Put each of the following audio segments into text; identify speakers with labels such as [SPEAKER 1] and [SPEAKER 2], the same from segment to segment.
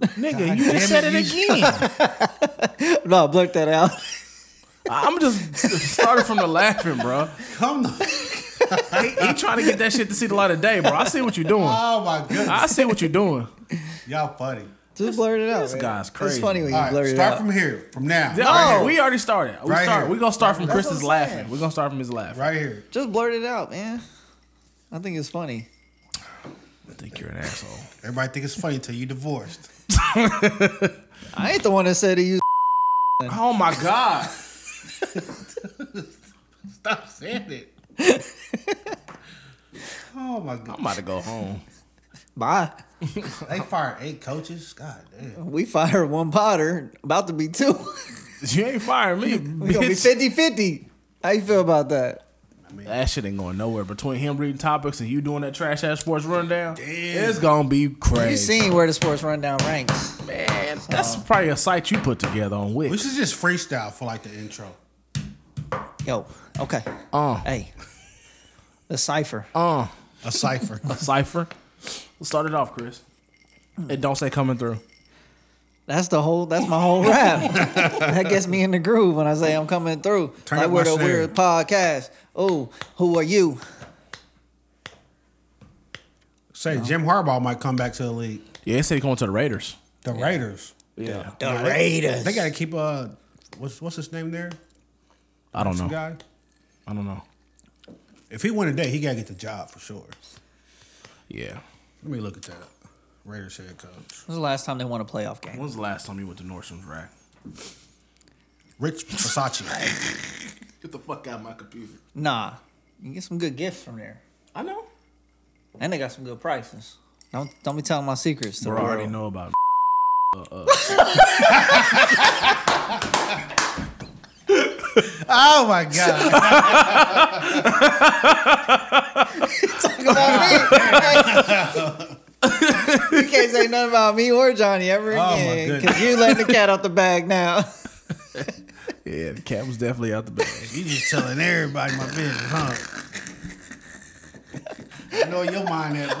[SPEAKER 1] Nigga, you just said it again.
[SPEAKER 2] No, blurt that out.
[SPEAKER 1] I'm just started from the laughing, bro.
[SPEAKER 3] Come the.
[SPEAKER 1] He, he trying to get that shit to see the light of day, bro. I see what you're doing.
[SPEAKER 3] Oh my goodness.
[SPEAKER 1] I see what you're doing.
[SPEAKER 3] Y'all funny.
[SPEAKER 2] Just blurt it out.
[SPEAKER 1] this
[SPEAKER 2] man.
[SPEAKER 1] guy's crazy.
[SPEAKER 2] It's funny when you
[SPEAKER 3] All right,
[SPEAKER 2] blurt it
[SPEAKER 3] start
[SPEAKER 2] out.
[SPEAKER 3] from here, from now.
[SPEAKER 1] Yeah,
[SPEAKER 3] right
[SPEAKER 1] alright,
[SPEAKER 3] here.
[SPEAKER 1] Oh, we already started. We
[SPEAKER 3] Right
[SPEAKER 1] start.
[SPEAKER 3] here.
[SPEAKER 1] We gonna start from
[SPEAKER 2] That's
[SPEAKER 1] Chris's
[SPEAKER 2] what I'm
[SPEAKER 1] laughing.
[SPEAKER 2] saying.
[SPEAKER 1] We're gonna start from his laugh.
[SPEAKER 3] Right here.
[SPEAKER 2] Just blurt it out, man. I think it's funny.
[SPEAKER 1] I think you're an asshole.
[SPEAKER 3] Everybody think it's funny until you divorced.
[SPEAKER 2] I ain't the one that said he used.
[SPEAKER 1] Oh my god.
[SPEAKER 3] Stop saying it. oh my god.
[SPEAKER 1] I'm about to go home.
[SPEAKER 2] Bye.
[SPEAKER 3] They fired eight coaches. God damn.
[SPEAKER 2] We fired one Potter, about to be two.
[SPEAKER 1] You ain't firing me.
[SPEAKER 2] we gonna be
[SPEAKER 1] Bitch.
[SPEAKER 2] 50-50. How you feel about that?
[SPEAKER 1] That shit ain't going nowhere. Between him reading topics and you doing that trash ass sports rundown, it's gonna be
[SPEAKER 2] You
[SPEAKER 1] crazy.
[SPEAKER 2] seen where the sports rundown ranks?
[SPEAKER 1] Man, that's probably a site you put together on
[SPEAKER 3] We
[SPEAKER 1] Wix.
[SPEAKER 3] should just freestyle for like the intro.
[SPEAKER 2] Yo, okay.
[SPEAKER 1] Uh,
[SPEAKER 2] Hey, the cipher.
[SPEAKER 1] uh,
[SPEAKER 3] A cipher.
[SPEAKER 1] cipher. Let's start it off, Chris. It don't say coming through.
[SPEAKER 2] That's the whole. That's my whole rap. that gets me in the groove when I say I'm coming through.
[SPEAKER 3] Turn
[SPEAKER 2] like
[SPEAKER 3] up
[SPEAKER 2] we're
[SPEAKER 3] my
[SPEAKER 2] the
[SPEAKER 3] snare.
[SPEAKER 2] weird podcast. Oh, who are you?
[SPEAKER 3] Say Jim Harbaugh might come back to the league.
[SPEAKER 1] Yeah, it said he going to the Raiders.
[SPEAKER 3] The Raiders.
[SPEAKER 1] Yeah,
[SPEAKER 2] The Raiders.
[SPEAKER 3] They gotta keep uh what's what's his name there?
[SPEAKER 1] I don't know.
[SPEAKER 3] Guy?
[SPEAKER 1] I don't know.
[SPEAKER 3] If he win today, he gotta get the job for sure.
[SPEAKER 1] Yeah.
[SPEAKER 3] Let me look at that. Raiders head coach.
[SPEAKER 2] When's the last time they won a playoff game?
[SPEAKER 1] When's the last time you went to Nordstrom's rack?
[SPEAKER 3] Rich Versace.
[SPEAKER 1] Get the fuck out of my computer.
[SPEAKER 2] Nah, you can get some good gifts from there,
[SPEAKER 1] I know.
[SPEAKER 2] and they got some good prices. Don't don't be telling my secrets. To
[SPEAKER 1] Bro,
[SPEAKER 2] the
[SPEAKER 1] I
[SPEAKER 2] world.
[SPEAKER 1] already know about.
[SPEAKER 3] oh my god.
[SPEAKER 2] Talking about me. you can't say nothing about me or Johnny ever
[SPEAKER 3] Oh, my
[SPEAKER 2] again
[SPEAKER 3] goodness.
[SPEAKER 2] because you letting the cat out the bag now.
[SPEAKER 1] Yeah, the cat was definitely out the bag.
[SPEAKER 3] you just telling everybody my business, huh? I know your mind is.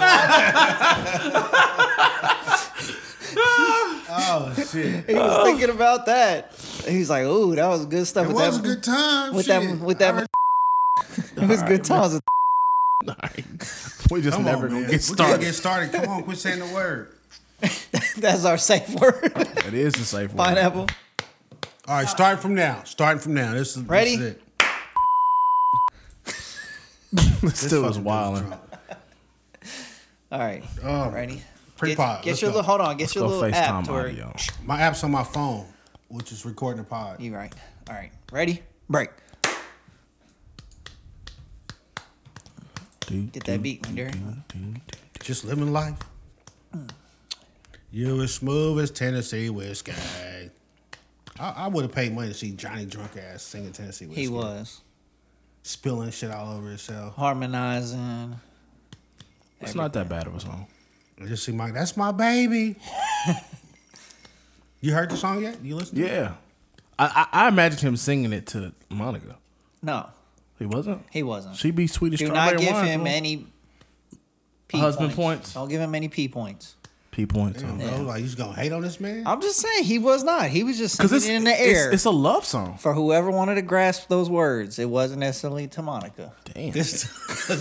[SPEAKER 3] oh shit.
[SPEAKER 2] He was thinking about that. He's like, "Ooh, that was good stuff."
[SPEAKER 3] It
[SPEAKER 2] with
[SPEAKER 3] was a
[SPEAKER 2] that,
[SPEAKER 3] good time.
[SPEAKER 2] with
[SPEAKER 3] shit.
[SPEAKER 2] that with that.
[SPEAKER 3] I heard-
[SPEAKER 2] it was good times.
[SPEAKER 1] We just
[SPEAKER 3] Come
[SPEAKER 1] never
[SPEAKER 3] on,
[SPEAKER 1] gonna
[SPEAKER 3] man.
[SPEAKER 1] get
[SPEAKER 3] We gotta
[SPEAKER 1] started.
[SPEAKER 3] Get started. Come on, quit saying the word.
[SPEAKER 2] That's our safe word.
[SPEAKER 1] It is the safe word.
[SPEAKER 2] Pineapple.
[SPEAKER 3] All right, start from now. Starting from now. This is this
[SPEAKER 2] Ready?
[SPEAKER 3] is it.
[SPEAKER 1] This dude was
[SPEAKER 3] fucking
[SPEAKER 1] wilding.
[SPEAKER 3] dude's drunk.
[SPEAKER 2] All right.
[SPEAKER 3] Um,
[SPEAKER 2] Ready.
[SPEAKER 3] pre-pod.
[SPEAKER 2] Get, get
[SPEAKER 3] Let's
[SPEAKER 2] your
[SPEAKER 3] go.
[SPEAKER 2] little hold on. Get your
[SPEAKER 1] Go
[SPEAKER 2] little app
[SPEAKER 1] FaceTime
[SPEAKER 2] to where-
[SPEAKER 1] audio.
[SPEAKER 3] My app's on my phone, which is recording the pod.
[SPEAKER 2] You right. All right. Ready? Break. Get that beat, Wonder.
[SPEAKER 3] Just living life. You as smooth as Tennessee whiskey. I, I would have paid money to see Johnny drunk ass singing Tennessee whiskey.
[SPEAKER 2] He was
[SPEAKER 3] spilling shit all over himself.
[SPEAKER 2] harmonizing.
[SPEAKER 1] It's not that bad of a song.
[SPEAKER 3] I just see my that's my baby. you heard the song yet? You listen?
[SPEAKER 1] Yeah, I, I I imagined him singing it to Monica.
[SPEAKER 2] No,
[SPEAKER 1] He wasn't.
[SPEAKER 2] he wasn't.
[SPEAKER 1] She be sweet as
[SPEAKER 2] Do
[SPEAKER 1] strawberry
[SPEAKER 2] not give
[SPEAKER 1] wine
[SPEAKER 2] him
[SPEAKER 1] to
[SPEAKER 2] any P
[SPEAKER 1] Husband points.
[SPEAKER 2] Don't give him any P points.
[SPEAKER 1] P points.
[SPEAKER 3] I was Oh, like, you just gonna hate on this man?
[SPEAKER 2] I'm just saying he was not. He was just
[SPEAKER 1] Because it's
[SPEAKER 2] singing it in the air
[SPEAKER 1] It's, it's a love song.
[SPEAKER 2] for whoever wanted to grasp those words. It wasn't necessarily to Monica.
[SPEAKER 1] Damn,
[SPEAKER 3] This-
[SPEAKER 1] man,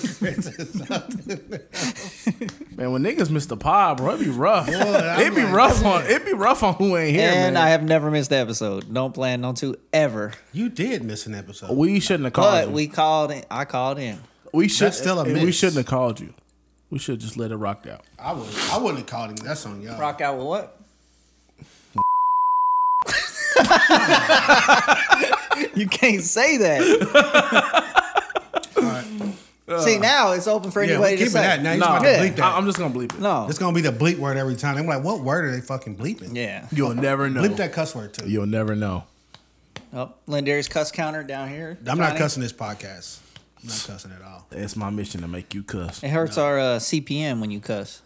[SPEAKER 1] when niggas miss the pod, bro, it be rough.
[SPEAKER 3] I'm
[SPEAKER 1] it be
[SPEAKER 3] like,
[SPEAKER 1] rough on. It be rough on who ain't here,
[SPEAKER 2] and
[SPEAKER 1] man.
[SPEAKER 2] I have never missed the episode. Don't plan on to ever.
[SPEAKER 3] you did miss an
[SPEAKER 2] Oh,
[SPEAKER 3] episode.
[SPEAKER 1] we shouldn't have called
[SPEAKER 2] But
[SPEAKER 1] you.
[SPEAKER 2] we called in. I called in.
[SPEAKER 1] we should
[SPEAKER 3] That's still a
[SPEAKER 1] and We
[SPEAKER 3] miss.
[SPEAKER 1] shouldn't have called you. We should just let it rock out.
[SPEAKER 3] I would I wouldn't have called him. That's on y'all.
[SPEAKER 2] Rock out with what? you can't say that. See now it's open for
[SPEAKER 3] yeah,
[SPEAKER 2] anybody to
[SPEAKER 3] we keeping
[SPEAKER 2] say.
[SPEAKER 3] that. Now you
[SPEAKER 1] Nah,
[SPEAKER 3] just about to
[SPEAKER 2] Yeah.
[SPEAKER 3] bleep that.
[SPEAKER 1] I, am just gonna bleep it.
[SPEAKER 2] No.
[SPEAKER 3] it's gonna be the bleep word every time. I'm like, what word are they fucking bleeping?
[SPEAKER 2] Yeah.
[SPEAKER 1] You'll never know.
[SPEAKER 3] Bleep that cuss word too.
[SPEAKER 1] You'll never know.
[SPEAKER 2] Oh, Lindarius cuss counter down here.
[SPEAKER 3] I'm not
[SPEAKER 2] Johnny.
[SPEAKER 3] cussing this podcast. I'm not cussing at all.
[SPEAKER 1] It's my mission to make you cuss.
[SPEAKER 2] It hurts our uh, CPM when you cuss.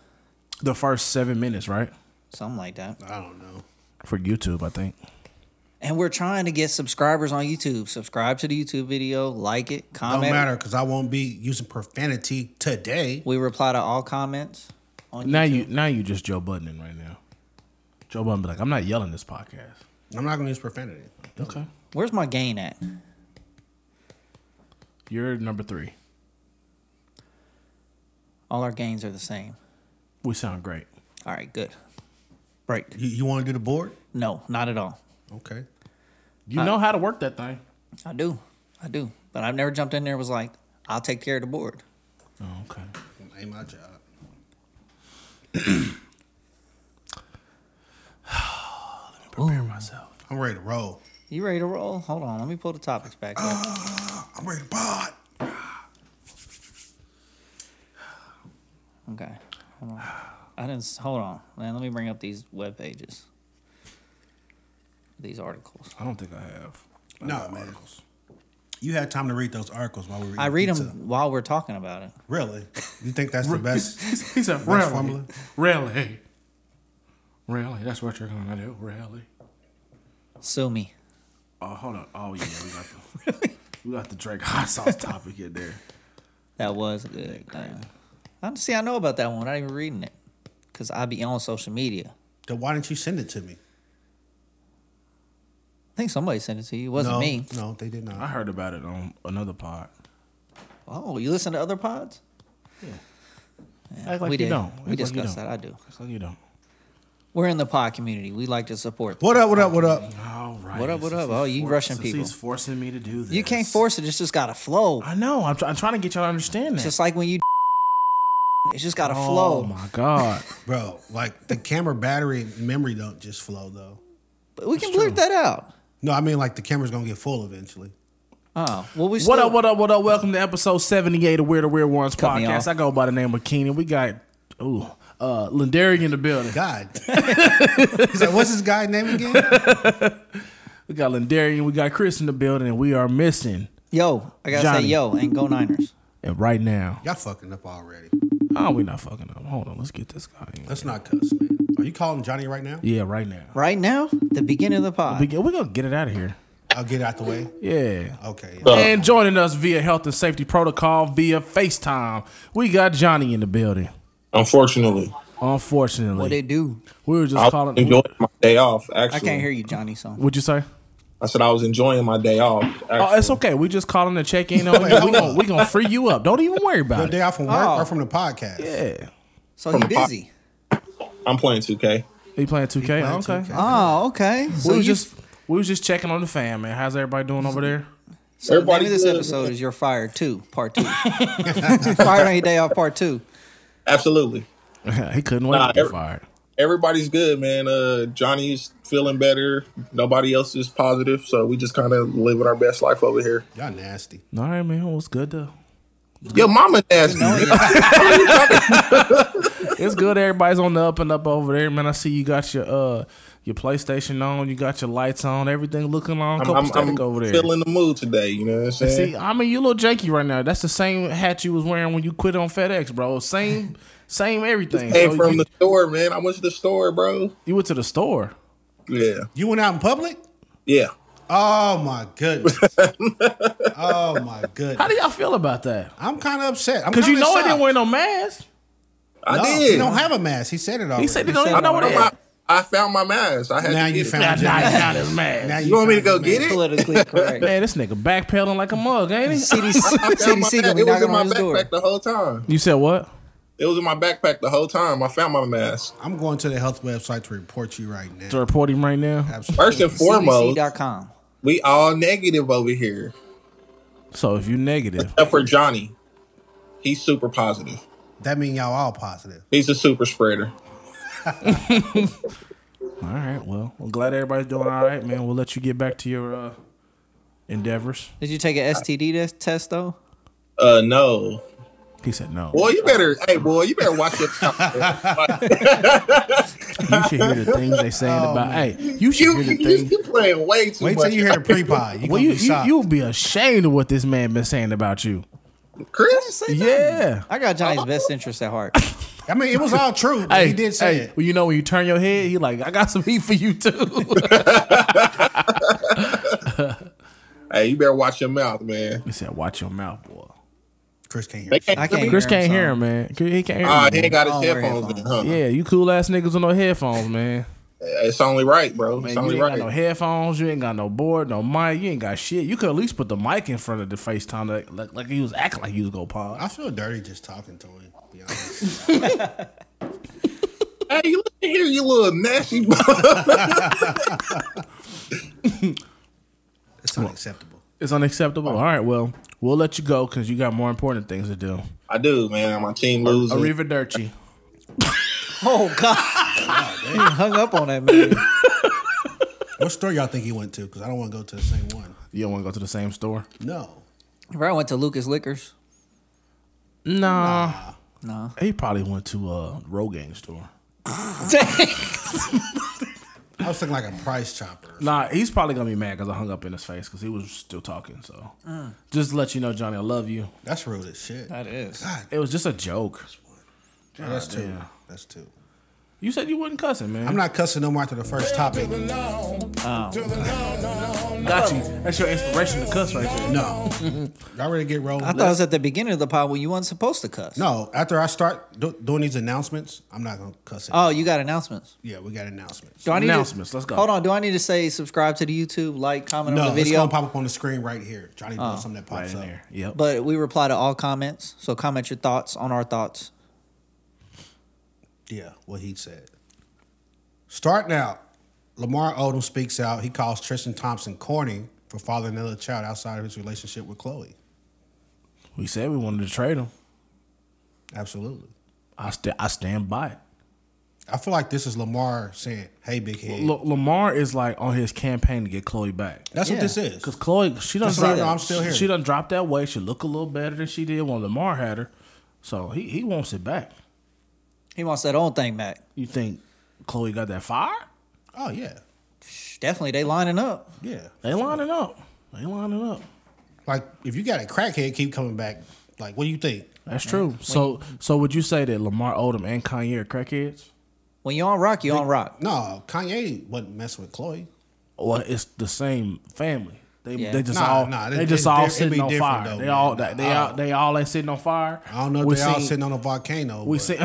[SPEAKER 1] The first seven minutes, right?
[SPEAKER 2] Something like that.
[SPEAKER 3] I don't know.
[SPEAKER 1] For YouTube, I think.
[SPEAKER 2] And we're trying to get subscribers on YouTube. Subscribe to the YouTube video, like it,
[SPEAKER 3] Don't
[SPEAKER 2] comment.
[SPEAKER 3] matter because I won't be using profanity today.
[SPEAKER 2] We reply to all comments on
[SPEAKER 1] Now
[SPEAKER 2] YouTube.
[SPEAKER 1] you now you just Joe Buddening right now. Joe Budden be like, I'm not yelling this podcast.
[SPEAKER 3] I'm not gonna use profanity.
[SPEAKER 1] Okay.
[SPEAKER 2] Where's my gain at?
[SPEAKER 1] You're number three.
[SPEAKER 2] All our gains are the same.
[SPEAKER 1] We sound great.
[SPEAKER 2] All right, good. Break.
[SPEAKER 3] You, you want to do the board?
[SPEAKER 2] No, not at all.
[SPEAKER 3] Okay.
[SPEAKER 1] You know how to work that thing.
[SPEAKER 2] I do. I do. But I've never jumped in there and was like, I'll take care of the board.
[SPEAKER 1] Oh, okay.
[SPEAKER 3] Ain't my job.
[SPEAKER 1] Prepare myself.
[SPEAKER 3] I'm ready to roll.
[SPEAKER 2] You ready to roll? Hold on. Let me pull the topics back up.
[SPEAKER 3] I'm ready to pod.
[SPEAKER 2] Okay. Hold on. I didn't. s- Hold on. Man, let me bring up these web pages. These articles.
[SPEAKER 1] I don't think I have. I
[SPEAKER 3] No,
[SPEAKER 1] got
[SPEAKER 3] man.
[SPEAKER 1] articles.
[SPEAKER 3] You had time to read those articles while we were.
[SPEAKER 2] I
[SPEAKER 3] eating
[SPEAKER 2] read
[SPEAKER 3] pizza.
[SPEAKER 2] them while we're talking about it.
[SPEAKER 3] Really? You think that's the best?
[SPEAKER 1] He said,
[SPEAKER 3] Best
[SPEAKER 1] really?
[SPEAKER 3] formula?
[SPEAKER 1] Really? Really? That's what you're going to do? Really?
[SPEAKER 2] Sue me.
[SPEAKER 1] Oh, hold on. Oh, yeah. We got the, we got the Drake hot sauce topic in there.
[SPEAKER 2] That was good. Damn. I see. I know about that one. I'm not even reading it because I be on social media.
[SPEAKER 3] Then why didn't you send it to me?
[SPEAKER 2] I think somebody sent it to you. It wasn't
[SPEAKER 3] no,
[SPEAKER 2] me.
[SPEAKER 3] no, they did
[SPEAKER 1] I
[SPEAKER 3] not.
[SPEAKER 1] heard about it on another pod.
[SPEAKER 2] Oh, you listen to other pods?
[SPEAKER 1] Act like
[SPEAKER 2] we
[SPEAKER 1] you
[SPEAKER 2] did.
[SPEAKER 1] don't. Act
[SPEAKER 2] We
[SPEAKER 1] like you
[SPEAKER 2] discussed
[SPEAKER 1] don't.
[SPEAKER 2] that. I do.
[SPEAKER 1] It's like you don't.
[SPEAKER 2] We're in the pod community. We like to support.
[SPEAKER 3] What up? What up? What up?
[SPEAKER 1] All right.
[SPEAKER 2] What up, what
[SPEAKER 1] Since
[SPEAKER 2] up?
[SPEAKER 1] he's
[SPEAKER 2] Oh, you Russian
[SPEAKER 1] since
[SPEAKER 2] people.
[SPEAKER 1] He's forcing me to do this.
[SPEAKER 2] You can't force it. It's just got to flow.
[SPEAKER 1] I know. I'm, try- I'm trying to get y'all to understand that.
[SPEAKER 2] It's just like when you. It's just got to
[SPEAKER 1] Oh
[SPEAKER 2] flow.
[SPEAKER 1] my god.
[SPEAKER 3] Bro, like the camera battery and memory don't just flow though.
[SPEAKER 2] But we can blurt that out.
[SPEAKER 3] No, I mean like the camera's gonna get full eventually.
[SPEAKER 2] Oh, well, we.
[SPEAKER 1] what
[SPEAKER 2] still-
[SPEAKER 1] up? What up? What up? Welcome to episode 78 of Weird or Weird Ones
[SPEAKER 2] Cut me
[SPEAKER 1] podcast.
[SPEAKER 2] off.
[SPEAKER 1] I go by the name of Keenan. We got ooh, uh, Lindarian in the building.
[SPEAKER 3] God. He's like, what's this guy's name again?
[SPEAKER 1] We got Lindarian. We got Chris in the building, and we are missing.
[SPEAKER 2] Yo, I gotta
[SPEAKER 1] Johnny.
[SPEAKER 2] say yo and go Niners.
[SPEAKER 1] And right now,
[SPEAKER 3] Y'all fucking up already.
[SPEAKER 1] oh, we not fucking up. Hold on, let's get this guy. In.
[SPEAKER 3] Let's not cuss, man. Are you calling Johnny right now?
[SPEAKER 1] Yeah, right now.
[SPEAKER 2] Right now, the beginning of the pod.
[SPEAKER 1] We get, we're gonna get it out of here.
[SPEAKER 3] I'll get it out the way.
[SPEAKER 1] Yeah.
[SPEAKER 3] Okay.
[SPEAKER 4] Uh,
[SPEAKER 1] And joining us via health and safety protocol via FaceTime, we got Johnny in the building.
[SPEAKER 4] Unfortunately,
[SPEAKER 1] Unfortunately,
[SPEAKER 2] what they do?
[SPEAKER 1] we were just
[SPEAKER 4] I was
[SPEAKER 1] calling.
[SPEAKER 4] enjoying my day off. Actually,
[SPEAKER 2] I can't hear you, Johnny. So
[SPEAKER 1] Would you say?
[SPEAKER 4] I said I was enjoying my day off.
[SPEAKER 1] Oh, it's
[SPEAKER 4] actually.
[SPEAKER 1] okay. We just calling to check in on
[SPEAKER 3] Wait,
[SPEAKER 1] you. We
[SPEAKER 3] hold
[SPEAKER 1] gonna
[SPEAKER 3] on.
[SPEAKER 1] we gonna free you up. Don't even worry
[SPEAKER 3] Your
[SPEAKER 1] about
[SPEAKER 3] day
[SPEAKER 1] it.
[SPEAKER 3] off from work
[SPEAKER 2] Oh.
[SPEAKER 3] or from the podcast?
[SPEAKER 1] Yeah.
[SPEAKER 2] so you
[SPEAKER 4] the pod.
[SPEAKER 2] busy?
[SPEAKER 4] I'm playing 2K.
[SPEAKER 1] He playing 2K? okay. Uh-huh.
[SPEAKER 3] 2K.
[SPEAKER 2] Oh, okay. So
[SPEAKER 1] We
[SPEAKER 2] you
[SPEAKER 1] was just we was just checking on the fam, man. How's everybody doing over there?
[SPEAKER 2] So the name
[SPEAKER 4] Everybody
[SPEAKER 2] of this
[SPEAKER 4] good.
[SPEAKER 2] episode is "You're Fired Two Part 2. fired on your day off Part Two.
[SPEAKER 4] Absolutely,
[SPEAKER 1] he couldn't wait
[SPEAKER 4] Nah,
[SPEAKER 1] to be
[SPEAKER 4] every-
[SPEAKER 1] fired.
[SPEAKER 4] everybody's good, man. Uh, Johnny's feeling better. Nobody else is positive, so we just kind of living our best life over here.
[SPEAKER 3] Y'all nasty.
[SPEAKER 1] All right, man. It was good though.
[SPEAKER 4] Your mama asked me.
[SPEAKER 1] It's good. Everybody's on the up and up over there, man. I see you got your uh your PlayStation on, you got your lights on, everything looking on.
[SPEAKER 4] I'm,
[SPEAKER 1] Couple
[SPEAKER 4] I'm,
[SPEAKER 1] static
[SPEAKER 4] I'm
[SPEAKER 1] over there.
[SPEAKER 4] feeling the mood today. You know what I'm saying?
[SPEAKER 1] See, I mean, you a little janky right now. That's the same hat you was wearing when you quit on FedEx, bro. Same, same everything.
[SPEAKER 4] Came
[SPEAKER 1] So
[SPEAKER 4] from
[SPEAKER 1] you,
[SPEAKER 4] the store, man. I went to the store, bro.
[SPEAKER 1] you went to the store.
[SPEAKER 4] Yeah,
[SPEAKER 3] You went out in public?
[SPEAKER 4] yeah.
[SPEAKER 3] Oh my goodness. oh my
[SPEAKER 1] How
[SPEAKER 3] goodness.
[SPEAKER 1] do y'all feel about that?
[SPEAKER 3] I'm kind of upset. I'm
[SPEAKER 1] Because you
[SPEAKER 3] kinda
[SPEAKER 1] know he didn't
[SPEAKER 3] shocked.
[SPEAKER 1] wear no mask.
[SPEAKER 4] I
[SPEAKER 3] No,
[SPEAKER 4] did.
[SPEAKER 3] He don't have a mask. He said it already.
[SPEAKER 1] He said he don't
[SPEAKER 2] said
[SPEAKER 1] even know
[SPEAKER 2] no.
[SPEAKER 1] what it is.
[SPEAKER 4] I, I found my mask. I had
[SPEAKER 3] now
[SPEAKER 4] to
[SPEAKER 3] you
[SPEAKER 4] get it.
[SPEAKER 1] Nah, nah,
[SPEAKER 3] found.
[SPEAKER 1] he
[SPEAKER 3] your
[SPEAKER 1] found his mask.
[SPEAKER 3] Now
[SPEAKER 4] You want me to go
[SPEAKER 3] found your
[SPEAKER 4] get
[SPEAKER 3] mask.
[SPEAKER 4] it?
[SPEAKER 2] Politically correct.
[SPEAKER 1] Man, this nigga backpedaling like a mug, ain't he?
[SPEAKER 2] CDC,
[SPEAKER 4] I found my
[SPEAKER 2] CDC gonna
[SPEAKER 4] mask.
[SPEAKER 2] be
[SPEAKER 4] It was
[SPEAKER 2] knocking
[SPEAKER 4] in my
[SPEAKER 2] on his
[SPEAKER 4] backpack
[SPEAKER 2] door.
[SPEAKER 4] the whole time.
[SPEAKER 1] You said what?
[SPEAKER 4] It was in my backpack the whole time. I found my mask.
[SPEAKER 3] I'm going to the health website to report you right
[SPEAKER 1] To
[SPEAKER 3] now.
[SPEAKER 1] report him right now.
[SPEAKER 3] Absolutely.
[SPEAKER 4] First and foremost,
[SPEAKER 2] CDC.com.
[SPEAKER 4] we all negative over here,
[SPEAKER 1] So if you negative,
[SPEAKER 4] except for Johnny. He's super positive.
[SPEAKER 3] That mean y'all all positive.
[SPEAKER 4] He's a super spreader.
[SPEAKER 1] all right. Well, I'm glad everybody's doing all right, man. We'll let you get back to your uh, endeavors.
[SPEAKER 2] Did you take an STD test, test though?
[SPEAKER 4] Uh, no.
[SPEAKER 1] He said no.
[SPEAKER 4] Boy, you better. Hey, boy, you better watch your mouth. Like,
[SPEAKER 1] You should hear the things they saying about. Hey, you should
[SPEAKER 4] Oh,
[SPEAKER 1] hear
[SPEAKER 4] you,
[SPEAKER 1] the
[SPEAKER 4] you,
[SPEAKER 1] things.
[SPEAKER 4] you playing way too
[SPEAKER 3] Wait till
[SPEAKER 4] much.
[SPEAKER 3] you hear the pre-pod. You
[SPEAKER 1] Well,
[SPEAKER 3] gonna
[SPEAKER 1] you,
[SPEAKER 3] be
[SPEAKER 1] you
[SPEAKER 3] shocked.
[SPEAKER 1] you'll be ashamed of what this man been saying about you.
[SPEAKER 4] Chris.
[SPEAKER 1] Yeah.
[SPEAKER 2] I got
[SPEAKER 1] Oh.
[SPEAKER 2] Johnny's best interest at heart.
[SPEAKER 3] I mean, it was all true. but
[SPEAKER 1] Hey,
[SPEAKER 3] he did say
[SPEAKER 1] hey,
[SPEAKER 3] it.
[SPEAKER 1] Well, you know when you turn your head, he like, I got some heat for you too.
[SPEAKER 4] Hey, you better watch your mouth, man.
[SPEAKER 1] he said, "Watch your mouth, boy."
[SPEAKER 3] Chris can't hear.
[SPEAKER 4] They
[SPEAKER 3] it.
[SPEAKER 4] can't.
[SPEAKER 2] I can't.
[SPEAKER 1] Chris
[SPEAKER 2] hear him,
[SPEAKER 1] can't
[SPEAKER 2] so-
[SPEAKER 1] hear him, man. Uh, He can't hear him.
[SPEAKER 4] Ah, he
[SPEAKER 1] man.
[SPEAKER 4] ain't got his
[SPEAKER 2] Oh,
[SPEAKER 4] headphones in,
[SPEAKER 2] headphones.
[SPEAKER 4] huh?
[SPEAKER 1] Yeah, you cool ass niggas with no headphones, man.
[SPEAKER 4] It's only right, bro.
[SPEAKER 1] Man,
[SPEAKER 4] it's
[SPEAKER 1] you
[SPEAKER 4] only
[SPEAKER 1] ain't
[SPEAKER 4] right.
[SPEAKER 1] got no headphones. You ain't got no board, no mic. You ain't got shit. You could at least put the mic in front of the FaceTime, like like, like he was acting like he was gonna pause.
[SPEAKER 3] I feel dirty just talking to him. To be honest,
[SPEAKER 4] hey, you look here, you little nasty.
[SPEAKER 3] it's unacceptable.
[SPEAKER 1] It's unacceptable. All right, well, we'll let you go because you got more important things to do.
[SPEAKER 4] I do, man. My team losing.
[SPEAKER 1] Arrivederci.
[SPEAKER 2] Oh God! He hung up on that man.
[SPEAKER 3] What store y'all think he went to? Because I don't want to go to the same one.
[SPEAKER 1] You don't want to go to the same store?
[SPEAKER 3] No,
[SPEAKER 2] Bro, I went to Lucas Liquors.
[SPEAKER 1] No.
[SPEAKER 2] No.
[SPEAKER 1] He probably went to a Rogaine store.
[SPEAKER 3] I was thinking like a price chopper.
[SPEAKER 1] Nah, he's probably gonna be mad because I hung up in his face because he was still talking. So, just to let you know, Johnny, I love you.
[SPEAKER 3] That's rude as shit.
[SPEAKER 2] that is.
[SPEAKER 1] It was just a joke.
[SPEAKER 3] Yeah, that's two.
[SPEAKER 1] damn.
[SPEAKER 3] That's two.
[SPEAKER 1] You said you wasn't cussing, man.
[SPEAKER 3] I'm not cussing no more after the first topic.
[SPEAKER 1] got you. That's your inspiration to cuss right there.
[SPEAKER 3] No, y'all ready to get rolled?
[SPEAKER 2] I thought it was at the beginning of the pod when you weren't supposed to cuss.
[SPEAKER 3] No, after I start do- doing these announcements, I'm not gonna cuss it.
[SPEAKER 2] Oh, you got announcements.
[SPEAKER 3] yeah, we got announcements.
[SPEAKER 2] Do I need
[SPEAKER 1] Announcements,
[SPEAKER 2] To,
[SPEAKER 1] let's go.
[SPEAKER 2] Hold on. Do I need to say subscribe to the YouTube, like, comment
[SPEAKER 3] No,
[SPEAKER 2] on the
[SPEAKER 3] it's
[SPEAKER 2] video?
[SPEAKER 3] gonna pop up on the screen right here. Johnny doing something that
[SPEAKER 1] Right
[SPEAKER 3] pops
[SPEAKER 1] in
[SPEAKER 3] up.
[SPEAKER 1] there. Yep.
[SPEAKER 2] but we reply to all comments. So comment your thoughts on our thoughts.
[SPEAKER 3] Yeah, what he said. Starting out, Lamar Odom speaks out. He calls Tristan Thompson corny for fathering another child outside of his relationship with Chloe.
[SPEAKER 1] we said we wanted to trade him.
[SPEAKER 3] Absolutely.
[SPEAKER 1] I st- I stand by it.
[SPEAKER 3] I feel like this is Lamar saying, "Hey, big head."
[SPEAKER 1] L- Lamar is like on his campaign to get Chloe back.
[SPEAKER 3] That's
[SPEAKER 2] Yeah.
[SPEAKER 3] what this is.
[SPEAKER 1] Cause Chloe, she done
[SPEAKER 3] That's what I
[SPEAKER 1] dropped.
[SPEAKER 3] know, I'm still here.
[SPEAKER 1] She done dropped that weight. She look a little better than she did when Lamar had her. So he he wants it back.
[SPEAKER 2] He wants that old thing back.
[SPEAKER 1] You think Chloe got that fire?
[SPEAKER 3] Oh yeah,
[SPEAKER 2] Definitely, they lining up.
[SPEAKER 3] yeah.
[SPEAKER 1] They lining up. They lining up.
[SPEAKER 3] Like if you got a crackhead keep coming back, like what do you think?
[SPEAKER 1] That's true. So so would you say that Lamar Odom and Kanye are crackheads?
[SPEAKER 2] When you on rock, you on rock.
[SPEAKER 3] No, Kanye wasn't messing with Chloe.
[SPEAKER 1] Well, it's the same family. They
[SPEAKER 2] Yeah.
[SPEAKER 1] they just
[SPEAKER 3] Nah,
[SPEAKER 1] all
[SPEAKER 3] nah,
[SPEAKER 1] they,
[SPEAKER 3] it-
[SPEAKER 1] just
[SPEAKER 3] it-
[SPEAKER 1] all
[SPEAKER 3] it'd be
[SPEAKER 1] sitting on
[SPEAKER 3] different
[SPEAKER 1] fire.
[SPEAKER 3] though,
[SPEAKER 1] they
[SPEAKER 3] man.
[SPEAKER 1] all they, they
[SPEAKER 3] I
[SPEAKER 1] all they all ain't sitting on fire.
[SPEAKER 3] I don't know if
[SPEAKER 1] We
[SPEAKER 3] they all
[SPEAKER 1] seen-
[SPEAKER 3] sitting on a volcano.
[SPEAKER 1] We
[SPEAKER 3] but
[SPEAKER 1] seen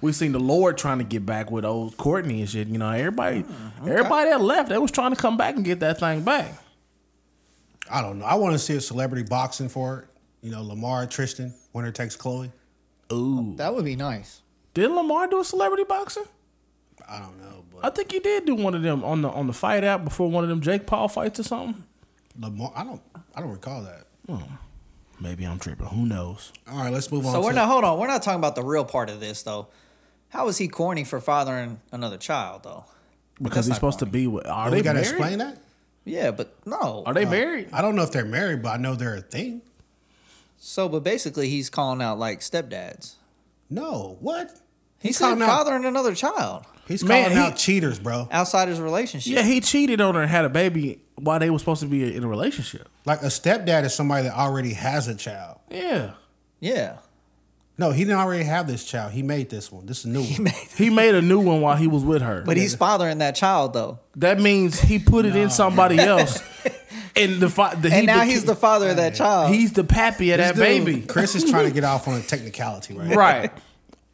[SPEAKER 1] we seen the Lord trying to get back with old Courtney and shit. You know, everybody
[SPEAKER 3] Hmm,
[SPEAKER 1] everybody that left, they was trying to come back and get that thing back.
[SPEAKER 3] I don't know. I want to see a celebrity boxing for it. You know, Lamar, Tristan, winner takes Chloe.
[SPEAKER 1] Ooh,
[SPEAKER 2] That would be nice.
[SPEAKER 1] did Lamar do a celebrity boxing?
[SPEAKER 3] I don't know, but
[SPEAKER 1] I think he did do one of them on the on the fight app before one of them Jake Paul fights or something.
[SPEAKER 3] Lamar, I don't, I don't recall that.
[SPEAKER 1] Maybe I'm tripping. Who knows?
[SPEAKER 3] All right, let's move on.
[SPEAKER 2] So we're
[SPEAKER 3] to-
[SPEAKER 2] not. Hold on. We're not talking about the real part of this though. How is he corny for fathering another child though?
[SPEAKER 1] Because he's
[SPEAKER 2] That's not
[SPEAKER 1] supposed to be with. Are
[SPEAKER 3] We
[SPEAKER 1] they
[SPEAKER 3] gotta
[SPEAKER 1] married?
[SPEAKER 3] explain Uh, that.
[SPEAKER 2] Yeah, but no.
[SPEAKER 1] Are they married?
[SPEAKER 3] I don't know if they're married, but I know they're a thing.
[SPEAKER 2] So, but basically, he's calling out like stepdads.
[SPEAKER 3] No, what?
[SPEAKER 2] He
[SPEAKER 3] He's
[SPEAKER 2] said
[SPEAKER 3] calling out-
[SPEAKER 2] fathering another child
[SPEAKER 3] He's
[SPEAKER 1] Man,
[SPEAKER 3] calling
[SPEAKER 1] he-
[SPEAKER 3] out cheaters, bro.
[SPEAKER 2] outside his relationship.
[SPEAKER 1] Yeah, he cheated on her and had a baby while they were supposed to be in a relationship.
[SPEAKER 3] Like a stepdad is somebody that already has a child.
[SPEAKER 1] Yeah.
[SPEAKER 2] Yeah.
[SPEAKER 3] No, he didn't already have this child. He made this one. This is a new one.
[SPEAKER 1] He made a new one while he was with her.
[SPEAKER 2] But he's fathering that child though,
[SPEAKER 1] that means he put it in somebody else. and the, fa- the he-
[SPEAKER 2] and now he's the father of that child.
[SPEAKER 1] he's the pappy of
[SPEAKER 3] This
[SPEAKER 1] that
[SPEAKER 3] dude,
[SPEAKER 1] baby.
[SPEAKER 3] Chris is trying to get off on a technicality right now.
[SPEAKER 1] right.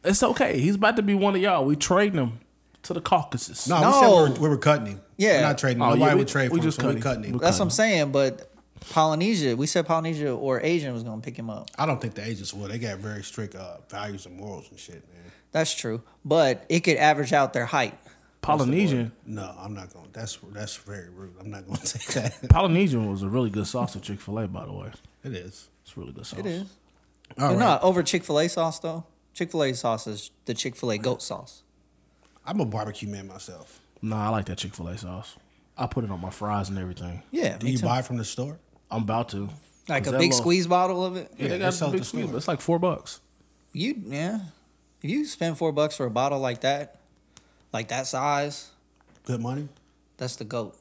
[SPEAKER 1] It's okay. He's about to be one of y'all. We trading him to the Caucasus.
[SPEAKER 3] No, we said
[SPEAKER 2] No.
[SPEAKER 3] we were, we were cutting him.
[SPEAKER 2] Yeah.
[SPEAKER 3] We're not trading him.
[SPEAKER 1] Oh,
[SPEAKER 3] Nobody
[SPEAKER 1] yeah, we-
[SPEAKER 3] would trade for
[SPEAKER 1] we
[SPEAKER 3] him,
[SPEAKER 1] just
[SPEAKER 3] so
[SPEAKER 1] cut
[SPEAKER 3] we
[SPEAKER 1] him.
[SPEAKER 3] cutting him.
[SPEAKER 1] We-
[SPEAKER 2] That's what I'm saying. But Polynesia, we said Polynesia or Asian was gonna pick him up.
[SPEAKER 3] I don't think the agents will. They got very strict uh, values and morals and shit, man.
[SPEAKER 2] That's true. But it could average out their height.
[SPEAKER 1] Polynesian.
[SPEAKER 3] No, I'm not going. to That's that's very rude. I'm not going to take that.
[SPEAKER 1] Polynesian was a really good sauce at Chick fil A, by the way.
[SPEAKER 3] it is.
[SPEAKER 1] It's really good sauce.
[SPEAKER 2] It is.
[SPEAKER 3] All
[SPEAKER 2] But
[SPEAKER 3] right.
[SPEAKER 2] not over Chick Fil A sauce though. Chick Fil A sauce is the Chick Fil A goat sauce.
[SPEAKER 3] I'm a barbecue man myself.
[SPEAKER 1] Nah, I like that Chick fil A sauce. I put it on my fries and everything.
[SPEAKER 2] Yeah,
[SPEAKER 3] Do
[SPEAKER 2] me
[SPEAKER 3] you
[SPEAKER 2] too.
[SPEAKER 3] buy it from the store?
[SPEAKER 1] I'm about to.
[SPEAKER 2] like
[SPEAKER 1] 'Cause
[SPEAKER 2] a
[SPEAKER 1] that little-
[SPEAKER 2] big squeeze bottle of it.
[SPEAKER 1] Yeah, they
[SPEAKER 3] Yeah,
[SPEAKER 1] got
[SPEAKER 3] they sell
[SPEAKER 1] the
[SPEAKER 3] it
[SPEAKER 1] big
[SPEAKER 3] to
[SPEAKER 1] squeeze.
[SPEAKER 3] stores.
[SPEAKER 1] It's like four bucks.
[SPEAKER 2] You yeah. If you spend four bucks for a bottle like that, like that size,
[SPEAKER 3] Good money.
[SPEAKER 2] that's the goat.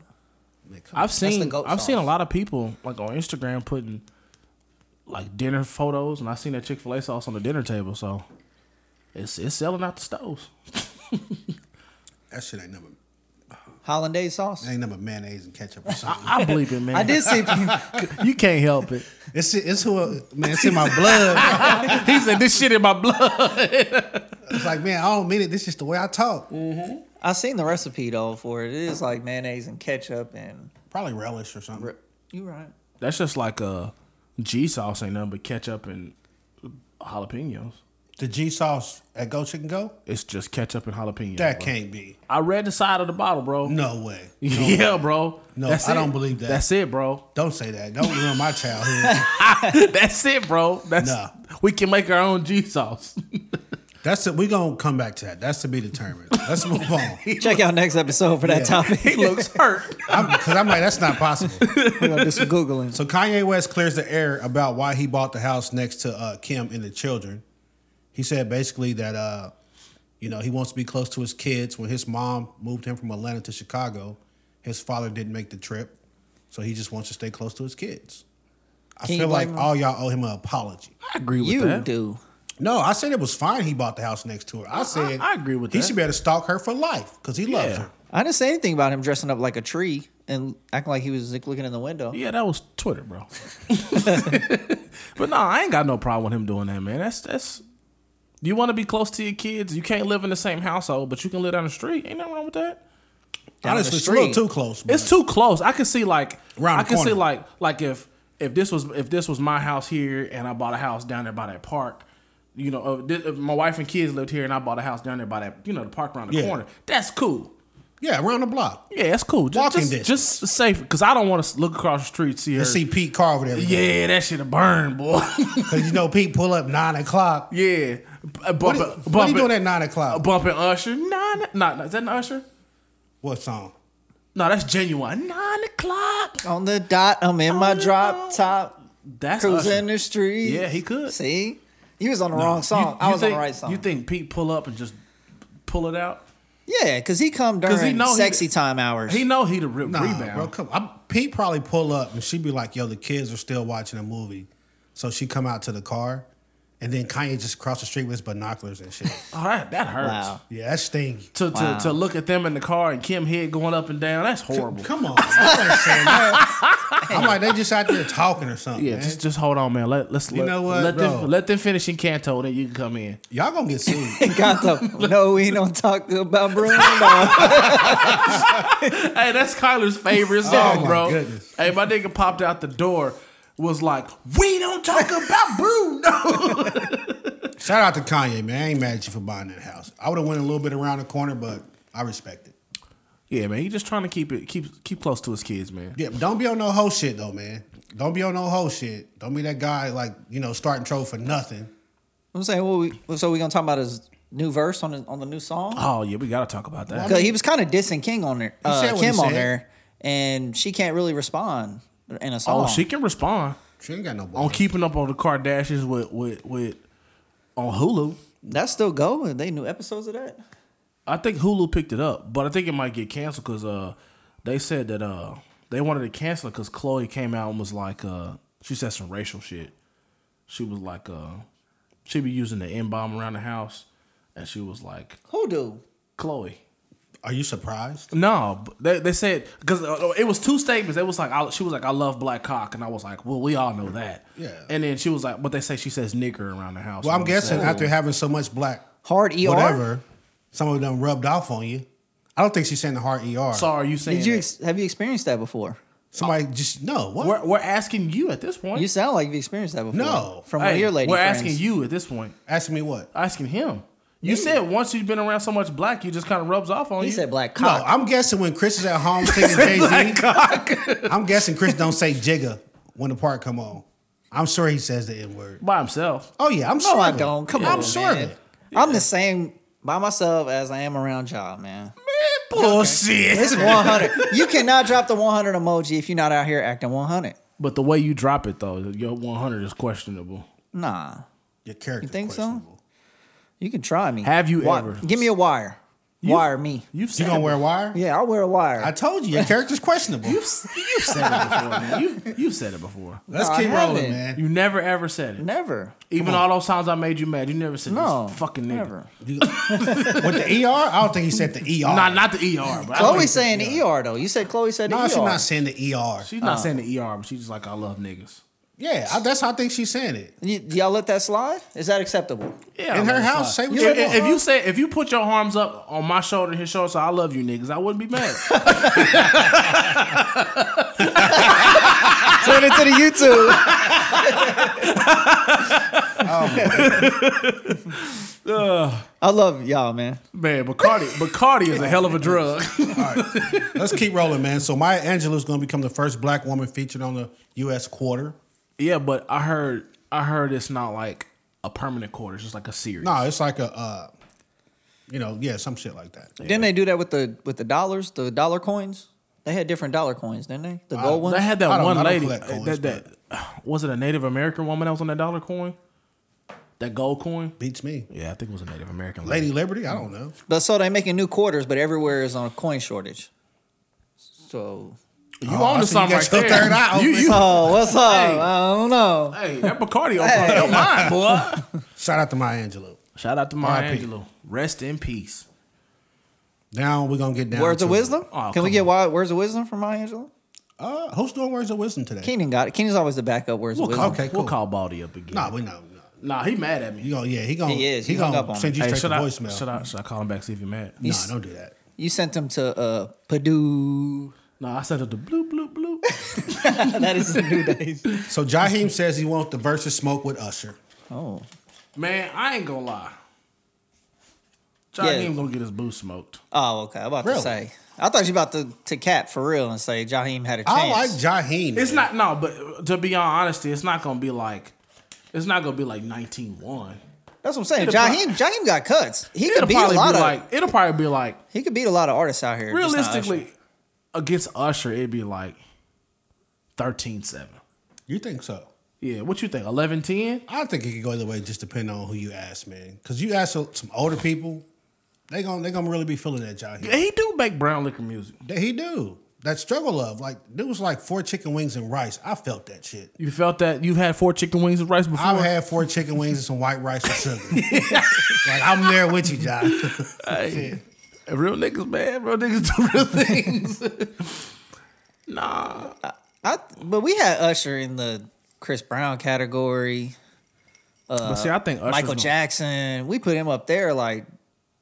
[SPEAKER 3] Man, come
[SPEAKER 1] I've
[SPEAKER 2] the
[SPEAKER 1] seen
[SPEAKER 2] goat
[SPEAKER 1] I've seen a
[SPEAKER 2] sauce.
[SPEAKER 1] lot of people like on Instagram putting like dinner photos, and I seen that Chick Fil A sauce on the dinner table. So it's it's selling out the stoves.
[SPEAKER 3] on. that shit ain't number.
[SPEAKER 2] Hollandaise sauce.
[SPEAKER 3] Ain't number mayonnaise and ketchup or something.
[SPEAKER 1] I believe it, man.
[SPEAKER 2] I did see.
[SPEAKER 1] You can't help it.
[SPEAKER 3] it's it's who man. It's in my blood.
[SPEAKER 1] He said this shit in my blood.
[SPEAKER 3] It's like man, I don't mean it. This is the way I talk.
[SPEAKER 2] I've seen the recipe though for it. It is like mayonnaise and ketchup and.
[SPEAKER 3] Probably relish or something.
[SPEAKER 2] Re- you right.
[SPEAKER 1] That's just like a G sauce ain't nothing but ketchup and jalapenos.
[SPEAKER 3] The G sauce at Go Chicken Go?
[SPEAKER 1] It's just ketchup and jalapenos.
[SPEAKER 3] That
[SPEAKER 1] bro.
[SPEAKER 3] can't be.
[SPEAKER 1] I read the side of the bottle, bro.
[SPEAKER 3] No way.
[SPEAKER 1] yeah, bro.
[SPEAKER 3] No,
[SPEAKER 1] That's
[SPEAKER 3] I
[SPEAKER 1] it.
[SPEAKER 3] don't believe that.
[SPEAKER 1] That's it, bro.
[SPEAKER 3] Don't say that. Don't ruin my childhood.
[SPEAKER 1] That's it, bro. That's
[SPEAKER 3] Nah.
[SPEAKER 1] we can make our own G sauce.
[SPEAKER 3] That's it. We gonna come back to that. That's to be determined. Let's move on.
[SPEAKER 2] Check out next episode for that
[SPEAKER 3] Yeah.
[SPEAKER 1] he
[SPEAKER 2] topic.
[SPEAKER 1] looks hurt.
[SPEAKER 3] Because I'm like, that's not possible.
[SPEAKER 2] We're gonna do some googling.
[SPEAKER 3] So Kanye West clears the air about why he bought the house next to uh, Kim and the children. He said basically that uh, you know he wants to be close to his kids. When his mom moved him from Atlanta to Chicago, his father didn't make the trip, so he just wants to stay close to his kids. I
[SPEAKER 2] Can you
[SPEAKER 3] feel like
[SPEAKER 2] blame him?
[SPEAKER 3] all y'all owe him an apology.
[SPEAKER 1] I agree with
[SPEAKER 2] you
[SPEAKER 1] that.
[SPEAKER 2] do.
[SPEAKER 3] No, I said it was fine. He bought the house next to her. I said
[SPEAKER 1] I agree with
[SPEAKER 3] he
[SPEAKER 1] that.
[SPEAKER 3] should be able to stalk her for life because he loves
[SPEAKER 1] Yeah.
[SPEAKER 3] her.
[SPEAKER 2] I didn't say anything about him dressing up like a tree and acting like he was like, looking in the window.
[SPEAKER 1] Yeah, that was Twitter, bro. but no, I ain't got no problem with him doing that, man. That's that's. You want to be close to your kids. You can't live in the same household, but you can live down the street. Ain't nothing wrong with that.
[SPEAKER 2] Down the
[SPEAKER 3] Honestly, it's a little
[SPEAKER 2] street.
[SPEAKER 3] too close.
[SPEAKER 1] It's
[SPEAKER 3] but
[SPEAKER 1] too close. I can see like
[SPEAKER 3] Round
[SPEAKER 1] I
[SPEAKER 3] the
[SPEAKER 1] can see
[SPEAKER 3] corner.
[SPEAKER 1] like like if if this was if this was my house here and I bought a house down there by that park. You know, uh, th- if my wife and kids lived here, and I bought a house down there by that, you know, the park around the
[SPEAKER 3] Yeah.
[SPEAKER 1] corner. That's cool.
[SPEAKER 3] yeah, around the block.
[SPEAKER 1] Yeah, that's cool. Just,
[SPEAKER 3] Walking
[SPEAKER 1] just,
[SPEAKER 3] distance.
[SPEAKER 1] just safe, because I don't want to look across the street see her.
[SPEAKER 3] And see Pete Carr over there.
[SPEAKER 1] yeah, that shit a burn, boy.
[SPEAKER 3] because you know Pete pull up nine o'clock.
[SPEAKER 1] yeah, bumping,
[SPEAKER 3] What, are
[SPEAKER 1] bumping,
[SPEAKER 3] what are you doing at nine o'clock?
[SPEAKER 1] bumping Usher. Nine, nah, nah, is that an Usher?
[SPEAKER 3] What song?
[SPEAKER 1] No, that's genuine. Nine o'clock.
[SPEAKER 2] On the dot, I'm in my
[SPEAKER 1] the
[SPEAKER 2] drop
[SPEAKER 1] dot.
[SPEAKER 2] top,
[SPEAKER 1] That's Usher.
[SPEAKER 2] cruising the street.
[SPEAKER 1] Yeah, he could.
[SPEAKER 2] See, he was on the wrong
[SPEAKER 1] You-
[SPEAKER 2] song. I
[SPEAKER 1] you
[SPEAKER 2] was
[SPEAKER 1] think,
[SPEAKER 2] on the right song.
[SPEAKER 1] You think Pete pull up and just pull it out?
[SPEAKER 2] yeah, because he come during
[SPEAKER 1] 'Cause he know he-
[SPEAKER 2] sexy time hours.
[SPEAKER 1] He know he the re-
[SPEAKER 3] Nah,
[SPEAKER 1] rebound.
[SPEAKER 3] bro, come. I, Pete probably pull up and she'd be like, "Yo, the kids are still watching a movie," so she come out to the car, and then Kanye just across the street with his binoculars and shit.
[SPEAKER 1] Oh, that, that hurts.
[SPEAKER 2] wow.
[SPEAKER 3] yeah, that's stingy.
[SPEAKER 1] To, to,
[SPEAKER 2] Wow.
[SPEAKER 1] to look at them in the car and Kim head going up and down, that's horrible.
[SPEAKER 3] Come on, I ain't saying that. I'm like they just out there talking or something.
[SPEAKER 1] Yeah,
[SPEAKER 3] man.
[SPEAKER 1] just just hold on, man. Let let's
[SPEAKER 3] You
[SPEAKER 1] let,
[SPEAKER 3] know what,
[SPEAKER 1] let
[SPEAKER 3] bro?
[SPEAKER 1] them let them finish in Canto, then you can come in.
[SPEAKER 3] y'all gonna get sued.
[SPEAKER 2] Got the no, we don't talk about Bruno. No.
[SPEAKER 1] Hey, that's Kyler's favorite song,
[SPEAKER 3] Oh my
[SPEAKER 1] bro.
[SPEAKER 3] goodness.
[SPEAKER 1] Hey, my nigga popped out the door, was like, "We don't talk about Bruno."
[SPEAKER 3] Shout out to Kanye, man. I ain't mad at you for buying that house. I would have went a little bit around the corner, but I respect it.
[SPEAKER 1] yeah, man, he just trying to keep it keep keep close to his kids, man.
[SPEAKER 3] Yeah, don't be on no whole shit though, man. Don't be on no whole shit. Don't be that guy like you know starting trouble for nothing.
[SPEAKER 2] I'm saying, well, we, so we gonna talk about his new verse on the, on the new song?
[SPEAKER 1] Oh yeah, we gotta talk about that.
[SPEAKER 2] 'Cause he was kind of dissing King on there,
[SPEAKER 3] said
[SPEAKER 2] uh,
[SPEAKER 3] what he
[SPEAKER 2] Kim on
[SPEAKER 3] said.
[SPEAKER 2] there, and she can't really respond in a
[SPEAKER 1] oh,
[SPEAKER 2] song.
[SPEAKER 1] she can respond.
[SPEAKER 3] She ain't got no
[SPEAKER 1] on
[SPEAKER 3] balls.
[SPEAKER 1] keeping up on the Kardashians with with with on Hulu.
[SPEAKER 2] That's still going. They new episodes of that.
[SPEAKER 1] I think Hulu picked it up, but I think it might get canceled because uh they said that uh they wanted to cancel it because Chloe came out and was like uh she said some racial shit. She was like uh she be using the n bomb around the house, and she was like
[SPEAKER 2] Who do?
[SPEAKER 1] Chloe.
[SPEAKER 3] Are you surprised?
[SPEAKER 1] No, but they they said because it was two statements. It was like I, she was like I love black cock, and I was like, well, we all know that.
[SPEAKER 3] Yeah.
[SPEAKER 1] And then she was like, but they say she says nigger around the house.
[SPEAKER 3] Well, I'm
[SPEAKER 1] And I was
[SPEAKER 3] guessing
[SPEAKER 1] like,
[SPEAKER 3] after having so much black
[SPEAKER 2] Hard ER.
[SPEAKER 3] whatever, some of them rubbed off on you. I don't think she's saying the hard ER.
[SPEAKER 1] Sorry, you saying
[SPEAKER 2] Did you
[SPEAKER 1] that.
[SPEAKER 2] ex- have you experienced that before?
[SPEAKER 3] Somebody just no. What?
[SPEAKER 1] We're, we're asking you at this point.
[SPEAKER 2] You sound like you've experienced that before.
[SPEAKER 3] No.
[SPEAKER 2] from one
[SPEAKER 1] Hey,
[SPEAKER 2] of your lady
[SPEAKER 1] we're
[SPEAKER 2] friends.
[SPEAKER 1] asking you at this point.
[SPEAKER 3] Asking me what?
[SPEAKER 1] Asking him. You said once you've been around so much black, you just kind of rubs off on
[SPEAKER 2] He
[SPEAKER 1] you.
[SPEAKER 2] said black
[SPEAKER 3] No,
[SPEAKER 2] cock.
[SPEAKER 3] I'm guessing when Chris is at home singing Jay Z, I'm guessing Chris don't say jigga when the part come on. I'm sure he says the N word.
[SPEAKER 1] by himself.
[SPEAKER 3] Oh yeah, I'm
[SPEAKER 2] No,
[SPEAKER 3] sure.
[SPEAKER 2] I
[SPEAKER 3] of it.
[SPEAKER 2] don't. Come on,
[SPEAKER 3] I'm sure. of
[SPEAKER 2] man.
[SPEAKER 3] it.
[SPEAKER 2] I'm the same by myself as I am around y'all, man.
[SPEAKER 1] Bullshit.
[SPEAKER 2] It's 100. you cannot drop the 100 emoji if you're not out here acting 100.
[SPEAKER 1] But the way you drop it though, your 100 is questionable.
[SPEAKER 2] Nah,
[SPEAKER 3] Your character.
[SPEAKER 2] You think so?
[SPEAKER 3] questionable.
[SPEAKER 2] you can try me.
[SPEAKER 1] Have you
[SPEAKER 2] Wi-
[SPEAKER 1] ever-
[SPEAKER 2] Give me a wire. wire me.
[SPEAKER 1] You've
[SPEAKER 3] You
[SPEAKER 1] said
[SPEAKER 3] gonna
[SPEAKER 1] it
[SPEAKER 3] wear wire?
[SPEAKER 2] Yeah, I'll wear a wire.
[SPEAKER 3] I told you your character's questionable.
[SPEAKER 1] before. You've said it before, man. You, you've said it before.
[SPEAKER 3] Let's
[SPEAKER 2] No, I
[SPEAKER 3] keep rolling,
[SPEAKER 2] haven't.
[SPEAKER 3] man.
[SPEAKER 1] You never ever said it.
[SPEAKER 2] Never.
[SPEAKER 1] Even all those times I made you mad, you never said
[SPEAKER 2] No,
[SPEAKER 1] this fucking nigga.
[SPEAKER 2] never.
[SPEAKER 3] With the ER, I don't think he said the ER.
[SPEAKER 1] Nah, E not the ER. But I don't
[SPEAKER 2] Chloe
[SPEAKER 1] think-
[SPEAKER 2] saying the ER though. You said Chloe said the
[SPEAKER 3] no,
[SPEAKER 2] ER.
[SPEAKER 3] she's not saying the ER.
[SPEAKER 1] E she's not saying the ER, but she's just like I love niggas.
[SPEAKER 3] Yeah, I, that's how I think she's saying it.
[SPEAKER 2] Y- y'all let that slide? Is that acceptable?
[SPEAKER 1] Yeah,
[SPEAKER 3] In
[SPEAKER 1] I'm
[SPEAKER 3] her
[SPEAKER 1] gonna
[SPEAKER 3] house,
[SPEAKER 1] slide.
[SPEAKER 3] say what
[SPEAKER 1] If-
[SPEAKER 3] you
[SPEAKER 1] if,
[SPEAKER 3] want.
[SPEAKER 1] if you say if you put your arms up on my shoulder and his shoulder, so I love you niggas, I wouldn't be mad.
[SPEAKER 2] Turn it to the YouTube.
[SPEAKER 1] Oh,
[SPEAKER 2] I love y'all, man.
[SPEAKER 1] Man, Bacardi, Bacardi is a hell of a drug.
[SPEAKER 3] Let's keep rolling, man. So Maya Angelou's going to become the first black woman featured on the U.S. quarter.
[SPEAKER 1] yeah, but I heard I heard it's not like a permanent quarter, it's just like a series.
[SPEAKER 3] No, it's like a, uh, you know, yeah, some shit like that.
[SPEAKER 2] Didn't they do that with the with the dollars, the dollar coins? They had different dollar coins, didn't they? The gold ones.
[SPEAKER 1] Uh, They had
[SPEAKER 3] I
[SPEAKER 1] that
[SPEAKER 3] don't- I
[SPEAKER 1] one
[SPEAKER 3] don't
[SPEAKER 1] lady
[SPEAKER 3] collect coins,
[SPEAKER 1] that, that was it a Native American woman that was on that dollar coin? That gold coin?
[SPEAKER 3] Beats me.
[SPEAKER 1] Yeah, I think it was a Native American lady.
[SPEAKER 3] Lady Liberty, I don't know.
[SPEAKER 2] But so they making new quarters, but everywhere is on a coin shortage. So,
[SPEAKER 1] You
[SPEAKER 3] Oh, I
[SPEAKER 1] own to
[SPEAKER 3] see you
[SPEAKER 1] something right
[SPEAKER 3] got your third eye
[SPEAKER 1] there. You,
[SPEAKER 3] open.
[SPEAKER 1] you,
[SPEAKER 2] oh, what's up?
[SPEAKER 1] Hey.
[SPEAKER 2] I don't know.
[SPEAKER 1] hey, that Bacardi on your mind, boy.
[SPEAKER 3] Shout out to Maya Angelou.
[SPEAKER 1] Shout out to Maya
[SPEAKER 3] R.I.P.
[SPEAKER 1] Angelou. Rest in peace.
[SPEAKER 3] Now we're going to get down
[SPEAKER 2] Words of
[SPEAKER 3] to-
[SPEAKER 2] wisdom?
[SPEAKER 1] Oh,
[SPEAKER 2] Can we
[SPEAKER 1] come
[SPEAKER 2] get
[SPEAKER 1] on.
[SPEAKER 2] wild words of wisdom from my Angela?
[SPEAKER 3] Uh, who's doing Words of Wisdom today?
[SPEAKER 2] Keenan got it. Keenan's always the backup words of
[SPEAKER 1] We'll call,
[SPEAKER 2] wisdom.
[SPEAKER 3] Okay,
[SPEAKER 1] we'll
[SPEAKER 3] cool.
[SPEAKER 1] call Baldy up again.
[SPEAKER 3] Nah, we know. No.
[SPEAKER 1] Nah, he mad at me.
[SPEAKER 3] You gonna, yeah, he gonna,
[SPEAKER 2] He is.
[SPEAKER 3] He
[SPEAKER 2] He hung up
[SPEAKER 3] gonna
[SPEAKER 2] on
[SPEAKER 3] send you
[SPEAKER 1] Hey,
[SPEAKER 3] straight
[SPEAKER 1] should
[SPEAKER 3] to
[SPEAKER 1] I,
[SPEAKER 3] voicemail.
[SPEAKER 1] should I should I call him back see if he mad?
[SPEAKER 3] Nah, don't do that.
[SPEAKER 2] You sent him to uh, Purdue.
[SPEAKER 1] Nah, I sent it to bloop bloop bloop.
[SPEAKER 2] that is the new days.
[SPEAKER 3] So Jaheim says he wants the versus smoke with Usher.
[SPEAKER 2] Oh,
[SPEAKER 1] Man, I ain't gonna lie. John
[SPEAKER 2] Yeah.
[SPEAKER 1] ain't gonna get his boo smoked.
[SPEAKER 2] oh, okay. I'm about
[SPEAKER 3] Really?
[SPEAKER 2] to say. I thought you about to to cap for real and say Jaheim had a chance.
[SPEAKER 3] I like Jaheim.
[SPEAKER 1] It's
[SPEAKER 3] man.
[SPEAKER 1] not no, but uh, to be on honesty, it's not gonna be like it's not gonna be like 19-1.
[SPEAKER 2] That's what I'm saying.
[SPEAKER 1] It'll pro-
[SPEAKER 2] Jaheim Jaheim got cuts. He
[SPEAKER 1] It'll
[SPEAKER 2] could beat a
[SPEAKER 1] probably
[SPEAKER 2] lot
[SPEAKER 1] be
[SPEAKER 2] of.
[SPEAKER 1] like it'll probably be like
[SPEAKER 2] he could beat a lot of artists out here. just not Usher.
[SPEAKER 1] realistically against Usher, it'd be like 13-7.
[SPEAKER 3] You think so?
[SPEAKER 1] Yeah, what you think? 11-10?
[SPEAKER 3] I think it could go either way, just depending on who you ask, man. Because you ask some some older people, they gon' they gonna really be feeling that Jaheim.
[SPEAKER 1] He do make brown liquor music.
[SPEAKER 3] That he do that struggle of like there was like four chicken wings and rice. I felt that shit.
[SPEAKER 1] You felt that you've had four chicken wings and rice before?
[SPEAKER 3] I've had four chicken wings and some white rice and sugar. like I'm there with you, John.
[SPEAKER 1] Hey, real niggas, man. Real niggas do real things. nah.
[SPEAKER 2] I, but we had Usher in the Chris Brown category.
[SPEAKER 1] but see, I think Usher's
[SPEAKER 2] Michael
[SPEAKER 1] gonna-
[SPEAKER 2] Jackson. We put him up there. Like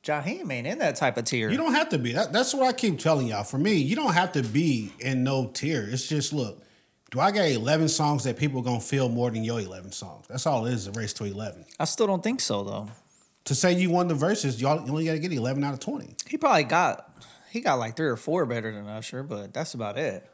[SPEAKER 2] Jaheim ain't in that type of tier.
[SPEAKER 3] You don't have to be. That, that's what I keep telling y'all. For me, you don't have to be in no tier. It's just look. Do I got eleven songs that people gonna feel more than your eleven songs? That's all it is. A race to eleven.
[SPEAKER 2] I still don't think so though.
[SPEAKER 3] To say you won the verses, y'all you only gotta get eleven out of twenty.
[SPEAKER 2] He probably got he got like three or four better than Usher, but that's about it.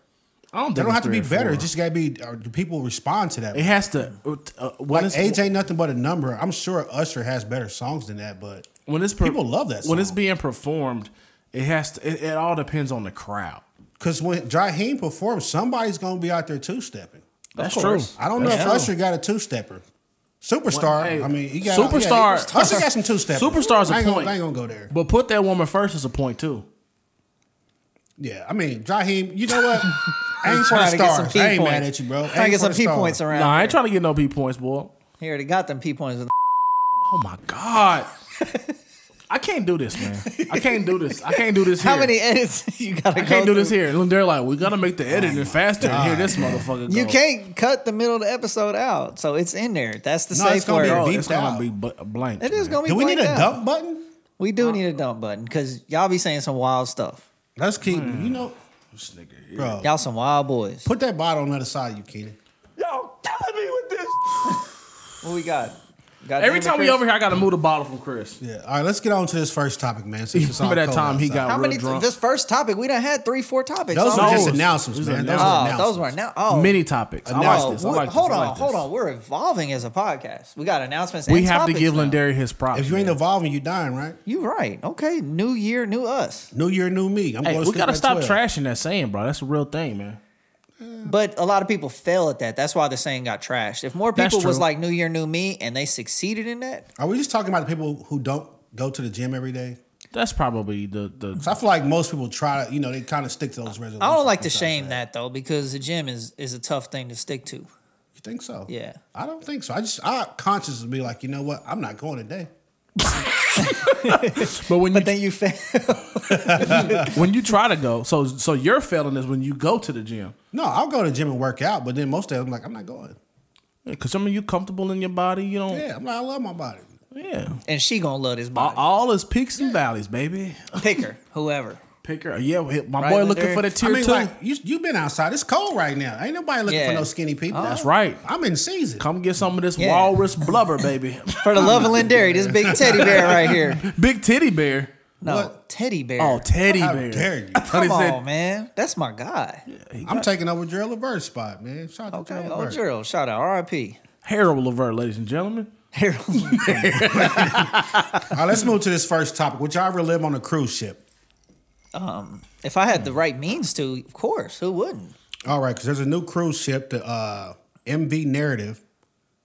[SPEAKER 1] I don't think
[SPEAKER 3] They don't
[SPEAKER 1] it's
[SPEAKER 3] have to
[SPEAKER 1] three
[SPEAKER 3] be
[SPEAKER 1] or
[SPEAKER 3] better.
[SPEAKER 1] four.
[SPEAKER 3] It just gotta be. Or do people respond to that?
[SPEAKER 1] it has to. Uh, when
[SPEAKER 3] like
[SPEAKER 1] it's
[SPEAKER 3] age ain't nothing but a number. I'm sure Usher has better songs than that, but
[SPEAKER 1] when it's per-
[SPEAKER 3] people love that
[SPEAKER 1] when it's
[SPEAKER 3] song.
[SPEAKER 1] being performed, it has to. It, it all depends on the crowd.
[SPEAKER 3] because when Jaheim performs, somebody's gonna be out there two stepping.
[SPEAKER 1] That's true.
[SPEAKER 2] course.
[SPEAKER 3] I don't know if Usher got a two stepper. Superstar.
[SPEAKER 1] Well, hey,
[SPEAKER 3] I mean, he got
[SPEAKER 1] Superstar-
[SPEAKER 3] Yeah, he- Usher got some two steppers.
[SPEAKER 1] Superstar's a
[SPEAKER 3] I ain't gonna-
[SPEAKER 1] point.
[SPEAKER 3] I ain't gonna go there.
[SPEAKER 1] But put that woman first is a point too.
[SPEAKER 3] Yeah, I mean, Jaheim. You know what? I ain't for the
[SPEAKER 2] Trying to get some
[SPEAKER 3] stars.
[SPEAKER 2] P
[SPEAKER 3] I ain't
[SPEAKER 2] points.
[SPEAKER 3] mad at you, bro.
[SPEAKER 2] Trying to
[SPEAKER 3] Ain't
[SPEAKER 2] get
[SPEAKER 3] for
[SPEAKER 2] some
[SPEAKER 3] the
[SPEAKER 2] P
[SPEAKER 3] stars.
[SPEAKER 2] points around.
[SPEAKER 1] Nah, I ain't
[SPEAKER 2] here.
[SPEAKER 1] trying to get no P points, boy.
[SPEAKER 2] He already got them P points. with
[SPEAKER 1] Oh my god. I can't do this, man. I can't do this. I can't do this.
[SPEAKER 2] How
[SPEAKER 1] here.
[SPEAKER 2] many edits you gotta
[SPEAKER 1] I can't
[SPEAKER 2] go
[SPEAKER 1] do this
[SPEAKER 2] through?
[SPEAKER 1] here. And they're like, we gotta make the editing faster. And here, this motherfucker.
[SPEAKER 2] You
[SPEAKER 1] go.
[SPEAKER 2] can't cut the middle of the episode out, so it's in there. That's the
[SPEAKER 3] No, it's
[SPEAKER 2] safe
[SPEAKER 3] gonna
[SPEAKER 2] word.
[SPEAKER 3] be
[SPEAKER 1] Bro,
[SPEAKER 3] Beeped
[SPEAKER 1] it's gonna
[SPEAKER 3] out.
[SPEAKER 1] be b- blank.
[SPEAKER 2] it is
[SPEAKER 1] man.
[SPEAKER 2] gonna be.
[SPEAKER 3] Do we need a
[SPEAKER 2] blanked out.
[SPEAKER 3] dump button?
[SPEAKER 2] We do need a dump button because y'all be saying some wild stuff.
[SPEAKER 3] Let's keep. You know,
[SPEAKER 1] This nigga here.
[SPEAKER 3] bro.
[SPEAKER 2] Y'all some wild boys.
[SPEAKER 3] Put that bottle on the other side of you, Keenan.
[SPEAKER 1] Y'all killing me with this.
[SPEAKER 2] What we got? God
[SPEAKER 1] Every
[SPEAKER 2] damn it,
[SPEAKER 1] time we
[SPEAKER 2] Chris.
[SPEAKER 1] over here, I gotta move the bottle from Chris.
[SPEAKER 3] Yeah. All right. Let's get on to this first topic, man. Since it's all
[SPEAKER 1] Remember that
[SPEAKER 3] cold
[SPEAKER 1] time he
[SPEAKER 3] outside.
[SPEAKER 1] got
[SPEAKER 2] How
[SPEAKER 1] real
[SPEAKER 2] many?
[SPEAKER 1] drunk?
[SPEAKER 2] this first topic we done had three, four topics.
[SPEAKER 3] Those
[SPEAKER 2] already.
[SPEAKER 3] were just
[SPEAKER 1] No,
[SPEAKER 3] announcements,
[SPEAKER 1] those
[SPEAKER 3] man.
[SPEAKER 1] are
[SPEAKER 3] Those
[SPEAKER 1] announcements.
[SPEAKER 3] were
[SPEAKER 2] Oh,
[SPEAKER 3] announcements.
[SPEAKER 2] those were now. Oh,
[SPEAKER 1] Many topics. I
[SPEAKER 3] Announcements.
[SPEAKER 1] like this. I
[SPEAKER 2] wh-
[SPEAKER 1] like this.
[SPEAKER 2] hold
[SPEAKER 1] I
[SPEAKER 2] on,
[SPEAKER 1] like this.
[SPEAKER 2] hold on. We're evolving as a podcast. We got announcements.
[SPEAKER 1] We
[SPEAKER 2] and
[SPEAKER 1] have to
[SPEAKER 2] topics
[SPEAKER 1] give
[SPEAKER 2] now.
[SPEAKER 1] Lindari his props.
[SPEAKER 3] If you ain't
[SPEAKER 1] man.
[SPEAKER 3] evolving, you dying, right?
[SPEAKER 2] You right? Okay, new year, new us.
[SPEAKER 3] New year, new me. I'm
[SPEAKER 1] Hey,
[SPEAKER 3] going to
[SPEAKER 1] we
[SPEAKER 3] sleep
[SPEAKER 1] gotta
[SPEAKER 3] at
[SPEAKER 1] stop
[SPEAKER 3] 12.
[SPEAKER 1] trashing that saying, bro. That's a real thing, man.
[SPEAKER 2] But a lot of people fail at that. That's why the saying got trashed. If more
[SPEAKER 1] That's
[SPEAKER 2] people was
[SPEAKER 1] true.
[SPEAKER 2] like New Year, New Me, and they succeeded in that,
[SPEAKER 3] Are we just talking about the people who don't go to the gym every day?
[SPEAKER 1] That's probably the the.
[SPEAKER 3] So I feel like most people try to, you know, they kind of stick to those resolutions.
[SPEAKER 2] I don't like to
[SPEAKER 3] sometimes,
[SPEAKER 2] shame
[SPEAKER 3] man.
[SPEAKER 2] that though because the gym is is a tough thing to stick to.
[SPEAKER 3] You think so?
[SPEAKER 2] Yeah.
[SPEAKER 3] I don't think so. I just, I consciously be like, you know what? I'm not going today.
[SPEAKER 1] But when
[SPEAKER 2] But
[SPEAKER 1] you
[SPEAKER 2] then you fail.
[SPEAKER 1] when you try to go, so so you're failing is when you go to the gym.
[SPEAKER 3] No, I'll go to the gym and work out, but then most days I'm like, I'm not going.
[SPEAKER 1] Because I mean, you comfortable in your body. You don't. Yeah.
[SPEAKER 3] Yeah, I'm like, I love my body.
[SPEAKER 2] And she gonna love this
[SPEAKER 1] All,
[SPEAKER 2] body.
[SPEAKER 1] all is peaks and valleys, baby.
[SPEAKER 2] Pick her, whoever.
[SPEAKER 1] Pick her. Yeah, hit- my
[SPEAKER 2] Right
[SPEAKER 1] boy
[SPEAKER 2] in
[SPEAKER 1] looking
[SPEAKER 2] there.
[SPEAKER 1] for the
[SPEAKER 3] I
[SPEAKER 1] tier
[SPEAKER 3] mean,
[SPEAKER 1] two.
[SPEAKER 3] like you, you been outside. It's cold right now. Ain't nobody looking
[SPEAKER 2] Yeah. Oh.
[SPEAKER 3] for no skinny people.
[SPEAKER 1] That's right.
[SPEAKER 3] I'm in season.
[SPEAKER 1] Come get some of this
[SPEAKER 2] Yeah.
[SPEAKER 1] walrus blubber, baby.
[SPEAKER 2] For the love of Lynn Dairy, this big teddy bear right here.
[SPEAKER 1] Big titty bear.
[SPEAKER 2] No,
[SPEAKER 3] What?
[SPEAKER 2] teddy bear.
[SPEAKER 1] Oh, teddy
[SPEAKER 3] How
[SPEAKER 1] bear.
[SPEAKER 3] dare you?
[SPEAKER 1] I thought he
[SPEAKER 2] Come on,
[SPEAKER 1] said-
[SPEAKER 2] man. That's my guy.
[SPEAKER 3] I'm taking over Gerald Levert's spot, man. Shout out
[SPEAKER 2] Okay,
[SPEAKER 3] to Gerald
[SPEAKER 2] old
[SPEAKER 3] Levert.
[SPEAKER 2] Gerald. Shout out. R.I.P.
[SPEAKER 1] Harold Levert, ladies and gentlemen.
[SPEAKER 2] Harold.
[SPEAKER 3] All right, let's move to this first topic. Would y'all ever live on a cruise ship?
[SPEAKER 2] if I had the right means to, of course, who wouldn't?
[SPEAKER 3] All right, because there's a new cruise ship, the uh, MV Narrative.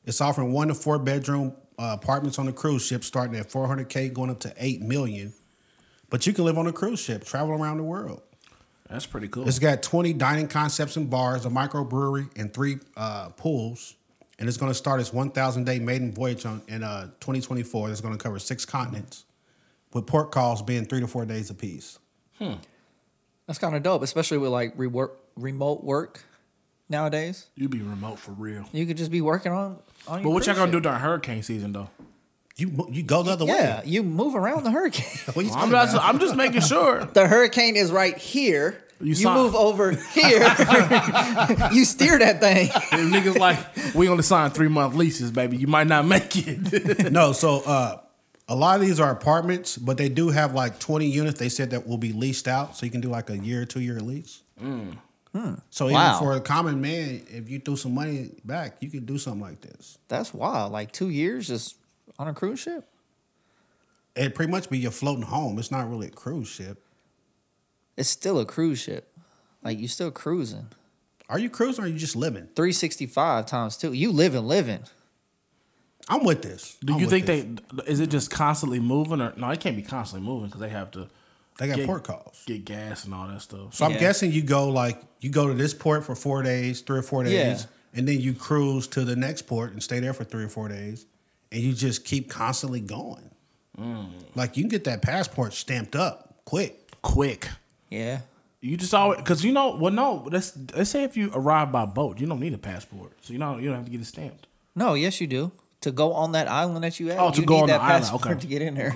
[SPEAKER 3] It's offering one to four bedroom uh, apartments on the cruise ship, starting at 400k, going up to eight million. But you can live on a cruise ship, travel around the world.
[SPEAKER 1] That's pretty cool.
[SPEAKER 3] It's got 20 dining concepts and bars, a microbrewery, and three uh, pools. And it's going to start its 1,000 day maiden voyage on, in uh, 2024. That's going to cover six continents, with port calls being three to four days apiece.
[SPEAKER 2] That's kind of dope, especially with like rework, remote work nowadays.
[SPEAKER 1] you be remote for real.
[SPEAKER 2] You could just be working on. on your
[SPEAKER 1] But what y'all
[SPEAKER 2] cruise
[SPEAKER 1] gonna do
[SPEAKER 2] ship.
[SPEAKER 1] during hurricane season though?
[SPEAKER 3] You mo- you go the other
[SPEAKER 2] Yeah,
[SPEAKER 3] way.
[SPEAKER 2] you move around the hurricane.
[SPEAKER 3] What you
[SPEAKER 1] I'm
[SPEAKER 3] talking
[SPEAKER 1] not.
[SPEAKER 3] about?
[SPEAKER 1] I'm just making sure.
[SPEAKER 2] the hurricane is right here. You,
[SPEAKER 1] saw-
[SPEAKER 2] move over here. you steer that thing.
[SPEAKER 1] Them niggas like we only signed three month leases, baby. You might not make it.
[SPEAKER 3] no, so uh, a lot of these are apartments, but they do have like 20 units they said that will be leased out. So you can do like a year or two year lease.
[SPEAKER 1] Hmm.
[SPEAKER 3] Hmm. So even
[SPEAKER 2] Wow.
[SPEAKER 3] for a common man, if you threw some money back, you could do something like this.
[SPEAKER 2] That's wild. Like two years just on a cruise ship.
[SPEAKER 3] It'd pretty much be your floating home. It's not really a cruise ship.
[SPEAKER 2] It's still a cruise ship. Like you still cruising.
[SPEAKER 3] Are you cruising or are you just living?
[SPEAKER 2] 365 times two. You living, living.
[SPEAKER 3] I'm with this.
[SPEAKER 1] do
[SPEAKER 3] I'm
[SPEAKER 1] you think
[SPEAKER 3] with this.
[SPEAKER 1] they? Is it just constantly moving or no? It can't be constantly moving because they have to
[SPEAKER 3] they got
[SPEAKER 1] get-
[SPEAKER 3] port calls?
[SPEAKER 1] get gas and all that stuff.
[SPEAKER 3] So I'm
[SPEAKER 2] Yeah.
[SPEAKER 3] guessing you go like you go to this port for four days, three or four days,
[SPEAKER 2] Yeah.
[SPEAKER 3] and then you cruise to the next port and stay there for three or four days, and you just keep constantly going.
[SPEAKER 2] Mm.
[SPEAKER 3] Like you can get that passport stamped up quick.
[SPEAKER 1] quick.
[SPEAKER 2] Yeah.
[SPEAKER 1] You just always because you know. Well, no. That's let's say if you arrive by boat, you don't need a passport, so you know you don't have to get it stamped.
[SPEAKER 2] No, yes, you do. To go on that island that you at,
[SPEAKER 1] Oh, to
[SPEAKER 2] you
[SPEAKER 1] go
[SPEAKER 2] need
[SPEAKER 1] on
[SPEAKER 2] that
[SPEAKER 1] the island,
[SPEAKER 2] passport
[SPEAKER 1] okay.
[SPEAKER 2] to get in there.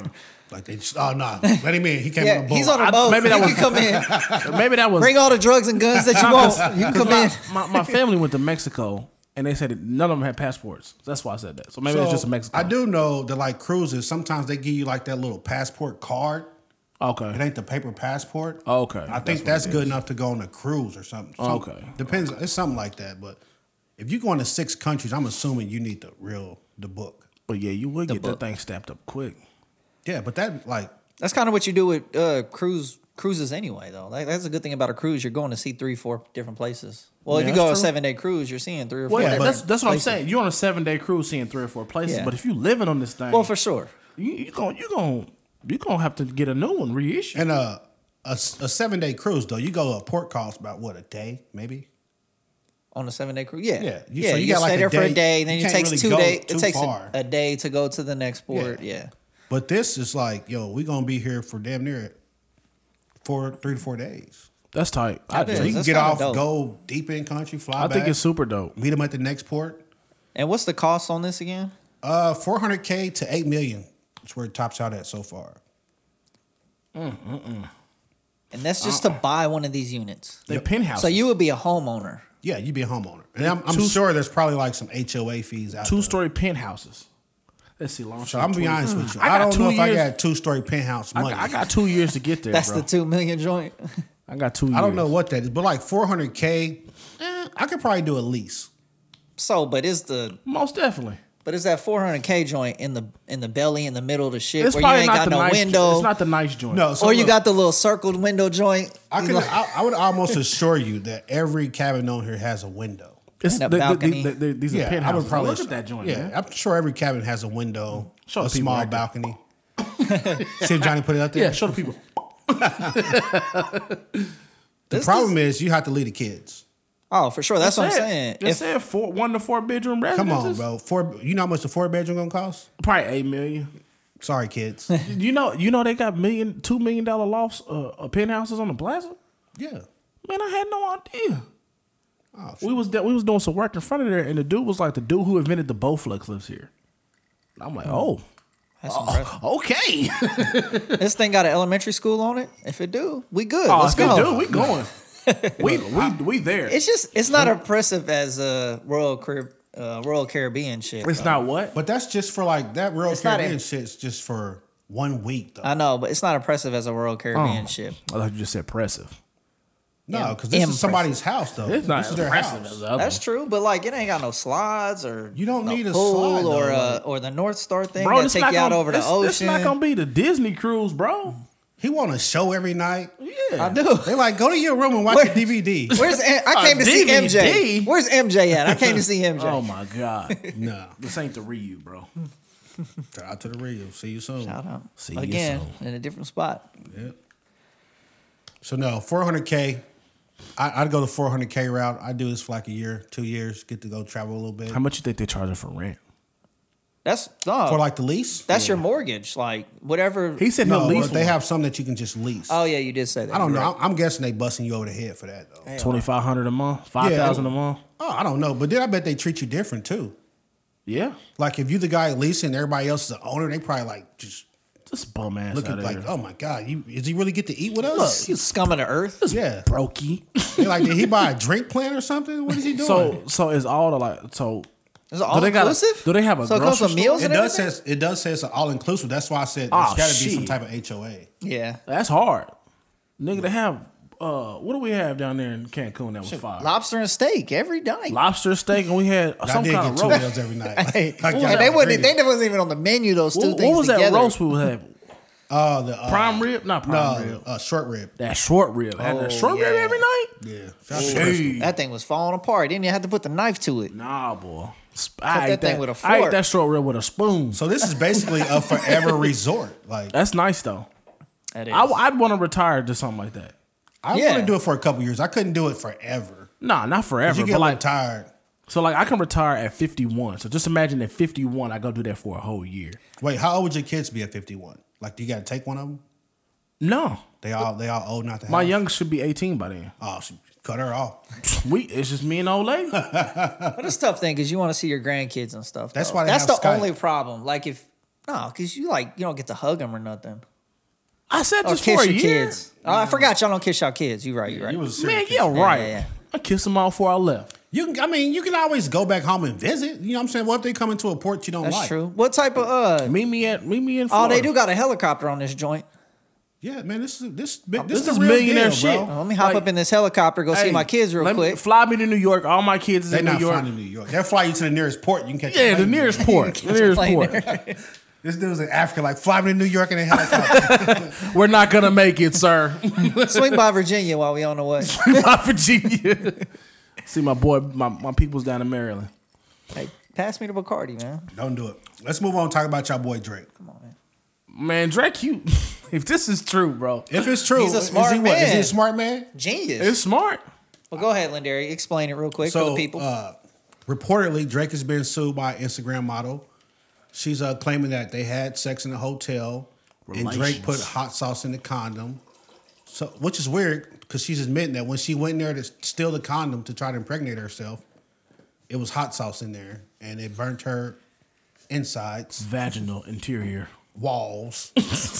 [SPEAKER 3] Like they just oh no, let him in. He came on
[SPEAKER 2] Yeah,
[SPEAKER 3] a boat.
[SPEAKER 2] he's on a
[SPEAKER 1] I-
[SPEAKER 2] boat.
[SPEAKER 1] maybe that
[SPEAKER 2] you
[SPEAKER 1] was-
[SPEAKER 2] can come in.
[SPEAKER 1] Maybe that was
[SPEAKER 2] Bring all the drugs and guns that you want. You can come in.
[SPEAKER 1] my, my family went to Mexico and they said that none of them had passports. That's why I said that. So maybe it's
[SPEAKER 3] So,
[SPEAKER 1] just a Mexico.
[SPEAKER 3] I do know that like cruises, sometimes they give you like that little passport card. It
[SPEAKER 1] Okay.
[SPEAKER 3] ain't the paper passport.
[SPEAKER 1] Oh, Okay,
[SPEAKER 3] I
[SPEAKER 1] that's
[SPEAKER 3] think
[SPEAKER 1] what
[SPEAKER 3] that's
[SPEAKER 1] it
[SPEAKER 3] good enough to go on a cruise or something. Some-
[SPEAKER 1] Okay.
[SPEAKER 3] Depends. It's something like that. But if you go into six countries, I'm assuming you need the real the book.
[SPEAKER 1] But yeah, you would get
[SPEAKER 2] book.
[SPEAKER 1] that thing stamped up quick.
[SPEAKER 3] Yeah, but that like
[SPEAKER 2] That's kind of what you do with uh, cruise cruises anyway, though. Like, that's a good thing about a cruise. You're going to see three, four different places. Well, if
[SPEAKER 1] Yeah,
[SPEAKER 2] you go on a
[SPEAKER 1] that's true.
[SPEAKER 2] seven day cruise, you're seeing three or four.
[SPEAKER 1] Well, yeah,
[SPEAKER 2] different
[SPEAKER 1] that's that's what I'm
[SPEAKER 2] places.
[SPEAKER 1] saying. You're on a seven day cruise, seeing three or four places.
[SPEAKER 2] Yeah.
[SPEAKER 1] But if you living on this thing,
[SPEAKER 2] Well, for sure.
[SPEAKER 1] you you going you going you gonna have to get a new one reissued.
[SPEAKER 3] and a a, seven day cruise though. You go to a port cost about what a day maybe.
[SPEAKER 2] On a seven day cruise, yeah,
[SPEAKER 3] Yeah, you-
[SPEAKER 2] yeah.
[SPEAKER 3] so
[SPEAKER 2] you
[SPEAKER 3] you got,
[SPEAKER 2] stay
[SPEAKER 3] like, a
[SPEAKER 2] there for a
[SPEAKER 3] day.
[SPEAKER 2] day, then
[SPEAKER 3] You
[SPEAKER 2] it
[SPEAKER 3] can't
[SPEAKER 2] takes
[SPEAKER 3] really
[SPEAKER 2] two
[SPEAKER 3] go
[SPEAKER 2] days. It
[SPEAKER 3] too
[SPEAKER 2] takes a,
[SPEAKER 3] far.
[SPEAKER 2] a day to go to the next port. Yeah,
[SPEAKER 3] But this is like yo, we gonna be here for damn near four three to four days.
[SPEAKER 1] That's tight. I,
[SPEAKER 2] That
[SPEAKER 3] So
[SPEAKER 2] is.
[SPEAKER 1] think-
[SPEAKER 3] you can
[SPEAKER 2] that's
[SPEAKER 3] get
[SPEAKER 2] kinda
[SPEAKER 3] off,
[SPEAKER 2] dope.
[SPEAKER 3] go deep in country, fly
[SPEAKER 1] I
[SPEAKER 3] back.
[SPEAKER 1] think it's super dope.
[SPEAKER 3] meet them at the next port.
[SPEAKER 2] And what's the cost on this again?
[SPEAKER 3] Uh, four hundred k to eight million. That's where it tops out at so far.
[SPEAKER 2] And that's just to buy one of these units.
[SPEAKER 1] They penthouse.
[SPEAKER 2] So you would be a homeowner.
[SPEAKER 3] Yeah, you'd be a homeowner, and I'm, I'm
[SPEAKER 1] Two-
[SPEAKER 3] sure there's probably like some HOA fees out.
[SPEAKER 1] two
[SPEAKER 3] there.
[SPEAKER 1] story penthouses. Let's see, long
[SPEAKER 3] So I'm gonna be honest with you.
[SPEAKER 1] I
[SPEAKER 3] I,
[SPEAKER 1] got
[SPEAKER 3] don't
[SPEAKER 1] two
[SPEAKER 3] know if I
[SPEAKER 1] years-
[SPEAKER 3] got two story penthouse
[SPEAKER 1] I,
[SPEAKER 3] money.
[SPEAKER 1] got-
[SPEAKER 3] I,
[SPEAKER 1] I got two years to get there.
[SPEAKER 2] That's
[SPEAKER 1] bro.
[SPEAKER 2] the two million joint.
[SPEAKER 1] I got two. years.
[SPEAKER 3] don't know what that is, but like 400k, eh, I could probably do a lease.
[SPEAKER 2] so, but is the
[SPEAKER 1] Most definitely.
[SPEAKER 2] but is that four hundred k joint in the in the belly in the middle of the ship
[SPEAKER 1] It's
[SPEAKER 2] where you
[SPEAKER 1] probably
[SPEAKER 2] ain't
[SPEAKER 1] not
[SPEAKER 2] got
[SPEAKER 1] the
[SPEAKER 2] no
[SPEAKER 1] nice.
[SPEAKER 2] window,
[SPEAKER 1] It's not the nice joint.
[SPEAKER 3] No, so
[SPEAKER 2] or you
[SPEAKER 3] look,
[SPEAKER 2] got the little circled window joint?
[SPEAKER 3] I
[SPEAKER 2] You
[SPEAKER 3] can.
[SPEAKER 2] like-
[SPEAKER 3] I, I would almost assure you that every cabin on here has a window.
[SPEAKER 1] It's
[SPEAKER 2] And a
[SPEAKER 1] the- the-
[SPEAKER 2] balcony.
[SPEAKER 1] the- the- these are
[SPEAKER 3] Yeah, I
[SPEAKER 1] penthouses.
[SPEAKER 3] would probably
[SPEAKER 1] Look at that joint.
[SPEAKER 3] Yeah,
[SPEAKER 1] man.
[SPEAKER 3] I'm sure every cabin has a window,
[SPEAKER 1] Show
[SPEAKER 3] a
[SPEAKER 1] the people
[SPEAKER 3] small
[SPEAKER 1] right there.
[SPEAKER 3] balcony. See if Johnny put it out there.
[SPEAKER 1] yeah. Show the people.
[SPEAKER 3] the
[SPEAKER 2] This
[SPEAKER 3] problem is you have to leave the kids.
[SPEAKER 2] oh, for sure. That's, what
[SPEAKER 1] That's
[SPEAKER 2] I'm saying.
[SPEAKER 1] it. That's
[SPEAKER 2] If-
[SPEAKER 1] it. Four, one to four bedroom
[SPEAKER 3] Come
[SPEAKER 1] residences.
[SPEAKER 3] on, bro. Four. You know how much the four bedroom gonna cost?
[SPEAKER 1] Probably eight million.
[SPEAKER 3] Sorry, kids.
[SPEAKER 1] You know, you know they got million, two million dollar lofts, uh, uh, penthouses on the plaza.
[SPEAKER 3] yeah.
[SPEAKER 1] Man, I had no idea.
[SPEAKER 3] Oh, shit.
[SPEAKER 1] We was we was doing some work in front of there, and the dude was like the dude who invented the Bowflex lives here. And I'm like,
[SPEAKER 2] Hmm.
[SPEAKER 1] oh,
[SPEAKER 2] That's impressive.
[SPEAKER 1] okay.
[SPEAKER 2] This thing got an elementary school on it. If it do, we good.
[SPEAKER 1] Oh, if
[SPEAKER 2] Let's
[SPEAKER 1] we
[SPEAKER 2] go.
[SPEAKER 1] do, we going. we we we there.
[SPEAKER 2] It's just it's not impressive as uh, Royal Carib- uh, Royal Caribbean shit.
[SPEAKER 1] It's
[SPEAKER 2] though.
[SPEAKER 1] not what.
[SPEAKER 3] But that's just for like that real
[SPEAKER 2] not Uh,
[SPEAKER 3] Caribbean
[SPEAKER 2] in-
[SPEAKER 3] shit's just for one week though.
[SPEAKER 2] I know, but it's not impressive as a Royal
[SPEAKER 1] Oh.
[SPEAKER 2] Caribbean ship.
[SPEAKER 1] I thought you just said impressive.
[SPEAKER 3] no, because this is somebody's house though.
[SPEAKER 1] It's not
[SPEAKER 3] this is their
[SPEAKER 1] impressive.
[SPEAKER 3] house.
[SPEAKER 1] as the other
[SPEAKER 2] That's
[SPEAKER 1] one.
[SPEAKER 2] true, but like it ain't got no slides or
[SPEAKER 3] You don't
[SPEAKER 2] no
[SPEAKER 3] need a
[SPEAKER 2] pool
[SPEAKER 3] slide,
[SPEAKER 2] or
[SPEAKER 3] though,
[SPEAKER 2] uh, or the North Star thing
[SPEAKER 1] bro.
[SPEAKER 2] that
[SPEAKER 1] It's
[SPEAKER 2] take
[SPEAKER 1] not
[SPEAKER 2] you out
[SPEAKER 1] gonna,
[SPEAKER 2] over the
[SPEAKER 1] it's,
[SPEAKER 2] ocean.
[SPEAKER 1] It's not gonna be the Disney cruise, bro.
[SPEAKER 3] He want a show every night.
[SPEAKER 1] Yeah,
[SPEAKER 2] I do.
[SPEAKER 3] They like go to your room and watch
[SPEAKER 2] Where-
[SPEAKER 3] a DVD.
[SPEAKER 2] Where's M- I came to see
[SPEAKER 1] DVD?
[SPEAKER 2] MJ? Where's MJ at? I came to see MJ.
[SPEAKER 1] Oh my god,
[SPEAKER 3] nah,
[SPEAKER 1] this ain't the Ryu, bro.
[SPEAKER 3] shout out to the real. See you soon.
[SPEAKER 2] Shout out
[SPEAKER 1] See you
[SPEAKER 2] again in a different spot.
[SPEAKER 3] Yep. So no, 400k. I, I'd go the 400k route. I do this for like a year, two years, get to go travel a little bit
[SPEAKER 1] How much you think they charging for rent?
[SPEAKER 2] That's no,
[SPEAKER 3] for like the lease.
[SPEAKER 2] that's your mortgage, like whatever.
[SPEAKER 1] He said
[SPEAKER 3] no,
[SPEAKER 1] he'll lease
[SPEAKER 3] but they have some that you can just lease.
[SPEAKER 2] oh yeah, you did say that.
[SPEAKER 3] I don't
[SPEAKER 2] You're
[SPEAKER 3] know.
[SPEAKER 2] right.
[SPEAKER 3] I'm, I'm guessing they busting you over the head for that though.
[SPEAKER 1] twenty five hundred a month, five thousand a month.
[SPEAKER 3] Oh, I don't know, but then I bet they treat you different too.
[SPEAKER 1] Yeah,
[SPEAKER 3] Like if you the guy leasing, and everybody else is the owner. They probably like just
[SPEAKER 1] just bum ass
[SPEAKER 3] look
[SPEAKER 1] out
[SPEAKER 3] at
[SPEAKER 1] of
[SPEAKER 3] like,
[SPEAKER 1] here.
[SPEAKER 3] oh my god, you is he really get to eat with us?
[SPEAKER 2] You scum of the earth.
[SPEAKER 3] yeah,
[SPEAKER 1] Brokey.
[SPEAKER 3] They like did he buy a drink plan or something? What is he doing?
[SPEAKER 1] so so is all the like so.
[SPEAKER 2] Is it all
[SPEAKER 1] they got a-
[SPEAKER 2] inclusive?
[SPEAKER 1] do they have a
[SPEAKER 2] so it comes
[SPEAKER 1] grocery
[SPEAKER 2] with
[SPEAKER 1] store?
[SPEAKER 2] meals
[SPEAKER 3] it
[SPEAKER 2] and
[SPEAKER 3] does
[SPEAKER 2] everything?
[SPEAKER 3] says it does say it's all inclusive. That's why I said
[SPEAKER 1] Oh,
[SPEAKER 3] there's got to be some
[SPEAKER 1] shit.
[SPEAKER 3] type of HOA.
[SPEAKER 2] yeah.
[SPEAKER 1] That's hard, nigga. They have uh, what do we have down there in Cancun that was fire?
[SPEAKER 2] Lobster and steak every night.
[SPEAKER 1] Lobster steak, and we had
[SPEAKER 3] I
[SPEAKER 1] some
[SPEAKER 3] did
[SPEAKER 1] kind
[SPEAKER 3] get
[SPEAKER 1] of
[SPEAKER 3] two of
[SPEAKER 1] roast.
[SPEAKER 3] those every night.
[SPEAKER 2] Hey,
[SPEAKER 3] I got
[SPEAKER 2] and they wasn't.
[SPEAKER 3] greedy.
[SPEAKER 2] They wasn't even on the menu. Those two
[SPEAKER 1] What,
[SPEAKER 2] things
[SPEAKER 1] what was
[SPEAKER 2] together.
[SPEAKER 1] that roast we had?
[SPEAKER 3] Oh, the uh,
[SPEAKER 1] Prime rib, not prime
[SPEAKER 3] no,
[SPEAKER 1] rib.
[SPEAKER 3] uh, short rib.
[SPEAKER 1] That short rib. had
[SPEAKER 2] Oh,
[SPEAKER 1] that short rib
[SPEAKER 2] yeah.
[SPEAKER 1] every night.
[SPEAKER 3] Yeah, Shout out to Crystal.
[SPEAKER 1] Hey.
[SPEAKER 2] That thing was falling apart. Then you had to put the knife to it.
[SPEAKER 1] Nah, boy. Sp- I
[SPEAKER 2] that
[SPEAKER 1] ate
[SPEAKER 2] thing
[SPEAKER 1] that.
[SPEAKER 2] with a
[SPEAKER 1] I ate
[SPEAKER 2] fork.
[SPEAKER 1] that short rib with a spoon.
[SPEAKER 3] So this is basically a forever resort. Like
[SPEAKER 1] That's nice though.
[SPEAKER 2] That is.
[SPEAKER 1] I, would want to retire to something like that.
[SPEAKER 3] I
[SPEAKER 2] Yeah.
[SPEAKER 3] want to do it for a couple years. I couldn't do it forever.
[SPEAKER 1] Nah, not forever.
[SPEAKER 3] You
[SPEAKER 1] But
[SPEAKER 3] get like
[SPEAKER 1] like,
[SPEAKER 3] tired.
[SPEAKER 1] so like I can retire at fifty one. So just imagine at fifty one, I go do that for a whole year.
[SPEAKER 3] Wait, how old would your kids be at 51? Like, do you got to take one of them?
[SPEAKER 1] No,
[SPEAKER 3] They all they all old not to have.
[SPEAKER 1] my youngest should be eighteen by then.
[SPEAKER 3] Oh, she cut her off.
[SPEAKER 1] We, it's just me and old lady.
[SPEAKER 2] but it's a tough thing because you want to see your grandkids and stuff.
[SPEAKER 3] That's
[SPEAKER 2] though.
[SPEAKER 3] why they
[SPEAKER 2] That's
[SPEAKER 3] have
[SPEAKER 2] the
[SPEAKER 3] Skype.
[SPEAKER 2] only problem. Like if no, because you like you don't get to hug them or nothing.
[SPEAKER 1] I said
[SPEAKER 2] Or
[SPEAKER 1] this
[SPEAKER 2] kiss
[SPEAKER 1] for a
[SPEAKER 2] your
[SPEAKER 1] year.
[SPEAKER 2] kids. Oh, I forgot y'all don't kiss y'all kids. You right. You right.
[SPEAKER 3] You was a serious
[SPEAKER 1] Man,
[SPEAKER 3] kid.
[SPEAKER 1] yeah, right.
[SPEAKER 2] yeah, yeah.
[SPEAKER 1] I kissed them all before I left.
[SPEAKER 3] You can. I mean, you can always go back home and visit. You know what I'm saying? What if they come into a port you don't
[SPEAKER 2] That's
[SPEAKER 3] like?
[SPEAKER 2] true. What type of uh?
[SPEAKER 1] Meet me at meet me in.
[SPEAKER 2] Oh,
[SPEAKER 1] Florida.
[SPEAKER 2] they do got a helicopter on this joint.
[SPEAKER 3] Yeah, man. This is this this,
[SPEAKER 1] This
[SPEAKER 3] is, the
[SPEAKER 1] is
[SPEAKER 3] real
[SPEAKER 1] millionaire
[SPEAKER 3] deal,
[SPEAKER 1] shit. Uh,
[SPEAKER 3] Bro.
[SPEAKER 2] Oh, Let me hop
[SPEAKER 1] Like-
[SPEAKER 2] up in this helicopter, go see
[SPEAKER 1] Hey,
[SPEAKER 2] my kids real
[SPEAKER 1] let me-
[SPEAKER 2] quick.
[SPEAKER 1] fly me to New York. All my kids is
[SPEAKER 3] They're
[SPEAKER 1] in New
[SPEAKER 3] not
[SPEAKER 1] York.
[SPEAKER 3] flying to New York. They'll fly you to the nearest port. You can catch. a
[SPEAKER 1] Yeah, the
[SPEAKER 3] plane.
[SPEAKER 1] nearest port. The
[SPEAKER 2] Catch a
[SPEAKER 1] nearest
[SPEAKER 2] plane
[SPEAKER 1] port.
[SPEAKER 2] there.
[SPEAKER 3] This dude's in Africa, like fly me to New York in a helicopter.
[SPEAKER 1] We're not gonna make it, sir.
[SPEAKER 2] Swing by Virginia while we on the way.
[SPEAKER 1] Not Virginia. See my boy, my, my people's down in Maryland.
[SPEAKER 2] Hey, pass me the Bacardi, man.
[SPEAKER 3] don't do it. Let's move on. and Talk about y'all boy Drake.
[SPEAKER 2] Come on, man.
[SPEAKER 1] Man, Drake, you. If this is true, bro,
[SPEAKER 3] If it's true,
[SPEAKER 2] He's a smart
[SPEAKER 3] is he what? Is he
[SPEAKER 2] man.
[SPEAKER 3] a smart man?
[SPEAKER 2] Genius.
[SPEAKER 1] it's smart.
[SPEAKER 2] well, go ahead, Lindari. Explain it real quick for the people.
[SPEAKER 3] Uh, reportedly, Drake has been sued by an Instagram model. She's uh, claiming that they had sex in a hotel, and Drake
[SPEAKER 1] Relations.
[SPEAKER 3] put hot sauce in the condom. So, which is weird because she's admitting that when she went in there to steal the condom to try to impregnate herself, it was hot sauce in there, and it burnt her insides,
[SPEAKER 1] Vaginal interior,
[SPEAKER 3] walls,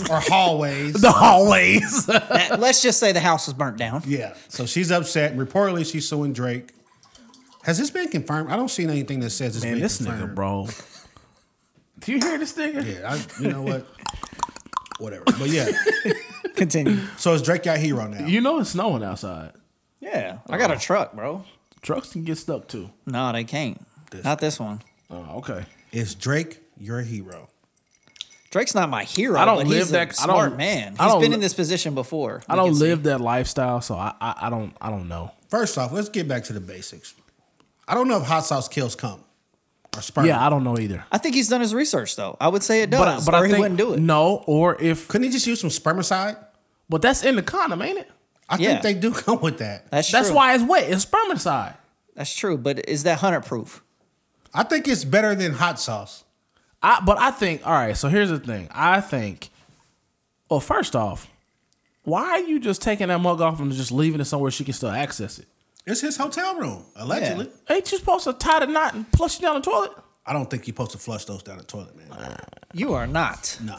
[SPEAKER 3] or hallways.
[SPEAKER 1] the hallways.
[SPEAKER 2] That- let's just say the house was burnt down.
[SPEAKER 3] Yeah. So she's upset. and Reportedly, she's suing Drake. Has this been confirmed? I don't see anything that says it's
[SPEAKER 1] Man,
[SPEAKER 3] been
[SPEAKER 1] this
[SPEAKER 3] confirmed.
[SPEAKER 1] nigga, bro. Do you hear this nigga?
[SPEAKER 3] Yeah, I, you know what? Whatever. But yeah,
[SPEAKER 2] Continue.
[SPEAKER 3] so is Drake your hero now?
[SPEAKER 1] You know it's snowing outside.
[SPEAKER 2] Yeah, I got a truck, bro.
[SPEAKER 1] Trucks can get stuck too.
[SPEAKER 2] No, they can't.
[SPEAKER 3] This-
[SPEAKER 2] Not this one.
[SPEAKER 1] Oh, okay.
[SPEAKER 3] Is Drake your hero?
[SPEAKER 2] Drake's not my hero.
[SPEAKER 1] I don't
[SPEAKER 2] but
[SPEAKER 1] live
[SPEAKER 2] he's
[SPEAKER 1] that-
[SPEAKER 2] a
[SPEAKER 1] I don't-
[SPEAKER 2] smart man.
[SPEAKER 1] I
[SPEAKER 2] He's
[SPEAKER 1] don't
[SPEAKER 2] been
[SPEAKER 1] li-
[SPEAKER 2] in this position before.
[SPEAKER 1] I
[SPEAKER 2] We
[SPEAKER 1] don't
[SPEAKER 2] can see.
[SPEAKER 1] live that lifestyle, so I, I, I don't I don't know.
[SPEAKER 3] First off, let's get back to the basics. I don't know if hot sauce kills cum or sperm.
[SPEAKER 1] Yeah, I don't know either.
[SPEAKER 2] I think he's done his research though. I would say it
[SPEAKER 1] But I,
[SPEAKER 2] does,
[SPEAKER 1] but
[SPEAKER 2] or
[SPEAKER 1] I
[SPEAKER 2] he
[SPEAKER 1] think
[SPEAKER 2] wouldn't do it.
[SPEAKER 1] no, or if
[SPEAKER 3] Couldn't he just use some spermicide?
[SPEAKER 1] but that's in the condom, ain't it?
[SPEAKER 3] I
[SPEAKER 2] Yeah.
[SPEAKER 3] think they do come with that.
[SPEAKER 2] That's true.
[SPEAKER 1] That's why it's wet. It's spermicide.
[SPEAKER 2] That's true. But is that hunter proof?
[SPEAKER 3] I think it's better than hot sauce.
[SPEAKER 1] I but I think all right. So here's the thing. I think. Well, first off, why are you just taking that mug off and just leaving it somewhere she can still access it?
[SPEAKER 3] It's his hotel room, allegedly.
[SPEAKER 1] Ain't you supposed to tie the knot and flush it down the toilet?
[SPEAKER 3] I don't think you're supposed to flush those down the toilet, man.
[SPEAKER 2] You are not.
[SPEAKER 3] No.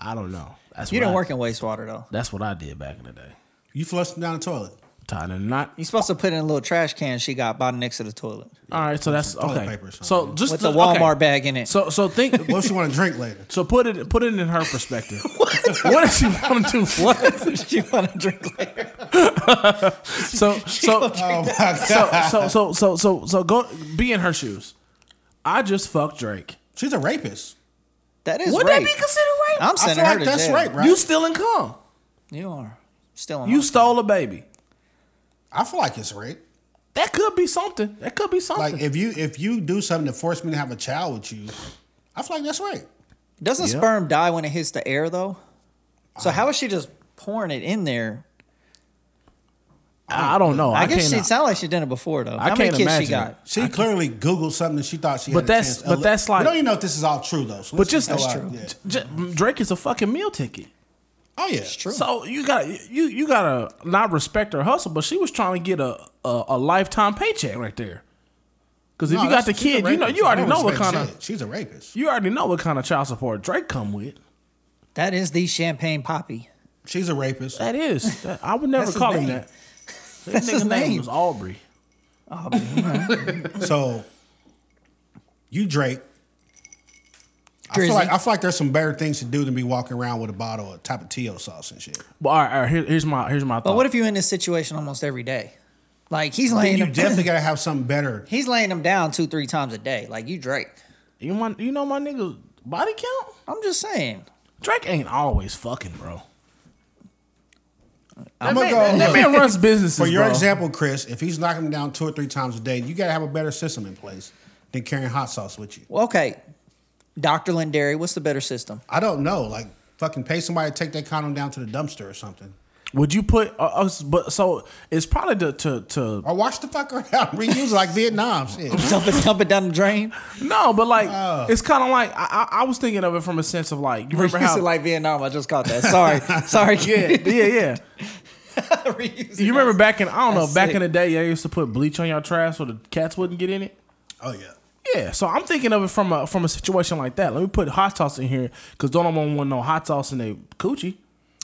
[SPEAKER 1] I don't know. That's
[SPEAKER 2] You
[SPEAKER 1] what
[SPEAKER 2] didn't
[SPEAKER 1] I-
[SPEAKER 2] work in wastewater though.
[SPEAKER 1] That's what I did back in the day.
[SPEAKER 3] You flush them down the toilet.
[SPEAKER 1] Tying a knot.
[SPEAKER 2] You're supposed to put it in a little trash can she got bottom next to the toilet
[SPEAKER 1] All right, so that's
[SPEAKER 3] toilet
[SPEAKER 1] okay.
[SPEAKER 3] paper or
[SPEAKER 1] So
[SPEAKER 3] something.
[SPEAKER 1] just
[SPEAKER 2] with
[SPEAKER 1] the
[SPEAKER 2] the Walmart
[SPEAKER 1] okay.
[SPEAKER 2] bag in it.
[SPEAKER 1] So so think.
[SPEAKER 3] What you want to drink later?
[SPEAKER 1] so put it put it in her perspective. what does she want to do? What?
[SPEAKER 2] she want to drink later.
[SPEAKER 1] So so
[SPEAKER 3] Oh my god.
[SPEAKER 1] so so so so so so go be in her shoes. I just fucked Drake.
[SPEAKER 3] She's a rapist.
[SPEAKER 2] That is
[SPEAKER 1] Would
[SPEAKER 2] rape.
[SPEAKER 1] that be considered rape?
[SPEAKER 2] I'm
[SPEAKER 3] I
[SPEAKER 2] sending
[SPEAKER 3] feel
[SPEAKER 2] her
[SPEAKER 3] like
[SPEAKER 2] to
[SPEAKER 3] that's
[SPEAKER 2] jail.
[SPEAKER 3] rape, right?
[SPEAKER 1] You stealing cum.
[SPEAKER 2] You are still.
[SPEAKER 1] You stole a baby.
[SPEAKER 3] I feel like it's rape.
[SPEAKER 1] That could be something. That could be something.
[SPEAKER 3] Like if you if you do something to force me to have a child with you, I feel like that's rape.
[SPEAKER 2] Doesn't
[SPEAKER 1] Yeah. Uh,
[SPEAKER 2] sperm die when it hits the air though? So how is she just pouring it in there?
[SPEAKER 1] I I don't know. I,
[SPEAKER 2] I, guess she
[SPEAKER 1] can't.
[SPEAKER 2] sounded like she done it before though.
[SPEAKER 1] I
[SPEAKER 2] how many
[SPEAKER 1] can't
[SPEAKER 2] kids she
[SPEAKER 1] imagine
[SPEAKER 2] got?
[SPEAKER 1] it.
[SPEAKER 3] She clearly Googled something she thought she
[SPEAKER 1] But
[SPEAKER 3] had
[SPEAKER 1] that's-
[SPEAKER 3] a chance.
[SPEAKER 1] but that's like-
[SPEAKER 3] We don't even know if this is all true though. So
[SPEAKER 1] but
[SPEAKER 3] let's
[SPEAKER 1] just
[SPEAKER 3] go
[SPEAKER 2] That's
[SPEAKER 3] out-
[SPEAKER 2] true.
[SPEAKER 3] yeah.
[SPEAKER 1] J- Drake is a fucking meal ticket.
[SPEAKER 3] Oh yeah.
[SPEAKER 2] It's true.
[SPEAKER 1] So you got you you gotta not respect her hustle, but she was trying to get a a, a lifetime paycheck right there. Because if
[SPEAKER 3] No,
[SPEAKER 1] you got
[SPEAKER 3] that's-
[SPEAKER 1] the
[SPEAKER 3] she's a
[SPEAKER 1] kid, you know
[SPEAKER 3] rapist.
[SPEAKER 1] you
[SPEAKER 3] I
[SPEAKER 1] already
[SPEAKER 3] don't
[SPEAKER 1] know what
[SPEAKER 3] respect
[SPEAKER 1] kind of
[SPEAKER 3] shit. She's a rapist.
[SPEAKER 1] you already know what kind of child support Drake come with.
[SPEAKER 2] That is the champagne poppy.
[SPEAKER 3] She's a rapist.
[SPEAKER 1] That is, that- I would never
[SPEAKER 2] That's his
[SPEAKER 1] call him
[SPEAKER 2] name.
[SPEAKER 1] that. That
[SPEAKER 2] That's
[SPEAKER 1] nigga
[SPEAKER 2] his
[SPEAKER 1] name
[SPEAKER 2] name.
[SPEAKER 1] was Aubrey.
[SPEAKER 3] So you Drake. I feel, like, I feel like there's some better things to do than be walking around with a bottle of tapatio sauce and shit.
[SPEAKER 1] But all right, all right here, here's my here's my thought.
[SPEAKER 2] But what if you in this situation almost every day? Like he's
[SPEAKER 3] Then
[SPEAKER 2] laying
[SPEAKER 3] you
[SPEAKER 2] him,
[SPEAKER 3] definitely gotta have something better.
[SPEAKER 2] he's laying them down two three times a day. Like you Drake.
[SPEAKER 1] you my, you know my nigga body count?
[SPEAKER 2] I'm just saying.
[SPEAKER 1] Drake ain't always fucking, bro.
[SPEAKER 3] I'm gonna
[SPEAKER 1] That, that
[SPEAKER 3] go. look,
[SPEAKER 1] man runs businesses.
[SPEAKER 3] For your
[SPEAKER 1] bro.
[SPEAKER 3] example, Chris, if he's knocking him down two or three times a day, you gotta have a better system in place than carrying hot sauce with you.
[SPEAKER 2] Well, okay, Doctor Lindari, what's the better system?
[SPEAKER 3] I don't know. Like fucking pay somebody to take that condom down to the dumpster or something.
[SPEAKER 1] would you put uh, us? But so it's probably to to, to
[SPEAKER 3] Or wash the fucker out, reuse it like Vietnam shit.
[SPEAKER 2] dump it, dump it down the drain.
[SPEAKER 1] No, but like
[SPEAKER 2] Uh.
[SPEAKER 1] it's kind of like I, I, I was thinking of it from a sense of like you remember how
[SPEAKER 2] like Vietnam. I just caught that. Sorry, sorry.
[SPEAKER 1] yeah yeah yeah. You remember back in I don't know
[SPEAKER 2] That's
[SPEAKER 1] back
[SPEAKER 2] sick.
[SPEAKER 1] in the day y'all used to put bleach on your trash so the cats wouldn't get in it.
[SPEAKER 3] Oh yeah.
[SPEAKER 1] Yeah, so I'm thinking of it from a from a situation like that. Let me put hot sauce in here because don't want no hot sauce in their coochie.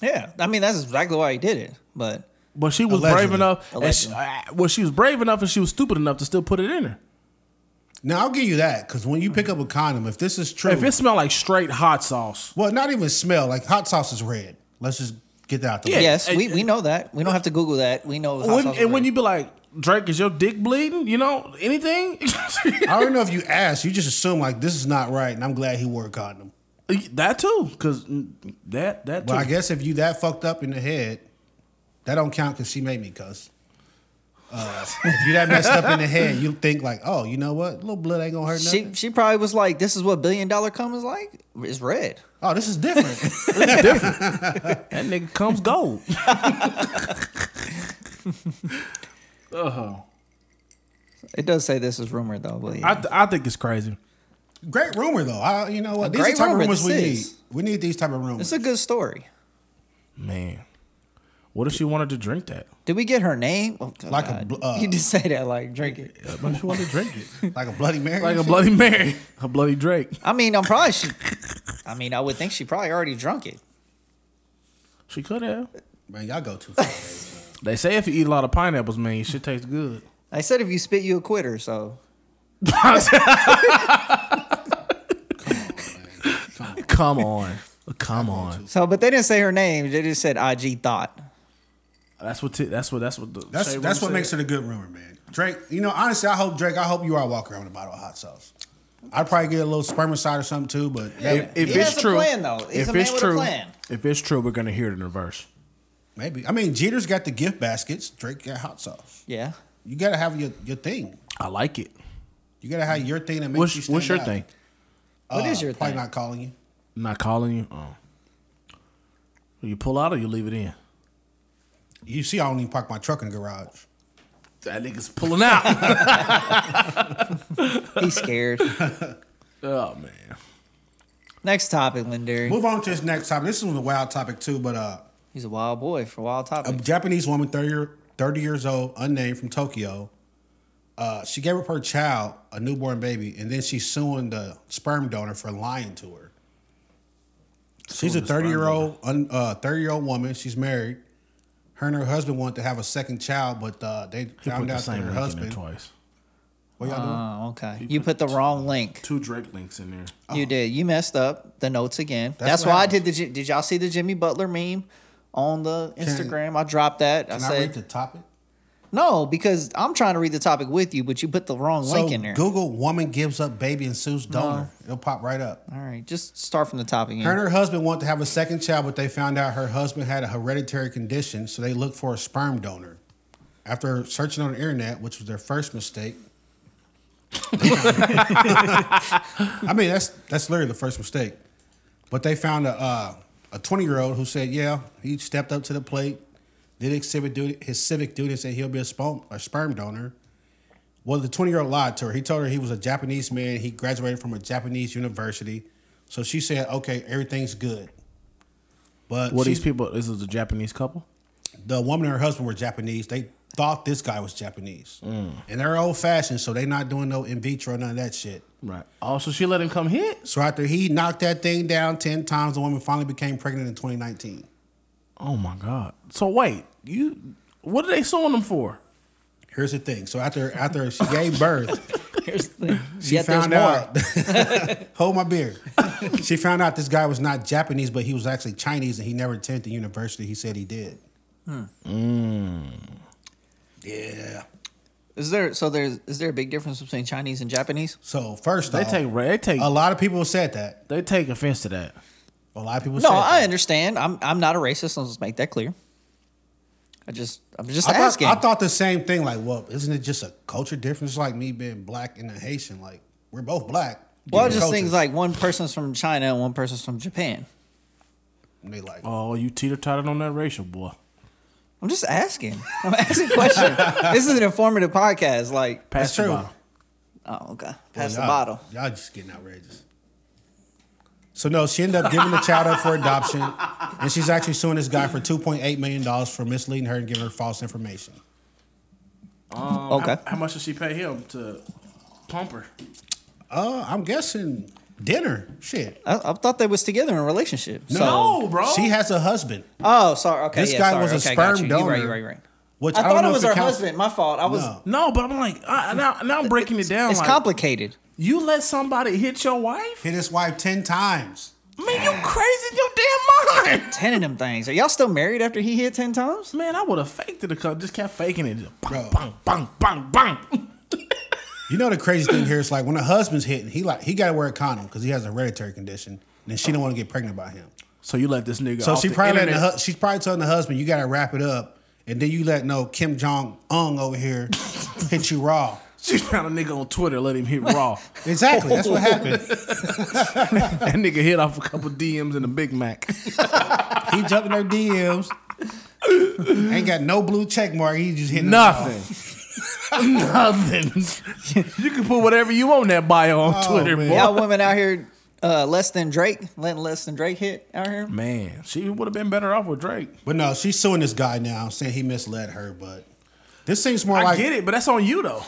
[SPEAKER 2] Yeah, I mean that's exactly why he did it. But
[SPEAKER 1] But she was brave
[SPEAKER 3] Allegedly.
[SPEAKER 1] enough. And she, uh, well, she was brave enough and she was stupid enough to still put it in there.
[SPEAKER 3] Now I'll give you that because when you pick up a condom, if this is true,
[SPEAKER 1] If it smelled like straight hot sauce,
[SPEAKER 3] well, not even smell like hot sauce is red. Let's just get that out the way.
[SPEAKER 2] yes,
[SPEAKER 1] and-
[SPEAKER 2] we, we know that. We don't have to Google that. We know. hot
[SPEAKER 1] when,
[SPEAKER 2] sauce is
[SPEAKER 1] and when
[SPEAKER 2] red.
[SPEAKER 1] you be like Drake, is your dick bleeding? You know anything?
[SPEAKER 3] I don't know if you asked. You just assume like this is not right, and I'm glad he wore a condom.
[SPEAKER 1] That too, because that that too.
[SPEAKER 3] But I guess if you that fucked up in the head, that don't count because she made me cuss. Uh, if you that messed up in the head, you think like, oh, you know what? A little blood ain't gonna hurt nothing.
[SPEAKER 2] she she probably was like, "This is what billion dollar cum is like. It's red."
[SPEAKER 3] oh, this is different.
[SPEAKER 1] that nigga comes gold.
[SPEAKER 2] It does say this is rumored though. But yeah.
[SPEAKER 1] Uh-huh. I th- I think it's crazy.
[SPEAKER 3] great rumor though. I, you know what? These are
[SPEAKER 2] great
[SPEAKER 3] the type
[SPEAKER 2] rumor,
[SPEAKER 3] of rumors we
[SPEAKER 2] this
[SPEAKER 3] need.
[SPEAKER 2] is.
[SPEAKER 3] We need these type of rumors.
[SPEAKER 2] it's a good story.
[SPEAKER 1] Man, what if she wanted to drink that?
[SPEAKER 2] Did we get her name? Oh, God.
[SPEAKER 3] Like a bl- uh,
[SPEAKER 2] you just say that like drink it.
[SPEAKER 1] What if she wanted to drink it?
[SPEAKER 3] like a Bloody Mary.
[SPEAKER 1] Like a Bloody Mary, a Bloody Drake.
[SPEAKER 2] I mean, I'm probably. She, I mean, I would think she probably already drunk it.
[SPEAKER 1] She could have.
[SPEAKER 3] Man, y'all go too far. man.
[SPEAKER 1] They say if you eat a lot of pineapples, man, your shit tastes good.
[SPEAKER 2] I said if you spit, you a quitter. So
[SPEAKER 1] Come on, come on.
[SPEAKER 2] so, but they didn't say her name. They just said IG thought.
[SPEAKER 1] That's what. T- that's what. That's what. The
[SPEAKER 3] That's
[SPEAKER 1] Shea
[SPEAKER 3] that's
[SPEAKER 1] Room said.
[SPEAKER 3] what makes it a good rumor, man. Drake, you know, honestly, I hope Drake. I hope you are walking around with a bottle of hot sauce. I'd probably get a little spermicide or something too, but
[SPEAKER 1] If, if
[SPEAKER 2] He has
[SPEAKER 1] it's
[SPEAKER 2] a
[SPEAKER 1] true,
[SPEAKER 2] plan, though. He's
[SPEAKER 1] if
[SPEAKER 2] a man
[SPEAKER 1] it's
[SPEAKER 2] with a
[SPEAKER 1] true,
[SPEAKER 2] plan.
[SPEAKER 1] if it's true, we're gonna hear it in reverse.
[SPEAKER 3] maybe. I mean, Jeter's got the gift baskets. Drake got hot sauce.
[SPEAKER 2] Yeah.
[SPEAKER 3] You gotta have your, your thing.
[SPEAKER 1] I like it.
[SPEAKER 3] You gotta have your thing that makes you.
[SPEAKER 1] What's
[SPEAKER 3] Stand
[SPEAKER 1] What's your
[SPEAKER 3] out.
[SPEAKER 1] thing?
[SPEAKER 2] What is
[SPEAKER 3] Uh,
[SPEAKER 2] your
[SPEAKER 3] probably
[SPEAKER 2] thing?
[SPEAKER 3] not calling you.
[SPEAKER 1] Not calling you. Oh. You pull out or you leave it in.
[SPEAKER 3] You see, I don't even park my truck in the garage.
[SPEAKER 1] That nigga's pulling out.
[SPEAKER 2] He's scared.
[SPEAKER 1] oh man.
[SPEAKER 2] Next topic, Lindari.
[SPEAKER 3] Move on to this next topic. This is a wild topic too, but uh,
[SPEAKER 2] He's a wild boy for wild
[SPEAKER 3] a
[SPEAKER 2] topic.
[SPEAKER 3] Japanese woman, thirty year 30 years old, unnamed from Tokyo. Uh, she gave up her child, a newborn baby, and then she's suing the sperm donor for lying to her. She's a
[SPEAKER 1] Suing the sperm
[SPEAKER 3] 30 year old, un, uh, 30 year old woman. She's married. Her and her husband wanted to have a second child, but uh, they
[SPEAKER 1] He put
[SPEAKER 3] found
[SPEAKER 1] the
[SPEAKER 3] out that
[SPEAKER 1] same
[SPEAKER 3] her
[SPEAKER 1] link in there
[SPEAKER 3] husband.
[SPEAKER 1] twice.
[SPEAKER 3] What y'all doing?
[SPEAKER 2] Oh, okay. You put the wrong link.
[SPEAKER 1] Two Drake links in there.
[SPEAKER 2] You did. You messed up the notes again.
[SPEAKER 3] oh. That's
[SPEAKER 2] That's,
[SPEAKER 3] what
[SPEAKER 2] why I did
[SPEAKER 3] happens.
[SPEAKER 2] the. Ji- Did y'all see the Jimmy Butler meme on the
[SPEAKER 3] Can-
[SPEAKER 2] Instagram? I dropped that. I
[SPEAKER 3] Can I
[SPEAKER 2] said
[SPEAKER 3] read the topic?
[SPEAKER 2] no because I'm trying to read the topic with you, but you put the wrong
[SPEAKER 3] So
[SPEAKER 2] link in there.
[SPEAKER 3] Google woman gives up baby and sues donor. It'll pop right up.
[SPEAKER 2] All right, just start from the topic.
[SPEAKER 3] Her
[SPEAKER 2] Again.
[SPEAKER 3] and her husband wanted to have a second child, but they found out her husband had a hereditary condition, so they looked for a sperm donor. After searching on the internet, which was their first mistake. I mean, that's that's literally the first mistake. But they found a uh, a twenty year old who said, "Yeah, he stepped up to the plate, did his civic duty, his civic duty, and said he'll be a sperm a sperm donor." Well, the 20 year old lied to her. He told her he was a Japanese man. He graduated from a Japanese university. So she said, okay, everything's good. But
[SPEAKER 1] What
[SPEAKER 3] she,
[SPEAKER 1] these people? This is a Japanese couple.
[SPEAKER 3] the woman and her husband were Japanese. They thought this guy was Japanese. And they're old fashioned, so they're not doing no in vitro, none of that shit.
[SPEAKER 1] Right. Oh, so she let him come hit?
[SPEAKER 3] So after he knocked that thing down 10 times, the woman finally became pregnant in 2019.
[SPEAKER 1] Oh my god. So wait, you what are they suing them for?
[SPEAKER 3] Here's the thing. So after after she gave birth,
[SPEAKER 2] Here's the,
[SPEAKER 3] She
[SPEAKER 2] yet there's
[SPEAKER 3] found
[SPEAKER 2] more.
[SPEAKER 3] out. hold my beer. she found out this guy was not Japanese, but he was actually Chinese, and he never attended the university. He said he did. Yeah.
[SPEAKER 2] Is there so there's is there a big difference between Chinese and Japanese?
[SPEAKER 3] So first,
[SPEAKER 1] They
[SPEAKER 3] off,
[SPEAKER 1] take they take
[SPEAKER 3] a lot of people said that.
[SPEAKER 1] they take offense to that.
[SPEAKER 3] A lot of people.
[SPEAKER 2] No,
[SPEAKER 3] said
[SPEAKER 2] I
[SPEAKER 3] that.
[SPEAKER 2] understand. I'm I'm not a racist. Let's just make that clear. I just I'm just
[SPEAKER 3] I thought,
[SPEAKER 2] asking.
[SPEAKER 3] I thought the same thing. Like, well, isn't it just a culture difference? Like me being black and a Haitian. Like, we're both black.
[SPEAKER 2] well, I
[SPEAKER 3] Different
[SPEAKER 2] just think
[SPEAKER 3] cultures.
[SPEAKER 2] like one person's from China and one person's from Japan.
[SPEAKER 3] And they like,
[SPEAKER 1] Oh, you teeter tottered on that racial boy.
[SPEAKER 2] I'm just asking. I'm asking questions. this is an informative podcast. Like,
[SPEAKER 1] Pass
[SPEAKER 3] That's
[SPEAKER 1] the
[SPEAKER 3] true.
[SPEAKER 1] bottle.
[SPEAKER 2] oh, okay. Pass
[SPEAKER 3] Y'all-
[SPEAKER 2] the bottle.
[SPEAKER 3] Y'all just getting outrageous. So no, she ended up giving the child up for adoption, and she's actually suing this guy for two point eight million dollars for misleading her and giving her false information. Um,
[SPEAKER 2] okay.
[SPEAKER 1] How, how much did she pay him to pump her?
[SPEAKER 3] Uh, I'm guessing dinner. Shit.
[SPEAKER 2] I, I thought they was together in a relationship. So.
[SPEAKER 1] No, bro.
[SPEAKER 3] She has a husband,
[SPEAKER 2] Oh, sorry. Okay.
[SPEAKER 3] This
[SPEAKER 2] yeah,
[SPEAKER 3] guy
[SPEAKER 2] sorry.
[SPEAKER 3] was a
[SPEAKER 2] okay, got
[SPEAKER 3] sperm
[SPEAKER 2] you. You're right.
[SPEAKER 3] donor.
[SPEAKER 2] You're right. You're right.
[SPEAKER 3] which
[SPEAKER 2] I,
[SPEAKER 3] I,
[SPEAKER 2] thought
[SPEAKER 3] don't
[SPEAKER 2] it
[SPEAKER 3] know
[SPEAKER 2] was
[SPEAKER 3] if
[SPEAKER 2] her
[SPEAKER 3] counts-
[SPEAKER 2] husband. My fault. I was.
[SPEAKER 3] No.
[SPEAKER 1] No, but I'm like, I, now, now I'm breaking it down.
[SPEAKER 2] It's
[SPEAKER 1] like,
[SPEAKER 2] complicated.
[SPEAKER 1] You let somebody hit your wife?
[SPEAKER 3] Hit his wife ten times.
[SPEAKER 1] Man, you crazy in your damn mind.
[SPEAKER 2] Ten of them things. Are y'all still married after he hit ten times?
[SPEAKER 1] Man, I would have faked it. a couple- Just kept faking it. Just bang,
[SPEAKER 3] Bro.
[SPEAKER 1] bang, bang, bang, bang.
[SPEAKER 3] You know the crazy thing here is like when the husband's hitting, he like he got to wear a condom because he has a hereditary condition, and then she don't want to get pregnant by him.
[SPEAKER 1] So you let this nigga.
[SPEAKER 3] So
[SPEAKER 1] off
[SPEAKER 3] she
[SPEAKER 1] the
[SPEAKER 3] probably letting
[SPEAKER 1] internet.
[SPEAKER 3] the hu- she's probably telling the husband, "You got to wrap it up," and then you let no Kim Jong Un over here hit you raw.
[SPEAKER 1] She found a nigga on Twitter, let him hit raw.
[SPEAKER 3] Exactly, that's what happened.
[SPEAKER 1] that nigga hit off a couple DMs and a Big Mac.
[SPEAKER 3] He jumping her DMs. Ain't got no blue check mark. He just hitting her raw.
[SPEAKER 1] Nothing. Nothing. you can put whatever you want in that bio on Twitter,
[SPEAKER 3] man.
[SPEAKER 1] boy.
[SPEAKER 2] Y'all women out here uh, less than Drake, letting less than Drake hit out here.
[SPEAKER 1] Man, she would have been better off with Drake.
[SPEAKER 3] But no, she's suing this guy now, saying he misled her. But this seems more
[SPEAKER 1] I
[SPEAKER 3] like
[SPEAKER 1] get it, but that's on you though.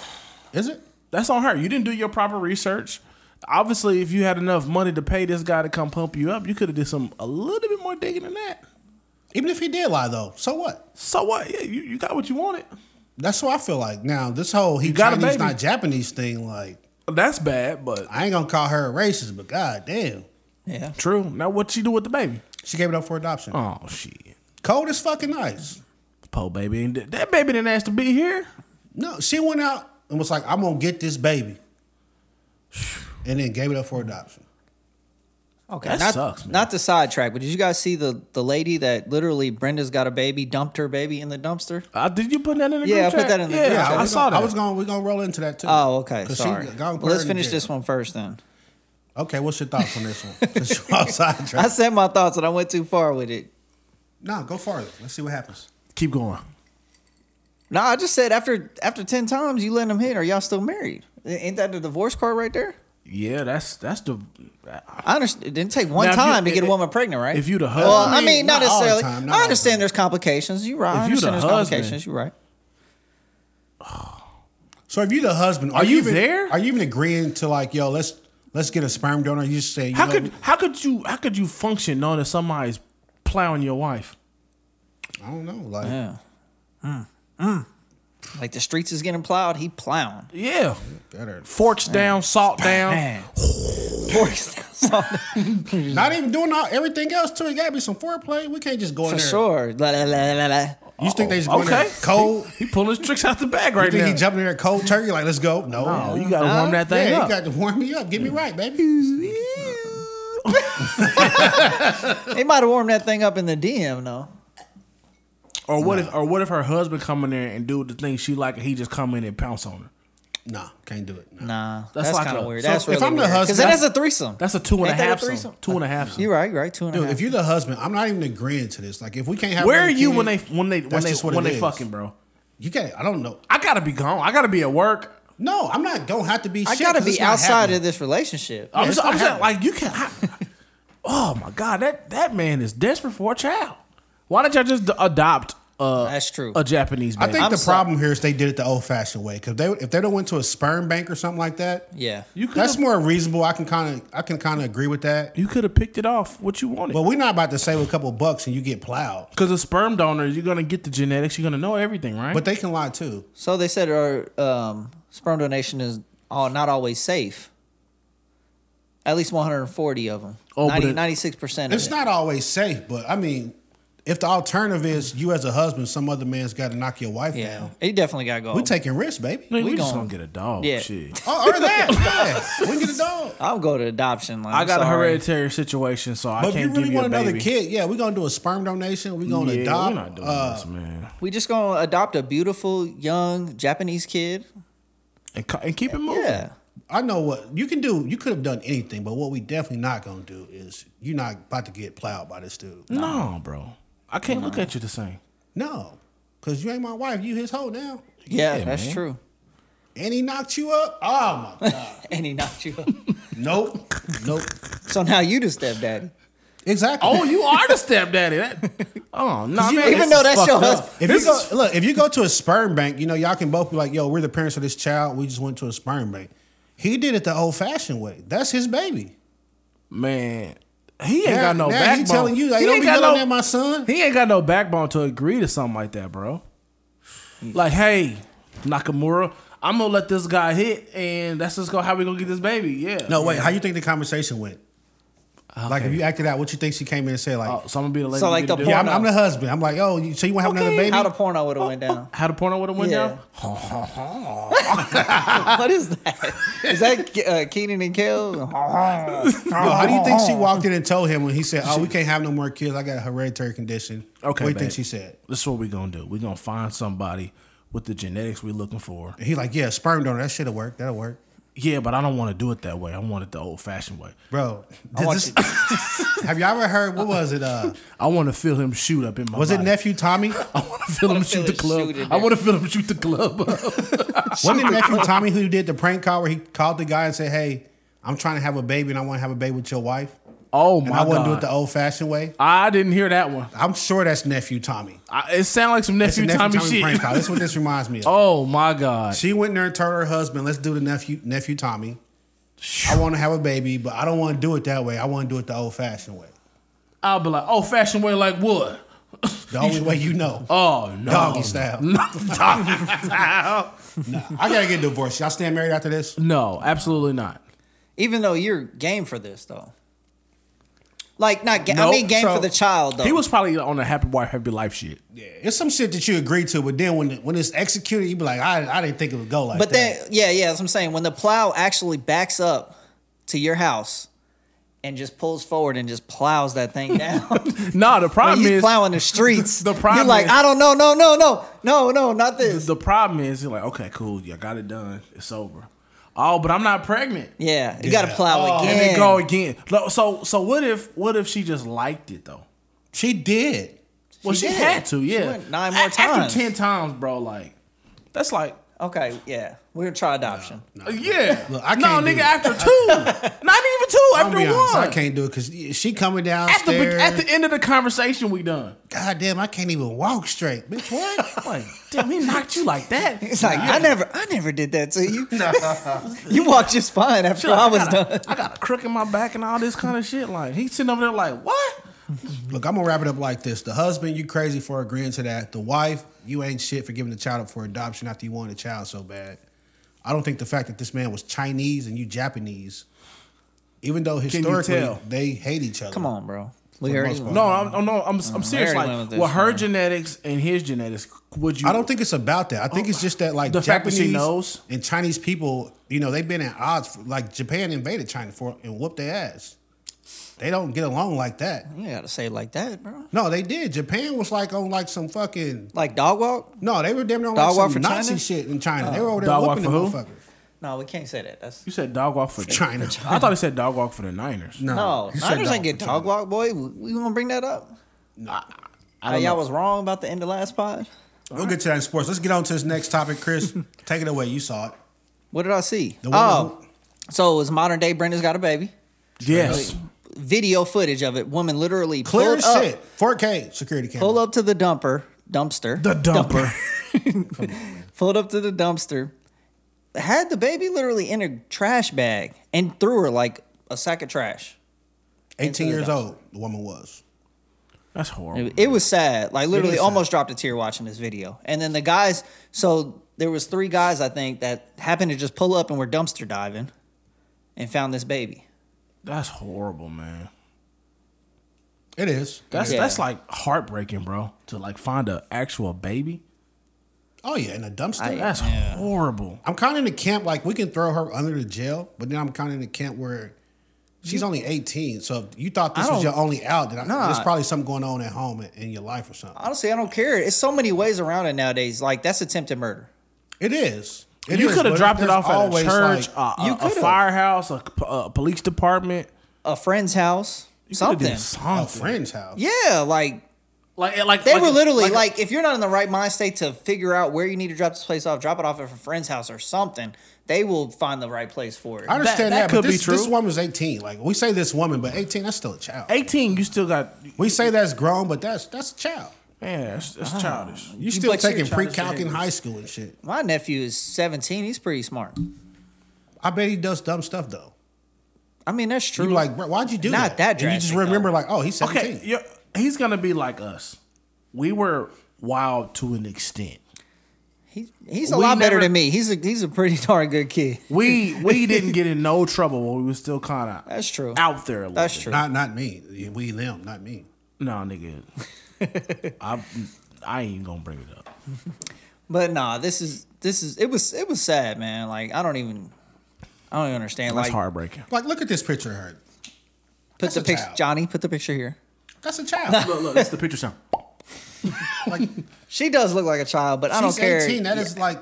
[SPEAKER 3] is it?
[SPEAKER 1] That's on her. You didn't do your proper research. Obviously, if you had enough money to pay this guy to come pump you up, you could have did some a little bit more digging than that.
[SPEAKER 3] Even if he did lie though, so what?
[SPEAKER 1] So what? Yeah, you, you got what you wanted.
[SPEAKER 3] That's what I feel like now. This whole he
[SPEAKER 1] got a
[SPEAKER 3] Chinese
[SPEAKER 1] baby.
[SPEAKER 3] not Japanese thing, like
[SPEAKER 1] That's bad, but
[SPEAKER 3] I ain't gonna call her a racist, but god damn,
[SPEAKER 2] Yeah.
[SPEAKER 1] true. Now what she do with the baby?
[SPEAKER 3] she gave it up for adoption.
[SPEAKER 1] Oh shit.
[SPEAKER 3] Cold as fucking ice.
[SPEAKER 1] Poor baby. ain't did- That baby didn't ask to be here.
[SPEAKER 3] No, she went out and was like, "I'm gonna get this baby," and then gave it up for adoption.
[SPEAKER 2] Okay.
[SPEAKER 1] That
[SPEAKER 2] not,
[SPEAKER 1] sucks, man.
[SPEAKER 2] Not to sidetrack, but did you guys see the the lady that literally Brenda's got a baby, dumped her baby in the dumpster?
[SPEAKER 1] Uh, did you put that in the
[SPEAKER 2] Yeah, I
[SPEAKER 1] group
[SPEAKER 2] put
[SPEAKER 1] chat?
[SPEAKER 2] that in the
[SPEAKER 1] yeah,
[SPEAKER 2] group
[SPEAKER 1] I,
[SPEAKER 2] chat.
[SPEAKER 1] I saw that.
[SPEAKER 3] I was going. to We're gonna roll into that too.
[SPEAKER 2] Oh, okay.
[SPEAKER 3] 'Cause she
[SPEAKER 2] Sorry.
[SPEAKER 3] gone
[SPEAKER 2] Well,
[SPEAKER 3] put
[SPEAKER 2] let's
[SPEAKER 3] her in
[SPEAKER 2] finish
[SPEAKER 3] jail.
[SPEAKER 2] this one first then.
[SPEAKER 3] Okay, what's your thoughts on this one? Since you outside,
[SPEAKER 2] I
[SPEAKER 3] track.
[SPEAKER 2] said my thoughts and I went too far with it.
[SPEAKER 3] No, go farther. Let's see what happens.
[SPEAKER 1] Keep going.
[SPEAKER 2] No, I just said after after ten times you letting him hit, are y'all still married? Ain't that the divorce card right there?
[SPEAKER 1] Yeah, that's that's the.
[SPEAKER 2] I understand. It didn't take one
[SPEAKER 1] Now, if you-
[SPEAKER 2] time to get a
[SPEAKER 1] if-
[SPEAKER 2] woman pregnant, right?
[SPEAKER 1] if you the
[SPEAKER 2] Well,
[SPEAKER 1] husband-
[SPEAKER 2] I mean, not,
[SPEAKER 3] not all the
[SPEAKER 2] necessarily.
[SPEAKER 3] time, not all
[SPEAKER 2] I
[SPEAKER 3] the
[SPEAKER 2] understand
[SPEAKER 3] time.
[SPEAKER 2] there's complications. You're right. I
[SPEAKER 1] If you the
[SPEAKER 2] understand there's
[SPEAKER 1] husband-
[SPEAKER 2] complications. You're right.
[SPEAKER 3] So if you the husband, are,
[SPEAKER 1] you
[SPEAKER 3] even,
[SPEAKER 1] there?
[SPEAKER 3] Are you even agreeing to like, yo, let's let's get a sperm donor? You just say, you
[SPEAKER 1] How
[SPEAKER 3] know,
[SPEAKER 1] could how could you how could you function knowing that somebody's plowing your wife?
[SPEAKER 3] I don't know, like
[SPEAKER 2] Yeah. Mm.
[SPEAKER 1] Mm.
[SPEAKER 2] Like the streets is getting plowed, he plowing.
[SPEAKER 1] Yeah,
[SPEAKER 3] better.
[SPEAKER 1] forks down, salt down.
[SPEAKER 2] Man. Forks down something.
[SPEAKER 3] Not even doing all, everything else too. It gotta be some foreplay. We can't just go in
[SPEAKER 2] For
[SPEAKER 3] there.
[SPEAKER 2] sure. La, la, la, la, la.
[SPEAKER 3] You think they just go in there
[SPEAKER 1] Okay.
[SPEAKER 3] cold?
[SPEAKER 1] He pulling his tricks out the bag right
[SPEAKER 3] You think
[SPEAKER 1] now.
[SPEAKER 3] he jumping in there cold turkey? Like, let's go. No,
[SPEAKER 1] oh, you gotta warm that thing
[SPEAKER 3] yeah,
[SPEAKER 1] up.
[SPEAKER 3] you got to warm me up. Get me right, baby.
[SPEAKER 2] They might have warmed that thing up in the DM though.
[SPEAKER 1] or what if or what if her husband come in there and do the thing she like and he just come in and pounce on her?
[SPEAKER 3] Nah, can't do it. Nah.
[SPEAKER 2] Nah,
[SPEAKER 1] That's
[SPEAKER 2] that's,
[SPEAKER 1] like
[SPEAKER 2] kind
[SPEAKER 1] a-
[SPEAKER 2] of weird.
[SPEAKER 1] so
[SPEAKER 2] that's
[SPEAKER 3] if
[SPEAKER 2] really
[SPEAKER 3] I'm the
[SPEAKER 2] because
[SPEAKER 3] husband-
[SPEAKER 2] that is a threesome.
[SPEAKER 1] That's a two and a
[SPEAKER 2] Ain't that
[SPEAKER 1] half.
[SPEAKER 2] a
[SPEAKER 1] Some,
[SPEAKER 2] threesome?
[SPEAKER 1] two and a half. some.
[SPEAKER 2] You're right. You're right. Two and a half.
[SPEAKER 3] Dude, if you're the husband, I'm not even agreeing to this. Like, if we can't have,
[SPEAKER 1] Where are
[SPEAKER 3] another
[SPEAKER 1] you
[SPEAKER 3] kid,
[SPEAKER 1] when they when they when
[SPEAKER 3] that's
[SPEAKER 1] they
[SPEAKER 3] just what
[SPEAKER 1] when
[SPEAKER 3] it
[SPEAKER 1] they
[SPEAKER 3] is.
[SPEAKER 1] fucking, bro?
[SPEAKER 3] You can't. I don't know.
[SPEAKER 1] I gotta be gone. I gotta be at work.
[SPEAKER 3] No, I'm not. Don't have to be.
[SPEAKER 2] I gotta be outside of this relationship.
[SPEAKER 1] I'm,
[SPEAKER 3] Oh, it's
[SPEAKER 1] so-
[SPEAKER 3] not
[SPEAKER 1] I'm saying,
[SPEAKER 3] happening.
[SPEAKER 1] like you can. I, oh my god, that that man is desperate for a child. Why don't y'all just d- adopt? Uh,
[SPEAKER 2] That's true.
[SPEAKER 1] A Japanese
[SPEAKER 3] I
[SPEAKER 1] baby.
[SPEAKER 3] think
[SPEAKER 2] I'm
[SPEAKER 3] the
[SPEAKER 2] so-
[SPEAKER 3] problem here is they did it the old-fashioned way. Because they, if they don't went to a sperm bank or something like that,
[SPEAKER 2] yeah.
[SPEAKER 1] you could
[SPEAKER 3] that's
[SPEAKER 1] have,
[SPEAKER 3] more reasonable. I can kind of, I can kind of agree with that.
[SPEAKER 1] you could have picked it off what you wanted.
[SPEAKER 3] But we're not about to save a couple bucks and you get plowed.
[SPEAKER 1] Because a sperm donor, you're gonna get the genetics. You're gonna know everything, right?
[SPEAKER 3] But they can lie too.
[SPEAKER 2] So they said our um, sperm donation is all, not always safe. At least 140 of them.
[SPEAKER 1] Oh,
[SPEAKER 2] Oh,
[SPEAKER 1] but it-
[SPEAKER 2] 96 percent.
[SPEAKER 3] It's not always safe, but I mean, if the alternative is you as a husband, some other man's got to knock your wife
[SPEAKER 2] Yeah,
[SPEAKER 3] down.
[SPEAKER 2] it definitely got to go.
[SPEAKER 3] We taking risks, baby.
[SPEAKER 1] Oh. Man, we,
[SPEAKER 2] we
[SPEAKER 1] just
[SPEAKER 2] gonna-
[SPEAKER 1] gonna get a dog.
[SPEAKER 2] Yeah.
[SPEAKER 1] Shit.
[SPEAKER 3] Oh, or that. yeah. We can get a dog.
[SPEAKER 2] I'll go to adoption. Like,
[SPEAKER 1] I
[SPEAKER 2] I'm
[SPEAKER 1] got a
[SPEAKER 2] sorry.
[SPEAKER 1] hereditary situation, so I
[SPEAKER 3] But if you
[SPEAKER 1] can't
[SPEAKER 3] really
[SPEAKER 1] give you
[SPEAKER 3] want
[SPEAKER 1] a
[SPEAKER 3] another
[SPEAKER 1] baby.
[SPEAKER 3] kid, yeah, we're gonna do a sperm donation. We're gonna
[SPEAKER 1] yeah,
[SPEAKER 3] adopt.
[SPEAKER 1] we're not doing
[SPEAKER 3] uh,
[SPEAKER 1] this, man.
[SPEAKER 2] We just gonna adopt a beautiful young Japanese kid.
[SPEAKER 1] And, cu- and keep it moving.
[SPEAKER 2] Yeah,
[SPEAKER 3] I know what you can do. You could have done anything, but what we definitely not gonna do is you're not about to get plowed by this dude.
[SPEAKER 1] No, bro. I can't look at you the same.
[SPEAKER 3] No, because you ain't my wife. You his hoe now,
[SPEAKER 2] yeah,
[SPEAKER 1] Yeah,
[SPEAKER 2] that's
[SPEAKER 1] man.
[SPEAKER 2] true.
[SPEAKER 3] and he knocked you up. Oh my god.
[SPEAKER 2] And he knocked you up.
[SPEAKER 3] nope. Nope.
[SPEAKER 2] so now you the stepdaddy.
[SPEAKER 3] Exactly.
[SPEAKER 1] Oh, you are the stepdaddy. That, oh no,
[SPEAKER 3] You-
[SPEAKER 1] man.
[SPEAKER 2] Even
[SPEAKER 1] it's-
[SPEAKER 2] though that's
[SPEAKER 3] fucked
[SPEAKER 2] your
[SPEAKER 3] up.
[SPEAKER 2] husband.
[SPEAKER 3] If you go, look, if you go to a sperm bank, you know y'all can both be like, "Yo, we're the parents of this child. We just went to a sperm bank." He did it the old-fashioned way. That's his baby.
[SPEAKER 1] Man, he ain't
[SPEAKER 3] now,
[SPEAKER 1] got no
[SPEAKER 3] now
[SPEAKER 1] backbone.
[SPEAKER 3] He telling you, like,
[SPEAKER 1] he
[SPEAKER 3] don't
[SPEAKER 1] ain't
[SPEAKER 3] be
[SPEAKER 1] got
[SPEAKER 3] yelling
[SPEAKER 1] no,
[SPEAKER 3] at my son.
[SPEAKER 1] He ain't got no backbone to agree to something like that, bro. Like, hey, Nakamura, I'm gonna let this guy hit, and that's just gonna how we gonna get this baby. Yeah.
[SPEAKER 3] No, wait. How you think the conversation went? Like, if you acted out, what you think she came in and said? Like,
[SPEAKER 1] Oh, so I'm gonna be the lady.
[SPEAKER 2] So,
[SPEAKER 1] to
[SPEAKER 2] like,
[SPEAKER 1] be
[SPEAKER 2] the
[SPEAKER 1] dude.
[SPEAKER 3] yeah, I'm,
[SPEAKER 2] porno.
[SPEAKER 3] I'm the husband. I'm like, oh, you, so you want to have another
[SPEAKER 1] Okay.
[SPEAKER 3] baby?
[SPEAKER 2] How the porno would have went down.
[SPEAKER 1] How the porno would have went
[SPEAKER 2] Yeah.
[SPEAKER 1] down?
[SPEAKER 2] what is that? Is that uh, Keenan and Kel?
[SPEAKER 3] Yo, how do you think
[SPEAKER 1] Oh.
[SPEAKER 3] she walked in and told him when he said, "Oh, we can't have no more kids. I got a hereditary condition."
[SPEAKER 1] Okay,
[SPEAKER 3] what do you
[SPEAKER 1] babe.
[SPEAKER 3] think she said?
[SPEAKER 1] This is what we gonna do. we gonna find somebody with the genetics we looking for.
[SPEAKER 3] And he like, yeah, sperm donor. That shit'll work. That'll work,
[SPEAKER 1] Yeah, but I don't want to do it that way. I want it the old fashioned way.
[SPEAKER 3] bro.
[SPEAKER 2] want
[SPEAKER 3] this- have y'all ever heard? What was it? Uh,
[SPEAKER 1] I want to feel him shoot up in my.
[SPEAKER 3] was it
[SPEAKER 1] body.
[SPEAKER 3] nephew Tommy?
[SPEAKER 1] I want to feel him shoot
[SPEAKER 2] feel
[SPEAKER 1] the
[SPEAKER 2] it
[SPEAKER 1] club.
[SPEAKER 2] shoot in
[SPEAKER 1] I
[SPEAKER 2] there.
[SPEAKER 1] want to feel him shoot the club. up.
[SPEAKER 3] Wasn't it nephew Tommy who did the prank call where he called the guy and said, "Hey, I'm trying to have a baby and I want to have a baby with your wife,
[SPEAKER 1] oh my
[SPEAKER 3] and I want to do it
[SPEAKER 1] god!
[SPEAKER 3] the old-fashioned way."
[SPEAKER 1] I didn't hear that one.
[SPEAKER 3] I'm sure that's nephew Tommy.
[SPEAKER 1] I, it sounded like some nephew,
[SPEAKER 3] It's a
[SPEAKER 1] Tommy,
[SPEAKER 3] prank
[SPEAKER 1] shit.
[SPEAKER 3] call. That's what this reminds me of.
[SPEAKER 1] Oh my god!
[SPEAKER 3] She went in there and told her husband, "Let's do the nephew nephew Tommy. I want to have a baby, but I don't want to do it that way. I want to do it the old fashioned way.
[SPEAKER 1] I'll be like old fashioned way, like what?
[SPEAKER 3] The only way you know,
[SPEAKER 1] Oh no!
[SPEAKER 3] doggy style. I gotta get divorced. Y'all staying married after this?
[SPEAKER 1] No, absolutely not.
[SPEAKER 2] Even though you're game for this, though. Like, not game. I
[SPEAKER 1] Nope.
[SPEAKER 2] mean, game
[SPEAKER 1] So,
[SPEAKER 2] for the child, though.
[SPEAKER 1] He was probably on a happy wife, happy life shit.
[SPEAKER 3] Yeah, it's some shit that you agree to, but then when when it's executed, you be like, I, I didn't think it would go like
[SPEAKER 2] but
[SPEAKER 3] that.
[SPEAKER 2] then, yeah, yeah, that's what I'm saying. When the plow actually backs up to your house and just pulls forward and just plows that thing down.
[SPEAKER 1] No, the
[SPEAKER 2] when
[SPEAKER 1] problem
[SPEAKER 2] you
[SPEAKER 1] is
[SPEAKER 2] plowing the streets.
[SPEAKER 1] The problem
[SPEAKER 2] You're like,
[SPEAKER 1] is-
[SPEAKER 2] I don't know, no, no, no, no, no, not this.
[SPEAKER 1] the problem is you're like, okay, cool, you got it done, it's over. Oh, but I'm not pregnant.
[SPEAKER 2] yeah, you got to
[SPEAKER 3] Yeah.
[SPEAKER 2] plow
[SPEAKER 3] Oh,
[SPEAKER 2] again.
[SPEAKER 1] And they go again. Lo- So, so what if, what if she just liked it though?
[SPEAKER 3] she did.
[SPEAKER 1] Well, she,
[SPEAKER 2] She did.
[SPEAKER 1] had to,
[SPEAKER 2] She
[SPEAKER 1] yeah.
[SPEAKER 2] went nine more
[SPEAKER 1] A- After
[SPEAKER 2] times.
[SPEAKER 1] ten times, bro, like that's like
[SPEAKER 2] Okay, yeah, we're gonna try adoption.
[SPEAKER 1] Uh, Yeah.
[SPEAKER 3] Look, I
[SPEAKER 1] no,
[SPEAKER 3] can't do
[SPEAKER 1] nigga,
[SPEAKER 3] it.
[SPEAKER 1] after two. Not even two,
[SPEAKER 3] I'm
[SPEAKER 1] after
[SPEAKER 3] be honest,
[SPEAKER 1] one.
[SPEAKER 3] I can't do it because she coming
[SPEAKER 1] At the,
[SPEAKER 3] downstairs.
[SPEAKER 1] be- at the end of the conversation, we done.
[SPEAKER 3] God damn, I can't even walk straight, bitch. What?
[SPEAKER 1] Like, damn, he knocked you like that.
[SPEAKER 2] It's like I never, I never did that to you. you walked just fine after I was
[SPEAKER 1] got
[SPEAKER 2] done.
[SPEAKER 1] A, I got a crook in my back and all this kind of shit. Like, he's sitting over there like, what?
[SPEAKER 3] Look, I'm gonna wrap it up like this: the husband, you crazy for agreeing to that. The wife, you ain't shit for giving the child up for adoption after you wanted a child so bad. I don't think the fact that this man was Chinese and you Japanese, even though
[SPEAKER 1] you
[SPEAKER 3] historically
[SPEAKER 1] tell?
[SPEAKER 3] they hate each other.
[SPEAKER 2] Come on, bro. We
[SPEAKER 3] the
[SPEAKER 2] already won.
[SPEAKER 3] most part.
[SPEAKER 1] No, I'm, I'm- no, I'm, I'm serious.
[SPEAKER 2] already
[SPEAKER 1] Like,
[SPEAKER 2] went with
[SPEAKER 1] with
[SPEAKER 2] this
[SPEAKER 1] her
[SPEAKER 2] one.
[SPEAKER 1] genetics and his genetics, would you?
[SPEAKER 3] I don't think it's about that. I think it's just that like
[SPEAKER 1] The fact that
[SPEAKER 3] Japanese
[SPEAKER 1] she knows?
[SPEAKER 3] and Chinese people, you know, they've been at odds. For, like Japan invaded China for and whooped their ass. They don't get along like that.
[SPEAKER 2] You gotta say it like that, bro.
[SPEAKER 3] No, they did. Japan was like on like some fucking
[SPEAKER 2] Like dog walk?
[SPEAKER 3] no. They were damn near on
[SPEAKER 2] Dog
[SPEAKER 3] like
[SPEAKER 2] walk
[SPEAKER 3] some
[SPEAKER 2] for China?
[SPEAKER 3] Nazi shit in China. they were over there
[SPEAKER 1] Dog walk
[SPEAKER 3] whooping
[SPEAKER 1] for
[SPEAKER 3] them
[SPEAKER 1] who?
[SPEAKER 3] motherfuckers.
[SPEAKER 2] No, we can't say that. That's
[SPEAKER 1] You said dog walk for
[SPEAKER 3] China.
[SPEAKER 1] I thought he said dog walk for the Niners.
[SPEAKER 2] no.
[SPEAKER 3] he said
[SPEAKER 2] Niners
[SPEAKER 3] dog
[SPEAKER 2] ain't get
[SPEAKER 3] for
[SPEAKER 2] dog
[SPEAKER 3] China.
[SPEAKER 2] walk, boy. We, we gonna bring that up.
[SPEAKER 1] I
[SPEAKER 2] How
[SPEAKER 1] don't
[SPEAKER 2] y'all
[SPEAKER 1] know.
[SPEAKER 2] was wrong about the end of last pod.
[SPEAKER 3] We'll get to that in sports. Let's get on to this next topic, Chris. Take it away. You saw it.
[SPEAKER 2] What did I see?
[SPEAKER 3] The woman
[SPEAKER 2] oh, so it was modern day. Brenda's got a baby.
[SPEAKER 1] Yes.
[SPEAKER 2] Video footage of it. Woman literally
[SPEAKER 3] Clear as
[SPEAKER 2] pulled up,
[SPEAKER 3] shit. 4K security camera.
[SPEAKER 2] pulled up to the dumper dumpster.
[SPEAKER 1] The dumper.
[SPEAKER 2] pulled up to the dumpster, had the baby literally in a trash bag and threw her like a sack of trash.
[SPEAKER 3] 18
[SPEAKER 2] into the
[SPEAKER 3] years
[SPEAKER 2] dumpster.
[SPEAKER 3] old. The woman was.
[SPEAKER 1] That's horrible.
[SPEAKER 2] It, it was sad. Like literally
[SPEAKER 3] is sad.
[SPEAKER 2] almost dropped a tear watching this video. And then the guys, so there was three guys I think that happened to just pull up and were dumpster diving and found this baby.
[SPEAKER 1] That's horrible, man.
[SPEAKER 3] It is.
[SPEAKER 1] That's
[SPEAKER 2] Yeah.
[SPEAKER 1] that's like heartbreaking, bro. To like find an actual baby.
[SPEAKER 3] Oh yeah, in a dumpster.
[SPEAKER 1] That's horrible.
[SPEAKER 3] I'm kind of in the camp like we can throw her under the jail, but then I'm kind of in the camp where she's only 18. So if you thought this
[SPEAKER 2] I
[SPEAKER 3] was
[SPEAKER 2] don't-
[SPEAKER 3] your only out, then I,
[SPEAKER 2] Nah.
[SPEAKER 3] there's probably something going on at home in, in your life or something.
[SPEAKER 2] Honestly, I don't care. It's so many ways around it nowadays. Like that's attempted murder.
[SPEAKER 3] It is. It
[SPEAKER 1] you
[SPEAKER 3] is,
[SPEAKER 1] could
[SPEAKER 3] but
[SPEAKER 1] have dropped it
[SPEAKER 3] there's
[SPEAKER 1] off at a
[SPEAKER 3] always,
[SPEAKER 1] church,
[SPEAKER 3] like-
[SPEAKER 1] a- a,
[SPEAKER 2] You
[SPEAKER 1] a
[SPEAKER 2] could've.
[SPEAKER 1] firehouse, a, p- a police department.
[SPEAKER 2] A friend's house,
[SPEAKER 1] You could've
[SPEAKER 2] something.
[SPEAKER 1] did
[SPEAKER 3] a
[SPEAKER 1] something.
[SPEAKER 3] friend's house.
[SPEAKER 2] Yeah, like
[SPEAKER 1] Like, like
[SPEAKER 2] They
[SPEAKER 1] like-
[SPEAKER 2] were literally like,
[SPEAKER 1] like
[SPEAKER 2] if you're not in the right mind state to figure out where you need to drop this place off, drop it off at a friend's house or something. They will find the right place for it.
[SPEAKER 3] I understand
[SPEAKER 1] that
[SPEAKER 3] that,
[SPEAKER 1] could
[SPEAKER 3] but
[SPEAKER 1] be
[SPEAKER 3] this,
[SPEAKER 1] true.
[SPEAKER 3] this woman's 18. Like we say this woman, but 18, that's still a child.
[SPEAKER 1] 18. You still got
[SPEAKER 3] We say that's grown, but that's that's a child.
[SPEAKER 1] man. That's,
[SPEAKER 2] Uh-huh.
[SPEAKER 1] that's childish.
[SPEAKER 3] You still
[SPEAKER 2] but you're
[SPEAKER 3] taking
[SPEAKER 2] childish
[SPEAKER 3] pre-calc in
[SPEAKER 2] behaviors.
[SPEAKER 3] high school and shit.
[SPEAKER 2] My nephew is 17. He's pretty smart.
[SPEAKER 3] I bet he does dumb stuff though.
[SPEAKER 2] I mean, that's true.
[SPEAKER 3] You're like, bro, why'd you do
[SPEAKER 2] Not
[SPEAKER 3] that?
[SPEAKER 2] that
[SPEAKER 3] And you just
[SPEAKER 2] drastic,
[SPEAKER 3] remember
[SPEAKER 2] though.
[SPEAKER 3] like, oh, he's 17.
[SPEAKER 1] Okay, you're, he's gonna be like us. We were wild to an extent.
[SPEAKER 2] he, he's a
[SPEAKER 1] we
[SPEAKER 2] lot better
[SPEAKER 1] never-
[SPEAKER 2] than me. He's a he's a pretty darn good kid.
[SPEAKER 1] We we didn't get in no trouble, but we were still kind of
[SPEAKER 2] That's true.
[SPEAKER 1] out there. A little
[SPEAKER 2] That's
[SPEAKER 1] bit.
[SPEAKER 2] true.
[SPEAKER 3] Not not me. We them, not me.
[SPEAKER 1] No, nigga, I I ain't gonna bring it up.
[SPEAKER 2] But nah, this is this is it was it was sad, man. Like I don't even I don't even understand.
[SPEAKER 1] That's
[SPEAKER 2] like
[SPEAKER 1] heartbreaking.
[SPEAKER 3] Like, look at this picture of her.
[SPEAKER 2] put
[SPEAKER 3] That's
[SPEAKER 2] the
[SPEAKER 3] a
[SPEAKER 2] picture,
[SPEAKER 3] child.
[SPEAKER 2] Johnny. Put the picture here.
[SPEAKER 3] That's a child.
[SPEAKER 1] Look, look, it's the picture sound.
[SPEAKER 3] like
[SPEAKER 2] She does look like a child, but I don't
[SPEAKER 3] she's
[SPEAKER 2] care.
[SPEAKER 3] eighteen. That is like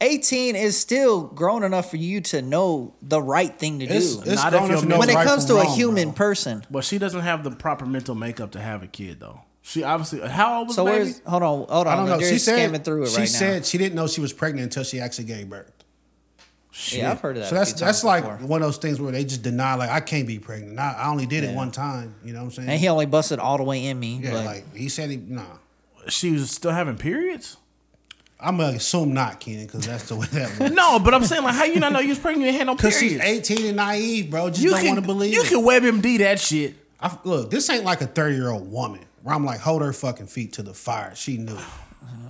[SPEAKER 2] 18 is still grown enough for you to know the right thing to
[SPEAKER 3] it's,
[SPEAKER 2] do.
[SPEAKER 3] it's
[SPEAKER 1] Not if your
[SPEAKER 3] grown enough to
[SPEAKER 1] man-
[SPEAKER 3] know
[SPEAKER 2] when it
[SPEAKER 3] right
[SPEAKER 2] comes to
[SPEAKER 3] from
[SPEAKER 2] a
[SPEAKER 3] wrong,
[SPEAKER 2] human
[SPEAKER 3] bro.
[SPEAKER 2] person.
[SPEAKER 1] But she doesn't have the proper mental makeup to have a kid, though. She obviously. How old was
[SPEAKER 2] So
[SPEAKER 1] the baby?
[SPEAKER 2] where's hold on, hold on.
[SPEAKER 3] I don't know.
[SPEAKER 2] They're
[SPEAKER 3] She
[SPEAKER 2] scamming
[SPEAKER 3] said
[SPEAKER 2] through it
[SPEAKER 3] she
[SPEAKER 2] right
[SPEAKER 3] said she didn't know she was pregnant until she actually gave birth.
[SPEAKER 2] now. Yeah, I've heard of that.
[SPEAKER 3] So
[SPEAKER 2] a
[SPEAKER 3] that's
[SPEAKER 2] few times
[SPEAKER 3] that's like
[SPEAKER 2] before.
[SPEAKER 3] one of those things where they just deny like I can't be pregnant. I, I only did it one time. You know what I'm saying?
[SPEAKER 2] and he only busted all the way in me.
[SPEAKER 3] yeah,
[SPEAKER 2] but
[SPEAKER 3] like he said he nah.
[SPEAKER 1] she was still having periods.
[SPEAKER 3] I'm gonna assume not, Kenan, because that's the way that works.
[SPEAKER 1] No, but I'm saying like, how you not know you was pregnant? You had no
[SPEAKER 3] Because
[SPEAKER 1] periods.
[SPEAKER 3] she's 18 and naive, bro. Just
[SPEAKER 1] you
[SPEAKER 3] don't
[SPEAKER 1] can
[SPEAKER 3] want to believe.
[SPEAKER 1] you
[SPEAKER 3] it.
[SPEAKER 1] can WebMD that shit.
[SPEAKER 3] I, look, this ain't like a 30 year old woman where I'm like, hold her fucking feet to the fire. She knew.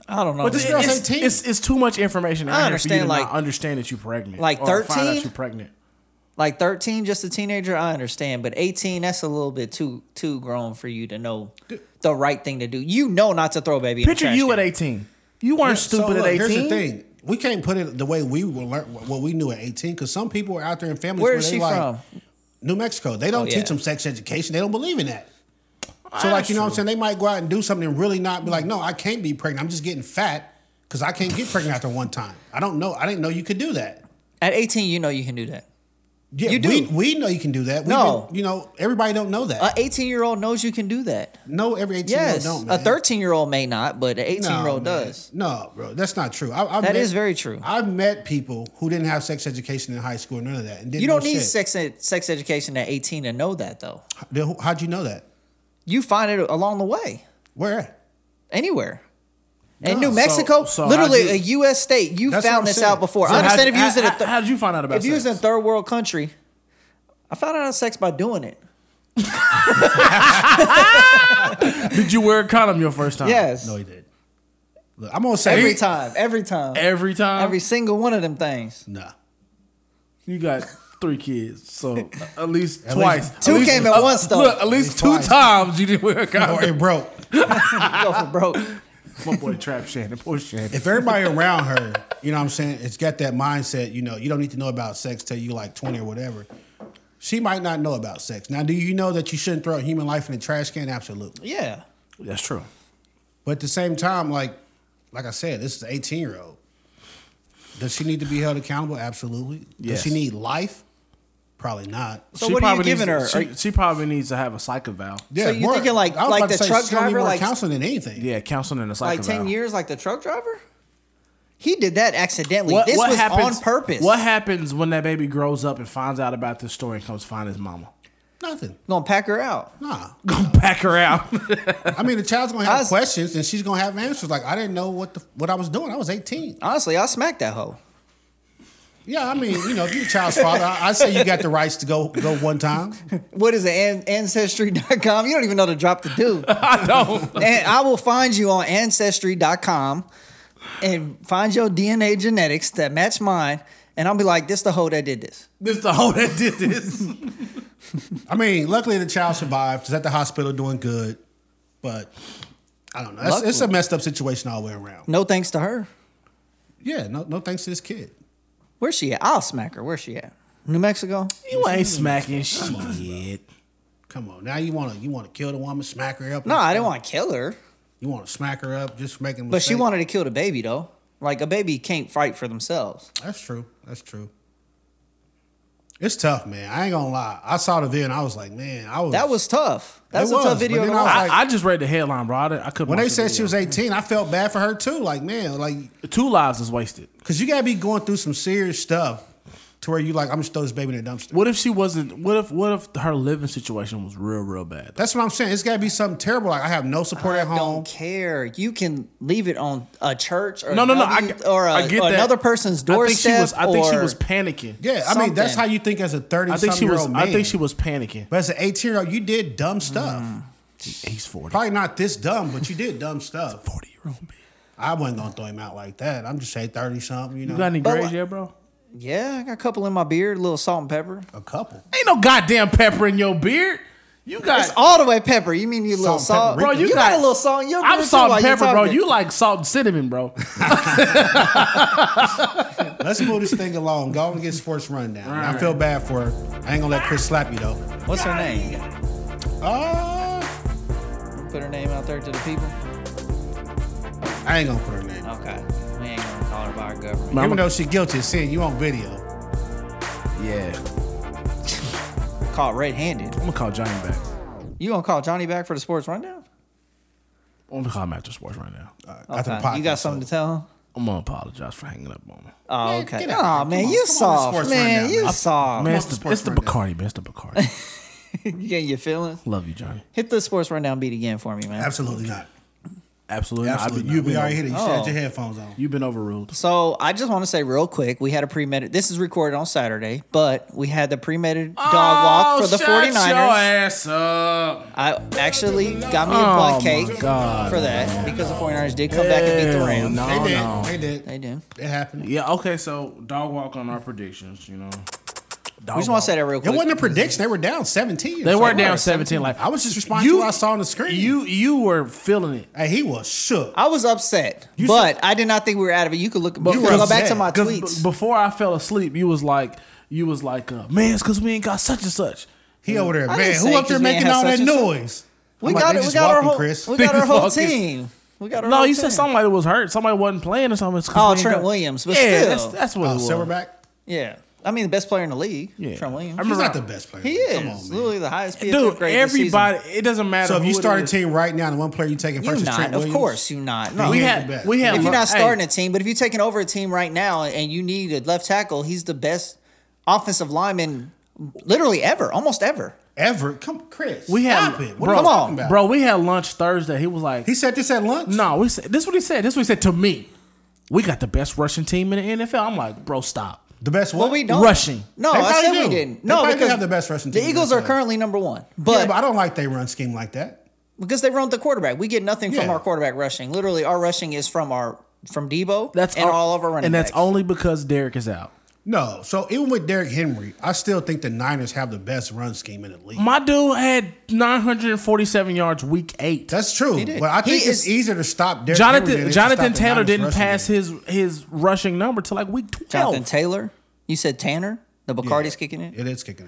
[SPEAKER 2] I don't know.
[SPEAKER 1] But
[SPEAKER 2] man.
[SPEAKER 1] this
[SPEAKER 3] girl's
[SPEAKER 1] it's,
[SPEAKER 3] 18.
[SPEAKER 1] It's, it's too much information. I
[SPEAKER 2] I
[SPEAKER 1] understand. For
[SPEAKER 2] understand,
[SPEAKER 1] you to
[SPEAKER 2] like-
[SPEAKER 1] not understand that you're pregnant.
[SPEAKER 2] like
[SPEAKER 1] or find out
[SPEAKER 2] 13?
[SPEAKER 1] you're pregnant.
[SPEAKER 2] like 13, just a teenager, I understand. But 18, that's a little bit too too grown for you to know the right thing to do. You know not to throw a baby.
[SPEAKER 1] Picture
[SPEAKER 2] in the trash
[SPEAKER 1] you at
[SPEAKER 2] can.
[SPEAKER 1] 18. You weren't
[SPEAKER 3] So,
[SPEAKER 1] stupid
[SPEAKER 3] look,
[SPEAKER 1] at 18.
[SPEAKER 3] Here's the thing. We can't put it the way we were learn what we knew at 18 because some people are out there in families
[SPEAKER 2] Where
[SPEAKER 3] where,
[SPEAKER 2] is
[SPEAKER 3] they
[SPEAKER 2] she
[SPEAKER 3] like
[SPEAKER 2] from?
[SPEAKER 3] New Mexico. They don't
[SPEAKER 2] Oh, yeah.
[SPEAKER 3] teach them sex education. They don't believe in that. So
[SPEAKER 1] That's
[SPEAKER 3] like you know what I'm
[SPEAKER 1] true.
[SPEAKER 3] saying? They might go out and do something and really not be like, no, I can't be pregnant. I'm just getting fat because I can't get pregnant after one time. I don't know. I didn't know you could do that.
[SPEAKER 2] At 18, you know you can do that.
[SPEAKER 3] Yeah,
[SPEAKER 2] You
[SPEAKER 3] We,
[SPEAKER 2] do.
[SPEAKER 3] we know you can do that. We
[SPEAKER 2] No.
[SPEAKER 3] you know everybody don't know that.
[SPEAKER 2] A 18 year old knows you can do that.
[SPEAKER 3] no, every eighteen year old
[SPEAKER 2] Yes,
[SPEAKER 3] don't.
[SPEAKER 2] a
[SPEAKER 3] man.
[SPEAKER 2] 13 year old may not, but an 18
[SPEAKER 3] No,
[SPEAKER 2] year old
[SPEAKER 3] man.
[SPEAKER 2] does.
[SPEAKER 3] No, bro, that's not true. I, I
[SPEAKER 2] That is very true.
[SPEAKER 3] I've met people who didn't have sex education in high school, none of that. And didn't
[SPEAKER 2] You don't
[SPEAKER 3] know
[SPEAKER 2] need
[SPEAKER 3] shit.
[SPEAKER 2] sex ed- sex education at 18 to know that though.
[SPEAKER 3] Then who- How'd you know that?
[SPEAKER 2] You find it along the way,
[SPEAKER 3] Where? at?
[SPEAKER 2] anywhere. In
[SPEAKER 1] No,
[SPEAKER 2] New Mexico,
[SPEAKER 1] so- so
[SPEAKER 2] literally
[SPEAKER 1] how'd
[SPEAKER 2] a U.S. state, you
[SPEAKER 3] That's what I'm
[SPEAKER 2] found this
[SPEAKER 3] saying.
[SPEAKER 2] out before.
[SPEAKER 1] So
[SPEAKER 2] I
[SPEAKER 1] how'd
[SPEAKER 2] understand
[SPEAKER 1] you-
[SPEAKER 2] if you was in a
[SPEAKER 1] how-
[SPEAKER 2] th-
[SPEAKER 1] how did you find out about
[SPEAKER 2] if you was in a
[SPEAKER 1] sex?
[SPEAKER 2] third world country. I found out in sex by doing it.
[SPEAKER 1] Did you wear a condom your first time?
[SPEAKER 2] Yes,
[SPEAKER 3] No, he did. Look, I'm gonna say
[SPEAKER 2] every time, every time,
[SPEAKER 1] Every time.
[SPEAKER 2] every single one of them things.
[SPEAKER 3] Nah.
[SPEAKER 1] You got three kids, so at least twice.
[SPEAKER 2] Two
[SPEAKER 1] At least-
[SPEAKER 2] came at
[SPEAKER 1] uh,
[SPEAKER 2] once, though.
[SPEAKER 1] Look, at least two
[SPEAKER 3] twice.
[SPEAKER 1] times you didn't wear a
[SPEAKER 3] Or
[SPEAKER 1] condom.
[SPEAKER 3] it broke.
[SPEAKER 2] Go for broke.
[SPEAKER 1] My boy Trap Shannon, poor Shannon.
[SPEAKER 3] If everybody around her, you know what I'm saying, it's got that mindset, you know, you don't need to know about sex till you like 20 or whatever. She might not know about sex. Now, do you know that you shouldn't throw a human life in the trash can? Absolutely.
[SPEAKER 2] Yeah,
[SPEAKER 1] That's true.
[SPEAKER 3] But at the same time, like like I said, this is an 18 year old. Does she need to be held accountable? Absolutely.
[SPEAKER 1] Yes.
[SPEAKER 3] Does she need life? Probably not.
[SPEAKER 2] So what are you
[SPEAKER 1] probably
[SPEAKER 2] giving
[SPEAKER 1] needs-
[SPEAKER 2] her?
[SPEAKER 1] She, she probably needs to have a psych eval. Yeah,
[SPEAKER 2] you thinking like-
[SPEAKER 3] I was
[SPEAKER 2] like
[SPEAKER 3] about to
[SPEAKER 2] the
[SPEAKER 3] say,
[SPEAKER 2] truck
[SPEAKER 3] she don't need
[SPEAKER 2] driver,
[SPEAKER 3] more
[SPEAKER 2] like-
[SPEAKER 3] counseling than anything.
[SPEAKER 1] counseling and a psych
[SPEAKER 2] like ten
[SPEAKER 1] eval.
[SPEAKER 2] years, like the truck driver. He did that accidentally. this was on purpose.
[SPEAKER 1] What happens when that baby grows up and finds out about this story and comes find his mama?
[SPEAKER 3] Nothing.
[SPEAKER 2] Gonna pack her out.
[SPEAKER 3] Nah.
[SPEAKER 1] Gonna pack her out.
[SPEAKER 3] I mean, the child's gonna have
[SPEAKER 2] I was-
[SPEAKER 3] questions and she's gonna have answers. Like I didn't know what the what I was doing. I was 18.
[SPEAKER 2] Honestly, I smacked that hoe.
[SPEAKER 3] Yeah, I mean, you know, if you're a child's father, I, I say you got the rights to go go one time.
[SPEAKER 2] What is it? An- ancestry.com. You don't even know to drop the dude.
[SPEAKER 1] I don't.
[SPEAKER 2] and I will find you on ancestry.com and find your DNA genetics that match mine. And I'll be like, this the hoe that did this.
[SPEAKER 1] This the hoe that did this.
[SPEAKER 3] I mean, luckily the child survived. Is at the hospital doing good, but I don't know. That's, it's a
[SPEAKER 2] Luckily.
[SPEAKER 3] messed up situation all the way around.
[SPEAKER 2] No thanks to her.
[SPEAKER 3] Yeah, no, no thanks to this kid.
[SPEAKER 2] Where's she at? I'll smack her. Where's she at? New Mexico?
[SPEAKER 1] You ain't smacking shit.
[SPEAKER 3] Come on, now you want to you want to kill the woman, smack her up?
[SPEAKER 2] No, I didn't want to kill her.
[SPEAKER 3] You want to smack her up just for making. A
[SPEAKER 2] But she
[SPEAKER 3] mistake?
[SPEAKER 2] wanted to kill the baby, though. Like, a baby can't fight for themselves.
[SPEAKER 3] That's true. That's true. It's tough, man. I ain't gonna lie. I saw the video and I was like, man, I was.
[SPEAKER 2] That was tough. That's
[SPEAKER 3] It
[SPEAKER 2] a
[SPEAKER 3] was,
[SPEAKER 2] tough
[SPEAKER 3] but
[SPEAKER 2] video
[SPEAKER 3] then
[SPEAKER 2] to
[SPEAKER 3] I was
[SPEAKER 2] watch.
[SPEAKER 3] like-
[SPEAKER 1] I, I just read the headline, bro. I, didn't- I couldn't.
[SPEAKER 3] when
[SPEAKER 1] watch
[SPEAKER 3] they
[SPEAKER 1] the
[SPEAKER 3] said she
[SPEAKER 1] video.
[SPEAKER 3] was 18, I felt bad for her too. Like, man, like,
[SPEAKER 1] two lives is wasted.
[SPEAKER 3] cause you gotta be going through some serious stuff to where you like, I'm just throw this baby in the dumpster.
[SPEAKER 1] What if she wasn't? What if? What if her living situation was real, real bad?
[SPEAKER 3] That's what I'm saying. It's gotta be something terrible. Like, I have no support at home.
[SPEAKER 2] don't care. You can leave it on a church or
[SPEAKER 1] No, no, no. I,
[SPEAKER 2] another- or, a,
[SPEAKER 1] I get
[SPEAKER 2] or
[SPEAKER 1] that.
[SPEAKER 2] another person's doorstep.
[SPEAKER 1] I think she was. I think she
[SPEAKER 2] or-
[SPEAKER 1] was panicking.
[SPEAKER 3] Yeah, I mean, that's
[SPEAKER 2] something.
[SPEAKER 3] how you think as a 30
[SPEAKER 1] I think she
[SPEAKER 3] something year
[SPEAKER 1] was.
[SPEAKER 3] old man.
[SPEAKER 1] I think she was panicking.
[SPEAKER 3] But as an 18 year old, you did dumb stuff.
[SPEAKER 1] He's forty.
[SPEAKER 3] Probably not this dumb, but you did dumb stuff.
[SPEAKER 1] Forty year old man.
[SPEAKER 3] I wasn't gonna throw him out like that. I'm just saying 30 something, you know,
[SPEAKER 1] You got any
[SPEAKER 2] But
[SPEAKER 1] grades
[SPEAKER 2] like-
[SPEAKER 1] yet, bro?
[SPEAKER 2] Yeah, I got a couple in my beard, a little salt and pepper.
[SPEAKER 3] a couple.
[SPEAKER 1] Ain't no goddamn pepper in your beard. You got.
[SPEAKER 2] It's all the way pepper. You mean you little
[SPEAKER 3] Salt and
[SPEAKER 2] salt?
[SPEAKER 3] pepper.
[SPEAKER 1] Bro, you,
[SPEAKER 2] you got, a little salt in your beard.
[SPEAKER 1] I'm
[SPEAKER 2] too
[SPEAKER 1] salt
[SPEAKER 2] while
[SPEAKER 1] and
[SPEAKER 2] you're
[SPEAKER 1] pepper, bro.
[SPEAKER 2] talking.
[SPEAKER 1] You like salt and cinnamon, bro.
[SPEAKER 3] Let's move this thing along. Go on and get sports rundown. I feel bad for her. I ain't gonna let Chris slap you though.
[SPEAKER 2] What's her name?
[SPEAKER 3] Uh,
[SPEAKER 2] Put her name out there to the people.
[SPEAKER 3] I ain't gonna put her name.
[SPEAKER 2] Okay. We ain't gonna call her by her government.
[SPEAKER 1] Mama-
[SPEAKER 3] Even though she guilty of sin, you on video.
[SPEAKER 1] Yeah,
[SPEAKER 2] Caught red-handed.
[SPEAKER 1] I'm gonna call Johnny back.
[SPEAKER 2] You gonna call Johnny back for the sports rundown?
[SPEAKER 1] I'm gonna call him after sports right now.
[SPEAKER 3] uh, After the
[SPEAKER 2] Okay.
[SPEAKER 3] podcast,
[SPEAKER 2] You got something to tell him?
[SPEAKER 1] I'm gonna apologize for hanging up on him.
[SPEAKER 2] Oh,
[SPEAKER 3] Man,
[SPEAKER 2] okay.
[SPEAKER 3] get out
[SPEAKER 2] Oh
[SPEAKER 3] here.
[SPEAKER 2] man,
[SPEAKER 3] Come
[SPEAKER 2] you
[SPEAKER 3] on, come on,
[SPEAKER 2] soft.
[SPEAKER 3] sports
[SPEAKER 2] Man,
[SPEAKER 3] rundown.
[SPEAKER 2] you
[SPEAKER 3] I-
[SPEAKER 1] man,
[SPEAKER 2] soft. Man.
[SPEAKER 1] it's
[SPEAKER 3] Come on,
[SPEAKER 1] the, it's the
[SPEAKER 3] sports rundown.
[SPEAKER 1] Bacardi, man. It's the Bacardi.
[SPEAKER 2] you getting your feelings?
[SPEAKER 1] Love you, Johnny.
[SPEAKER 2] Hit the sports rundown beat again for me, man.
[SPEAKER 3] Absolutely not.
[SPEAKER 1] Absolutely. not. I've
[SPEAKER 3] Absolutely.
[SPEAKER 1] been-
[SPEAKER 3] not.
[SPEAKER 1] You've
[SPEAKER 3] we
[SPEAKER 1] been
[SPEAKER 3] already
[SPEAKER 1] over-
[SPEAKER 3] hit it. You should
[SPEAKER 2] Oh.
[SPEAKER 3] have your headphones on.
[SPEAKER 1] You've been overruled.
[SPEAKER 2] So I just want to say real quick, we had a premeditated. This is recorded on Saturday, but we had the premeditated dog walk for the 49ers.
[SPEAKER 1] Oh, ass up.
[SPEAKER 2] I actually got me a
[SPEAKER 1] Oh,
[SPEAKER 2] blood
[SPEAKER 1] my
[SPEAKER 2] cake
[SPEAKER 1] God,
[SPEAKER 2] for that because the 49ers did come back and beat the
[SPEAKER 1] Hell
[SPEAKER 2] Rams.
[SPEAKER 1] no.
[SPEAKER 3] they, did.
[SPEAKER 1] Oh, no.
[SPEAKER 3] they did.
[SPEAKER 2] They did.
[SPEAKER 3] It happened.
[SPEAKER 1] Yeah, okay, so dog walk on our predictions, you know. Dog
[SPEAKER 2] We just want to say that real
[SPEAKER 3] It
[SPEAKER 2] quick.
[SPEAKER 3] wasn't a prediction. They were down 17. or
[SPEAKER 1] They were
[SPEAKER 3] something.
[SPEAKER 1] down 17 like
[SPEAKER 3] I was just responding to what I saw on the screen.
[SPEAKER 1] You you were feeling it.
[SPEAKER 3] hey, he was shook.
[SPEAKER 2] I was upset, but I did not think we were out of it. You could look, you
[SPEAKER 3] were
[SPEAKER 2] could go back
[SPEAKER 3] upset.
[SPEAKER 2] to my
[SPEAKER 1] 'Cause
[SPEAKER 2] tweets.
[SPEAKER 1] b- before I fell asleep, you was like you was like, uh, "Man, it's cuz we ain't got such and such."
[SPEAKER 3] He over there,
[SPEAKER 2] Mm. I
[SPEAKER 3] man.
[SPEAKER 2] didn't
[SPEAKER 3] Who
[SPEAKER 2] say
[SPEAKER 3] up there
[SPEAKER 2] 'cause we ain't
[SPEAKER 3] making
[SPEAKER 2] had
[SPEAKER 3] all that
[SPEAKER 2] such and such."
[SPEAKER 3] noise?
[SPEAKER 2] we
[SPEAKER 3] I'm like,
[SPEAKER 2] got
[SPEAKER 3] they
[SPEAKER 2] it. We
[SPEAKER 3] just
[SPEAKER 2] got our
[SPEAKER 3] walking,
[SPEAKER 2] whole.
[SPEAKER 3] Chris.
[SPEAKER 2] We
[SPEAKER 1] They
[SPEAKER 2] got our
[SPEAKER 1] just
[SPEAKER 2] whole
[SPEAKER 1] walking.
[SPEAKER 2] team. We got our
[SPEAKER 1] No,
[SPEAKER 2] whole
[SPEAKER 1] you
[SPEAKER 2] team.
[SPEAKER 1] said somebody was hurt. Somebody wasn't playing or something. It's 'cause
[SPEAKER 2] Oh,
[SPEAKER 1] we ain't
[SPEAKER 2] Trent
[SPEAKER 1] got-
[SPEAKER 2] Williams, but
[SPEAKER 1] yeah,
[SPEAKER 2] still.
[SPEAKER 1] that's, that's what
[SPEAKER 3] Oh,
[SPEAKER 1] it was.
[SPEAKER 3] Silverback.
[SPEAKER 2] Yeah. I mean, the best player in the league,
[SPEAKER 1] Yeah.
[SPEAKER 2] Trent Williams.
[SPEAKER 1] I
[SPEAKER 3] He's
[SPEAKER 1] remember-
[SPEAKER 3] not the best player.
[SPEAKER 2] he
[SPEAKER 3] in the
[SPEAKER 2] is
[SPEAKER 3] league.
[SPEAKER 2] literally the highest PFF
[SPEAKER 1] Dude,
[SPEAKER 2] grade this season.
[SPEAKER 1] everybody. It doesn't matter.
[SPEAKER 3] So if
[SPEAKER 1] who
[SPEAKER 3] you
[SPEAKER 1] it
[SPEAKER 3] start a
[SPEAKER 1] is.
[SPEAKER 3] team right now, and the one player you're taking
[SPEAKER 2] You
[SPEAKER 3] first is
[SPEAKER 2] not,
[SPEAKER 3] Trent
[SPEAKER 2] of
[SPEAKER 3] Williams.
[SPEAKER 2] course, you not. No,
[SPEAKER 1] we
[SPEAKER 3] he ain't
[SPEAKER 1] had
[SPEAKER 3] the best.
[SPEAKER 1] we had
[SPEAKER 2] if you're
[SPEAKER 1] Lon-
[SPEAKER 2] not starting
[SPEAKER 1] hey,
[SPEAKER 2] a team, but if you're taking over a team right now and you need a left tackle, he's the best offensive lineman, literally ever, almost ever.
[SPEAKER 3] Ever come, Chris?
[SPEAKER 1] we had
[SPEAKER 3] stop it.
[SPEAKER 1] bro,
[SPEAKER 3] What are you
[SPEAKER 2] come
[SPEAKER 3] talking
[SPEAKER 2] on,
[SPEAKER 3] about?
[SPEAKER 1] bro. We had lunch Thursday. He was like,
[SPEAKER 3] He said this at lunch.
[SPEAKER 1] No, we said this. Is what he said. This is what he said to me. We got the best rushing team in the NFL. I'm like, bro, stop.
[SPEAKER 3] the best
[SPEAKER 2] But
[SPEAKER 3] one.
[SPEAKER 2] we don't
[SPEAKER 1] Rushing.
[SPEAKER 2] No,
[SPEAKER 3] They
[SPEAKER 2] I
[SPEAKER 3] probably
[SPEAKER 2] said we
[SPEAKER 3] do.
[SPEAKER 2] didn't.
[SPEAKER 3] They
[SPEAKER 2] No,
[SPEAKER 3] probably do
[SPEAKER 2] because
[SPEAKER 3] have the best rushing
[SPEAKER 2] The
[SPEAKER 3] team in
[SPEAKER 2] Eagles
[SPEAKER 3] the
[SPEAKER 2] are
[SPEAKER 3] NFL.
[SPEAKER 2] currently number one,
[SPEAKER 3] Yeah,
[SPEAKER 2] but,
[SPEAKER 3] but I don't like they run scheme like that.
[SPEAKER 2] because they run the quarterback, we get nothing from
[SPEAKER 3] Yeah.
[SPEAKER 2] our quarterback rushing. Literally, our rushing is from our from Debo.
[SPEAKER 1] That's
[SPEAKER 2] and all, of our running.
[SPEAKER 1] and that's
[SPEAKER 2] backs.
[SPEAKER 1] only because Derek is out.
[SPEAKER 3] No, so even with Derrick Henry, I still think the Niners have the best run scheme in the league.
[SPEAKER 1] My dude had 947 yards week eight.
[SPEAKER 3] That's true,
[SPEAKER 2] did.
[SPEAKER 3] but I
[SPEAKER 2] He
[SPEAKER 3] think it's
[SPEAKER 2] is-
[SPEAKER 3] easier to stop Derrick Henry than it
[SPEAKER 1] Jonathan
[SPEAKER 3] is to
[SPEAKER 1] Jonathan
[SPEAKER 3] stop the
[SPEAKER 1] Taylor
[SPEAKER 3] Niners
[SPEAKER 1] didn't
[SPEAKER 3] rushing
[SPEAKER 1] pass
[SPEAKER 3] game.
[SPEAKER 1] his his rushing number till like week 12.
[SPEAKER 2] Jonathan Taylor. You said Tanner. The Bacardi's kicking in.
[SPEAKER 3] It is kicking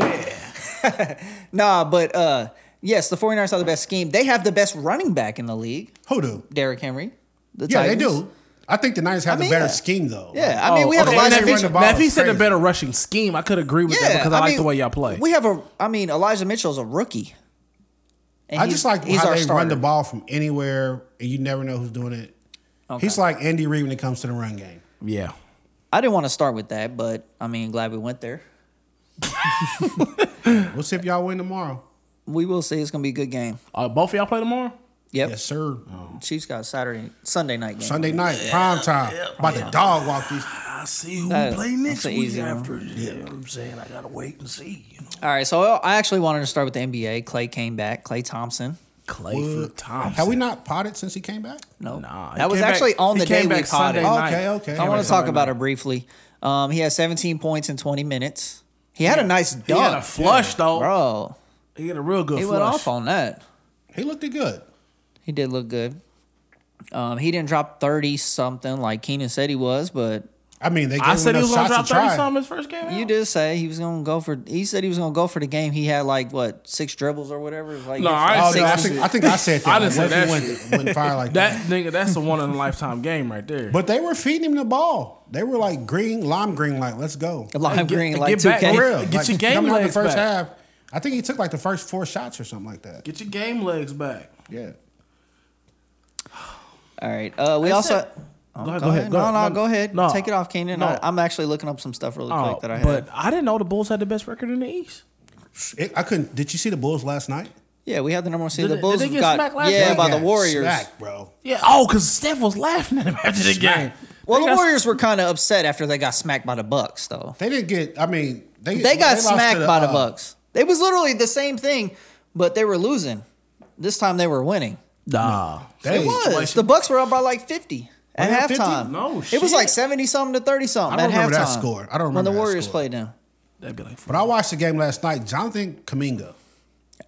[SPEAKER 3] in.
[SPEAKER 2] Nah, but uh, yes, the 49ers have the best scheme. They have the best running back in the league,
[SPEAKER 3] Hoodoo.
[SPEAKER 2] Derrick Henry. The
[SPEAKER 3] Yeah, they
[SPEAKER 2] Titans.
[SPEAKER 3] do. I think the Niners have
[SPEAKER 2] mean,
[SPEAKER 3] the better
[SPEAKER 2] yeah.
[SPEAKER 3] scheme though.
[SPEAKER 2] Yeah, I
[SPEAKER 1] Oh,
[SPEAKER 2] mean, we have
[SPEAKER 1] okay.
[SPEAKER 2] a lot
[SPEAKER 1] Now,
[SPEAKER 2] of
[SPEAKER 1] if he-
[SPEAKER 3] running the ball
[SPEAKER 1] now, if he
[SPEAKER 3] is
[SPEAKER 1] said a
[SPEAKER 3] crazy.
[SPEAKER 1] better rushing scheme, I could agree with that because I, like
[SPEAKER 2] mean,
[SPEAKER 1] the way y'all play.
[SPEAKER 2] We have a, I mean, Elijah Mitchell's a rookie. And
[SPEAKER 3] I
[SPEAKER 2] he's-
[SPEAKER 3] just like how
[SPEAKER 2] our
[SPEAKER 3] they run
[SPEAKER 2] starter.
[SPEAKER 3] the ball from anywhere, and you never know who's doing it. He's like Andy Reid when it comes to the run game.
[SPEAKER 1] yeah.
[SPEAKER 2] I didn't want to start with that, but I mean, glad we went there.
[SPEAKER 3] We'll see if y'all win tomorrow.
[SPEAKER 2] We will see. It's going to be a good game.
[SPEAKER 1] Uh, both of y'all play tomorrow?
[SPEAKER 2] Yep.
[SPEAKER 3] Yes, sir.
[SPEAKER 2] Chiefs got a Saturday, Sunday night game.
[SPEAKER 3] Sunday night, prime time. About to dog walk these.
[SPEAKER 1] I see who
[SPEAKER 2] That- play next that's an week easy one. after.
[SPEAKER 1] You know what I'm saying? I gotta wait and see. You know?
[SPEAKER 2] All right. So I actually wanted to start with the NBA. Clay came back. Clay Thompson.
[SPEAKER 1] Clayford Thompson.
[SPEAKER 3] Have we not potted since he came back?
[SPEAKER 2] No,
[SPEAKER 1] Nah, he
[SPEAKER 2] Oh. that was
[SPEAKER 1] came back-
[SPEAKER 2] actually on
[SPEAKER 1] he
[SPEAKER 2] the
[SPEAKER 1] came
[SPEAKER 2] day we
[SPEAKER 1] back
[SPEAKER 2] caught it. Oh,
[SPEAKER 1] Sunday night.
[SPEAKER 3] Okay, okay.
[SPEAKER 2] I want
[SPEAKER 1] Right.
[SPEAKER 2] to talk
[SPEAKER 1] Right.
[SPEAKER 2] about it briefly. Um, he had 17 points in 20 minutes. He had a nice
[SPEAKER 1] He had a
[SPEAKER 2] dunk,
[SPEAKER 1] flush though.
[SPEAKER 2] bro.
[SPEAKER 1] He had a real good
[SPEAKER 2] He
[SPEAKER 1] flush.
[SPEAKER 2] went off on that.
[SPEAKER 3] He looked good.
[SPEAKER 2] He did look good. Um, he didn't drop 30 something like Keenan said he was, but
[SPEAKER 3] I mean, they gave
[SPEAKER 1] I said
[SPEAKER 3] him
[SPEAKER 1] he was
[SPEAKER 3] enough
[SPEAKER 1] gonna drop
[SPEAKER 3] shots to
[SPEAKER 1] thirty
[SPEAKER 3] try.
[SPEAKER 1] something his first game.
[SPEAKER 2] you
[SPEAKER 1] out.
[SPEAKER 2] did say he was gonna go for. He said he was gonna go for the game. He had like what six dribbles or whatever. It was like
[SPEAKER 1] No,
[SPEAKER 2] he-
[SPEAKER 1] I
[SPEAKER 3] Oh,
[SPEAKER 1] Six
[SPEAKER 3] no, I
[SPEAKER 1] and
[SPEAKER 3] think,
[SPEAKER 1] six.
[SPEAKER 3] I think I said that.
[SPEAKER 1] I didn't
[SPEAKER 3] What
[SPEAKER 1] say
[SPEAKER 3] if
[SPEAKER 1] that
[SPEAKER 3] he Went, went fire like
[SPEAKER 1] That
[SPEAKER 3] that.
[SPEAKER 1] nigga, that's a one in a lifetime game right there.
[SPEAKER 3] But they were feeding him the ball. They were like green, lime green, like let's go.
[SPEAKER 2] lime
[SPEAKER 1] Hey, get-
[SPEAKER 2] green
[SPEAKER 1] hey,
[SPEAKER 2] like
[SPEAKER 1] get back
[SPEAKER 2] 2K.
[SPEAKER 1] for
[SPEAKER 3] For real.
[SPEAKER 1] Get
[SPEAKER 3] Like,
[SPEAKER 1] your game
[SPEAKER 3] coming out
[SPEAKER 1] legs
[SPEAKER 3] the first
[SPEAKER 1] back.
[SPEAKER 3] half. I think he took like the first four shots or something like that.
[SPEAKER 1] Get your game legs back.
[SPEAKER 3] Yeah.
[SPEAKER 2] All right. Uh, we
[SPEAKER 1] That's
[SPEAKER 2] also.
[SPEAKER 1] it.
[SPEAKER 2] Oh,
[SPEAKER 1] Go ahead, go ahead, go
[SPEAKER 2] No,
[SPEAKER 1] ahead.
[SPEAKER 2] no,
[SPEAKER 1] No,
[SPEAKER 2] go ahead.
[SPEAKER 1] no.
[SPEAKER 2] Take it off, Keenan.
[SPEAKER 1] No.
[SPEAKER 2] I, I'm actually looking up some stuff really
[SPEAKER 1] Oh,
[SPEAKER 2] quick that I had.
[SPEAKER 1] but I didn't know the Bulls had the best record in the East.
[SPEAKER 3] It, I couldn't. Did you see the Bulls last night?
[SPEAKER 2] Yeah, we have the number one seed.
[SPEAKER 1] Did
[SPEAKER 2] The
[SPEAKER 1] they-
[SPEAKER 2] Bulls
[SPEAKER 1] did they get
[SPEAKER 2] got
[SPEAKER 1] smacked last
[SPEAKER 2] yeah
[SPEAKER 1] night?
[SPEAKER 2] by the
[SPEAKER 3] Yeah,
[SPEAKER 2] Warriors.
[SPEAKER 3] smack, bro.
[SPEAKER 1] Yeah. Oh, because Steph was laughing at him after the game.
[SPEAKER 2] Well,
[SPEAKER 1] They
[SPEAKER 2] the
[SPEAKER 1] got-
[SPEAKER 2] Warriors were kind of upset after they got smacked by the Bucks, though.
[SPEAKER 3] They didn't get. I mean, they
[SPEAKER 2] They got
[SPEAKER 3] lost to
[SPEAKER 2] smacked by the
[SPEAKER 3] uh,
[SPEAKER 2] Bucks. It was literally the same thing, but they were losing. This time they were winning.
[SPEAKER 1] Nah.
[SPEAKER 3] They,
[SPEAKER 2] It was the Bucks were up by like fifty at
[SPEAKER 3] Were they up
[SPEAKER 2] halftime.
[SPEAKER 3] 50?
[SPEAKER 1] No
[SPEAKER 2] it was like
[SPEAKER 1] shit.
[SPEAKER 2] seventy something to thirty something.
[SPEAKER 3] I don't
[SPEAKER 2] at
[SPEAKER 3] remember that
[SPEAKER 2] halftime
[SPEAKER 3] score. I don't
[SPEAKER 2] when the
[SPEAKER 3] remember that
[SPEAKER 2] Warriors
[SPEAKER 3] score.
[SPEAKER 2] played them.
[SPEAKER 1] That'd be like.
[SPEAKER 3] But I watched the game last night. Jonathan Kaminga,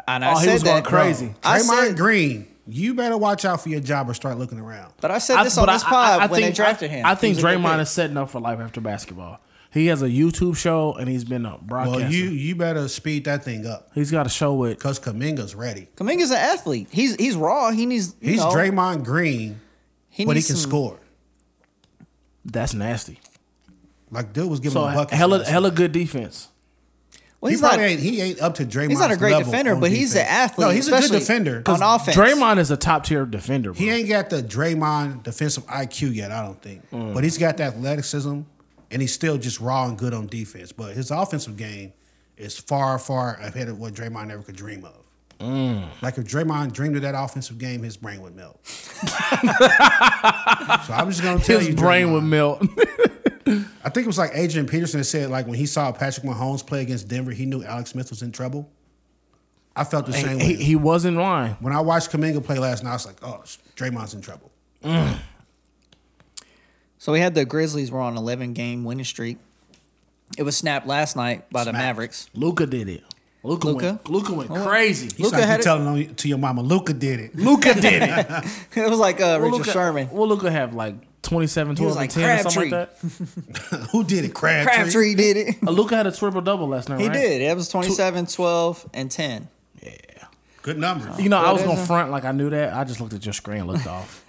[SPEAKER 2] And
[SPEAKER 1] Oh,
[SPEAKER 2] I
[SPEAKER 1] he
[SPEAKER 2] said
[SPEAKER 1] was going
[SPEAKER 2] that bro.
[SPEAKER 1] crazy.
[SPEAKER 2] I
[SPEAKER 3] Draymond
[SPEAKER 2] said,
[SPEAKER 3] Green. You better watch out for your job or start looking around.
[SPEAKER 2] but I said this on
[SPEAKER 1] but
[SPEAKER 2] this pod when
[SPEAKER 1] think-
[SPEAKER 2] they drafted him.
[SPEAKER 1] I,
[SPEAKER 2] He
[SPEAKER 1] think
[SPEAKER 2] was a good
[SPEAKER 1] Draymond
[SPEAKER 2] pick.
[SPEAKER 1] is setting up for life after basketball. He has a YouTube show and he's been a broadcaster.
[SPEAKER 3] Well, you you better speed that thing up
[SPEAKER 1] he's got a show with.
[SPEAKER 3] because Kaminga's ready.
[SPEAKER 2] Kaminga's an athlete. He's he's raw. He needs you
[SPEAKER 3] He's
[SPEAKER 2] know,
[SPEAKER 3] Draymond Green,
[SPEAKER 2] He
[SPEAKER 3] but he
[SPEAKER 2] needs
[SPEAKER 3] can
[SPEAKER 2] some-
[SPEAKER 3] score.
[SPEAKER 1] That's nasty.
[SPEAKER 3] Like dude was giving
[SPEAKER 1] So
[SPEAKER 3] him a bucket.
[SPEAKER 1] hella, hella good defense.
[SPEAKER 2] Well,
[SPEAKER 3] he
[SPEAKER 2] he's not.
[SPEAKER 3] probably ain't, he ain't up to Draymond.
[SPEAKER 2] He's not a great defender, but he's an athlete.
[SPEAKER 3] No, he's a good
[SPEAKER 2] especially
[SPEAKER 3] defender.
[SPEAKER 2] on offense.
[SPEAKER 1] Draymond is a top tier defender. Bro.
[SPEAKER 3] He ain't got the Draymond defensive IQ yet, I don't think.
[SPEAKER 1] Mm.
[SPEAKER 3] But he's got the athleticism, and he's still just raw and good on defense. But his offensive game is far, far ahead of what Draymond ever could dream of.
[SPEAKER 1] Mm.
[SPEAKER 3] Like if Draymond dreamed of that offensive game, his brain would melt. so I'm just gonna tell
[SPEAKER 1] His
[SPEAKER 3] you,
[SPEAKER 1] brain would
[SPEAKER 3] Draymond.
[SPEAKER 1] melt.
[SPEAKER 3] I think it was like Adrian Peterson that said like when he saw Patrick Mahomes play against Denver, he knew Alex Smith was in trouble. I felt the same way.
[SPEAKER 1] he, he was in line.
[SPEAKER 3] when I watched Kaminga play last night, I was like, oh, Draymond's in trouble.
[SPEAKER 2] So we had the Grizzlies were on 11 game winning streak. It was snapped last night by the
[SPEAKER 3] Smacked.
[SPEAKER 2] Mavericks.
[SPEAKER 1] Luca did it. Luca
[SPEAKER 2] Luka?
[SPEAKER 1] went. Luca went crazy.
[SPEAKER 3] He's
[SPEAKER 2] Luka
[SPEAKER 3] like
[SPEAKER 2] had
[SPEAKER 3] you
[SPEAKER 2] it-
[SPEAKER 3] telling on- to your mama, Luca did it.
[SPEAKER 1] Luca did it.
[SPEAKER 2] It was like uh,
[SPEAKER 1] Well,
[SPEAKER 2] Richard
[SPEAKER 1] Luka-
[SPEAKER 2] Sherman.
[SPEAKER 1] Well, Luca have like 27,
[SPEAKER 2] was
[SPEAKER 1] 12,
[SPEAKER 2] like
[SPEAKER 1] and 10 or something like
[SPEAKER 2] Crabtree.
[SPEAKER 1] that.
[SPEAKER 3] Who did it? Crabtree.
[SPEAKER 2] Crabtree did it.
[SPEAKER 1] Luca had a triple double last night.
[SPEAKER 2] He
[SPEAKER 1] right?
[SPEAKER 2] did. It was 27, 12, and 10.
[SPEAKER 3] Good numbers.
[SPEAKER 1] You know, I was
[SPEAKER 2] That
[SPEAKER 1] gonna
[SPEAKER 2] is a-
[SPEAKER 1] front like I knew that. I just looked at your screen, looked off.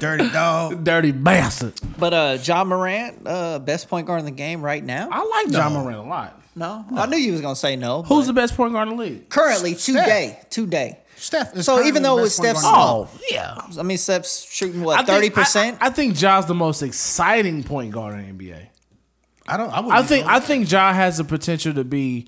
[SPEAKER 3] Dirty dog.
[SPEAKER 1] Dirty bastard.
[SPEAKER 2] But uh, John Morant, uh, best point guard in the game right now.
[SPEAKER 1] I like John Morant a lot.
[SPEAKER 2] no, I knew you was gonna say no.
[SPEAKER 1] Who's the
[SPEAKER 2] but
[SPEAKER 1] best point guard in the league?
[SPEAKER 2] currently today? Today.
[SPEAKER 3] Steph. is
[SPEAKER 2] So even
[SPEAKER 3] currently
[SPEAKER 2] though
[SPEAKER 3] the
[SPEAKER 2] it
[SPEAKER 3] best
[SPEAKER 2] was
[SPEAKER 3] point
[SPEAKER 2] Steph's-
[SPEAKER 3] guard in the league.
[SPEAKER 1] Oh yeah,
[SPEAKER 2] I mean, Steph's shooting
[SPEAKER 1] I
[SPEAKER 2] what
[SPEAKER 1] think-
[SPEAKER 2] thirty percent.
[SPEAKER 1] I, I think Ja's the most exciting point guard in the NBA.
[SPEAKER 3] I don't. I, wouldn't
[SPEAKER 1] I
[SPEAKER 3] be
[SPEAKER 1] think
[SPEAKER 3] sure.
[SPEAKER 1] I think Ja has the potential to be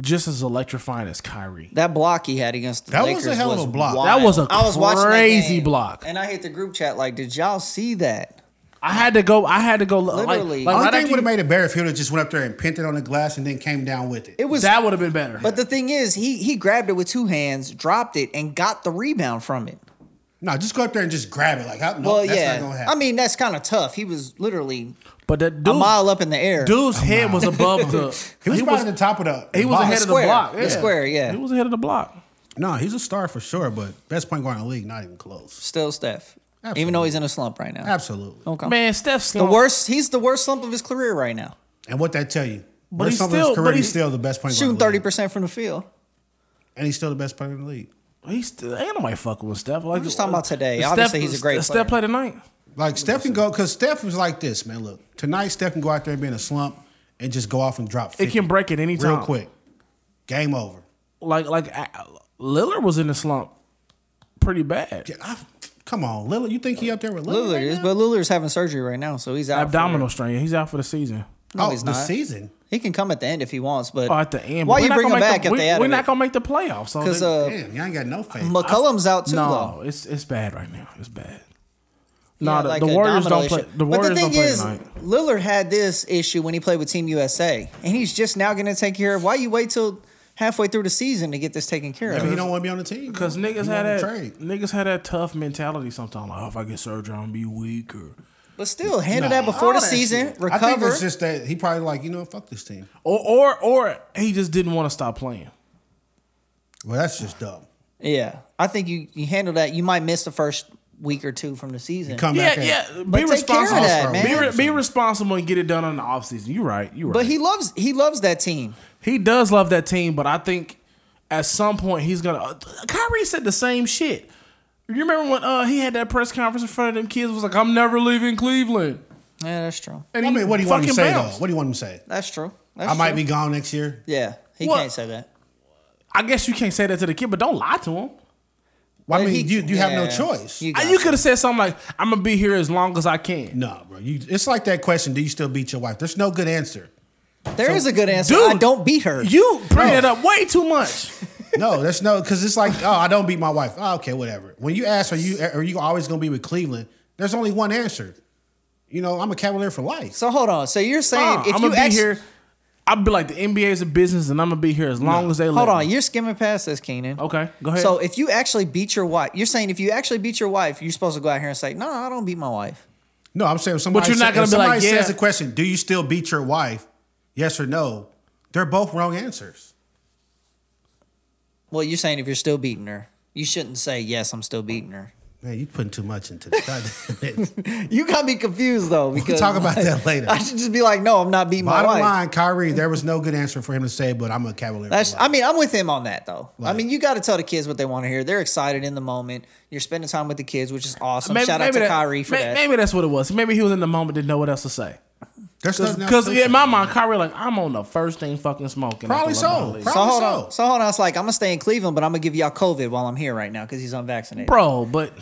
[SPEAKER 1] just as electrifying as Kyrie.
[SPEAKER 2] That block he had against the
[SPEAKER 3] That was
[SPEAKER 2] Lakers
[SPEAKER 3] a hell of a block.
[SPEAKER 2] wild.
[SPEAKER 1] That was a
[SPEAKER 2] I was watching that
[SPEAKER 1] crazy
[SPEAKER 2] game,
[SPEAKER 1] block.
[SPEAKER 2] and I hit the group chat like, did y'all see that?
[SPEAKER 1] I had to go. I had to go. like-
[SPEAKER 2] Literally.
[SPEAKER 1] like,
[SPEAKER 3] Only
[SPEAKER 1] right
[SPEAKER 3] thing
[SPEAKER 1] after
[SPEAKER 3] would have
[SPEAKER 1] you-
[SPEAKER 3] made it better if he would have just went up there and pinned it on the glass and then came down with it.
[SPEAKER 2] It was.
[SPEAKER 1] that would have been better.
[SPEAKER 2] but the thing is, he he grabbed it with two hands, dropped it, and got the rebound from it.
[SPEAKER 3] No, just go up there and just grab it. Like, I, no,
[SPEAKER 2] well,
[SPEAKER 3] that's not gonna
[SPEAKER 2] yeah.
[SPEAKER 3] happen.
[SPEAKER 2] I mean, that's kind of tough. He was literally
[SPEAKER 1] but that
[SPEAKER 2] a
[SPEAKER 1] dude,
[SPEAKER 2] mile up in the air.
[SPEAKER 1] dude's head was above the.
[SPEAKER 3] he was probably at the top of the.
[SPEAKER 1] he was
[SPEAKER 3] box.
[SPEAKER 1] ahead of the
[SPEAKER 2] square.
[SPEAKER 1] block.
[SPEAKER 2] The square, yeah.
[SPEAKER 1] He was ahead of the block.
[SPEAKER 3] No, he's a star for sure, but best point guard in the league, not even close.
[SPEAKER 2] Still Steph, even
[SPEAKER 3] Absolutely.
[SPEAKER 2] though he's in a slump right now.
[SPEAKER 3] Absolutely.
[SPEAKER 2] Okay.
[SPEAKER 1] Man, Steph's
[SPEAKER 2] the worst. He's the worst slump of his career right now.
[SPEAKER 3] And what that tell you?
[SPEAKER 1] But
[SPEAKER 3] But
[SPEAKER 1] he's
[SPEAKER 3] he's still,
[SPEAKER 1] still-
[SPEAKER 3] career,
[SPEAKER 1] but
[SPEAKER 3] he's
[SPEAKER 1] he's-
[SPEAKER 3] still the best point guard.
[SPEAKER 2] Shooting
[SPEAKER 3] in the league.
[SPEAKER 2] thirty percent from the field.
[SPEAKER 3] and he's still the best player in the league.
[SPEAKER 1] He's still, ain't nobody fucking with Steph. Like, I'm
[SPEAKER 2] just talking about today. Obviously, he's a great
[SPEAKER 1] Steph play
[SPEAKER 2] player.
[SPEAKER 1] tonight.
[SPEAKER 3] Like Steph can go because Steph was like this, man. Look, tonight Steph can go out there and be in a slump and just go off and drop. 50
[SPEAKER 1] It can break at any
[SPEAKER 3] real
[SPEAKER 1] time.
[SPEAKER 3] quick. Game over.
[SPEAKER 1] Like like I- Lillard was in the slump pretty bad.
[SPEAKER 3] Yeah, I, come on, Lillard. You think he up there with Lillard?
[SPEAKER 2] Lillard
[SPEAKER 3] right
[SPEAKER 2] is,
[SPEAKER 3] now?
[SPEAKER 2] but Lillard's having surgery right now, so he's out. for-
[SPEAKER 1] Abdominal strain. He's out for the season.
[SPEAKER 2] no,
[SPEAKER 3] oh,
[SPEAKER 2] he's
[SPEAKER 3] the
[SPEAKER 2] not.
[SPEAKER 3] season.
[SPEAKER 2] He can come at the end if he wants, but
[SPEAKER 1] Oh, at the end. but
[SPEAKER 2] why
[SPEAKER 1] we're
[SPEAKER 2] you
[SPEAKER 1] not
[SPEAKER 2] bring
[SPEAKER 1] gonna
[SPEAKER 2] him
[SPEAKER 1] make
[SPEAKER 2] back
[SPEAKER 1] the,
[SPEAKER 2] if
[SPEAKER 1] we,
[SPEAKER 2] they out
[SPEAKER 1] We're
[SPEAKER 2] of
[SPEAKER 1] not
[SPEAKER 2] it?
[SPEAKER 1] gonna make the playoffs. So
[SPEAKER 2] Because
[SPEAKER 1] they-
[SPEAKER 2] uh,
[SPEAKER 3] Damn, y'all ain't got no faith.
[SPEAKER 2] McCollum's out too. though.
[SPEAKER 1] no, it's it's bad right now. It's bad. No,
[SPEAKER 2] Yeah,
[SPEAKER 1] the,
[SPEAKER 2] like
[SPEAKER 1] the
[SPEAKER 2] a
[SPEAKER 1] Warriors don't
[SPEAKER 2] domination.
[SPEAKER 1] play. The Warriors don't play tonight.
[SPEAKER 2] Lillard had this issue when he played with Team USA, and he's just now going to take care of. Why you wait till halfway through the season to get this taken care
[SPEAKER 3] Maybe
[SPEAKER 2] of?
[SPEAKER 3] he don't want to be on the team
[SPEAKER 1] Because
[SPEAKER 3] bro.
[SPEAKER 1] niggas
[SPEAKER 3] He
[SPEAKER 1] had that
[SPEAKER 3] wanna trade.
[SPEAKER 1] niggas had that tough mentality sometimes. Like, oh, if I get surgery, I'm gonna be weak. Or
[SPEAKER 2] But still, handle
[SPEAKER 3] Nah,
[SPEAKER 2] that before the
[SPEAKER 3] all that
[SPEAKER 2] season.
[SPEAKER 3] shit.
[SPEAKER 2] Recover.
[SPEAKER 3] I think it's just that he probably like you know fuck this team.
[SPEAKER 1] or or, or he just didn't want to stop playing.
[SPEAKER 3] Well, that's just dumb.
[SPEAKER 2] yeah, I think you you handle that. You might miss the first week or two from the season.
[SPEAKER 3] Come back.
[SPEAKER 1] Yeah,
[SPEAKER 3] at-
[SPEAKER 1] yeah.
[SPEAKER 2] But
[SPEAKER 1] Be
[SPEAKER 2] take care of
[SPEAKER 1] responsible.
[SPEAKER 2] that,
[SPEAKER 1] Be,
[SPEAKER 2] man.
[SPEAKER 1] re- be responsible and get it done on the offseason. You're right. You're right.
[SPEAKER 2] But he loves he loves that team.
[SPEAKER 1] He does love that team, but I think at some point he's gonna. Uh, Kyrie said the same shit. You remember when uh, he had that press conference in front of them kids? Was like, "I'm never leaving Cleveland."
[SPEAKER 2] Yeah, that's true.
[SPEAKER 1] And
[SPEAKER 3] I mean, what do you want him to
[SPEAKER 1] fucking
[SPEAKER 3] say
[SPEAKER 1] bounced.
[SPEAKER 3] though? What do you want him to say?
[SPEAKER 2] That's true. That's
[SPEAKER 3] I might
[SPEAKER 2] true.
[SPEAKER 3] be gone next year.
[SPEAKER 2] Yeah, he
[SPEAKER 1] What?
[SPEAKER 2] can't say that.
[SPEAKER 1] I guess you can't say that to the kid, but don't lie to him.
[SPEAKER 3] Well, I
[SPEAKER 2] But
[SPEAKER 3] mean,
[SPEAKER 2] he-
[SPEAKER 3] you you have no
[SPEAKER 2] yeah.
[SPEAKER 3] choice.
[SPEAKER 2] You
[SPEAKER 1] Uh,
[SPEAKER 2] got
[SPEAKER 1] You could have said something like, "I'm gonna be here as long as I can."
[SPEAKER 3] No, bro. You, it's like that question: Do you still beat your wife? There's no good answer.
[SPEAKER 2] There is a good answer.
[SPEAKER 1] Dude,
[SPEAKER 2] I don't beat her.
[SPEAKER 1] You bring
[SPEAKER 3] No.
[SPEAKER 1] it up way too much.
[SPEAKER 3] No, there's no because it's like, oh, I don't beat my wife. Oh, okay, whatever. When you ask, are you are you always going to be with Cleveland? There's only one answer. You know, I'm a Cavalier for life.
[SPEAKER 2] so hold on. So you're saying
[SPEAKER 1] Nah,
[SPEAKER 2] if
[SPEAKER 1] I'm
[SPEAKER 2] you
[SPEAKER 1] gonna be
[SPEAKER 2] actually,
[SPEAKER 1] here. I'd be like, the NBA is a business, and I'm gonna be here as long as they.
[SPEAKER 2] hold
[SPEAKER 1] let me."
[SPEAKER 2] on, you're skimming past this, Keenan.
[SPEAKER 1] Okay, go ahead.
[SPEAKER 2] So if you actually beat your wife, you're saying if you actually beat your wife, you're supposed to go out here and say, "No, I don't beat my wife."
[SPEAKER 3] No, I'm saying if somebody.
[SPEAKER 1] you're not
[SPEAKER 3] sa-
[SPEAKER 1] gonna
[SPEAKER 3] if
[SPEAKER 1] be like,
[SPEAKER 3] somebody
[SPEAKER 1] yeah.
[SPEAKER 3] says the question, do you still beat your wife? Yes or no? They're both wrong answers.
[SPEAKER 2] Well, you're saying if you're still beating her, you shouldn't say, "Yes, I'm still beating her."
[SPEAKER 3] Man, you putting too much into this.
[SPEAKER 2] You got me confused though. Because
[SPEAKER 3] We'll talk about that later.
[SPEAKER 2] I should just be like, "No, I'm not beating my
[SPEAKER 3] Bottom
[SPEAKER 2] wife."
[SPEAKER 3] line, Kyrie, there was no good answer for him to say, but I'm a Cavalier. for
[SPEAKER 2] That's,
[SPEAKER 3] life.
[SPEAKER 2] I mean, I'm with him on that though. I mean, you got to tell the kids what they want to hear. They're excited in the moment. You're spending time with the kids, which is awesome. Shout out to
[SPEAKER 1] that-
[SPEAKER 2] Kyrie for
[SPEAKER 1] may-
[SPEAKER 2] that.
[SPEAKER 1] Maybe that's what it was. Maybe he was in the moment, didn't know what else to say.
[SPEAKER 3] There's nothing else
[SPEAKER 1] Because
[SPEAKER 3] to
[SPEAKER 1] in
[SPEAKER 3] say.
[SPEAKER 1] my mind, Kyrie like I'm on the first thing fucking smoking.
[SPEAKER 3] Probably
[SPEAKER 1] after LeBron
[SPEAKER 3] so.
[SPEAKER 1] leaves.
[SPEAKER 3] Probably
[SPEAKER 2] so hold
[SPEAKER 3] so.
[SPEAKER 2] on. So hold on. It's like I'm gonna stay in Cleveland, but I'm gonna give y'all COVID while I'm here right now because he's unvaccinated.
[SPEAKER 1] bro. But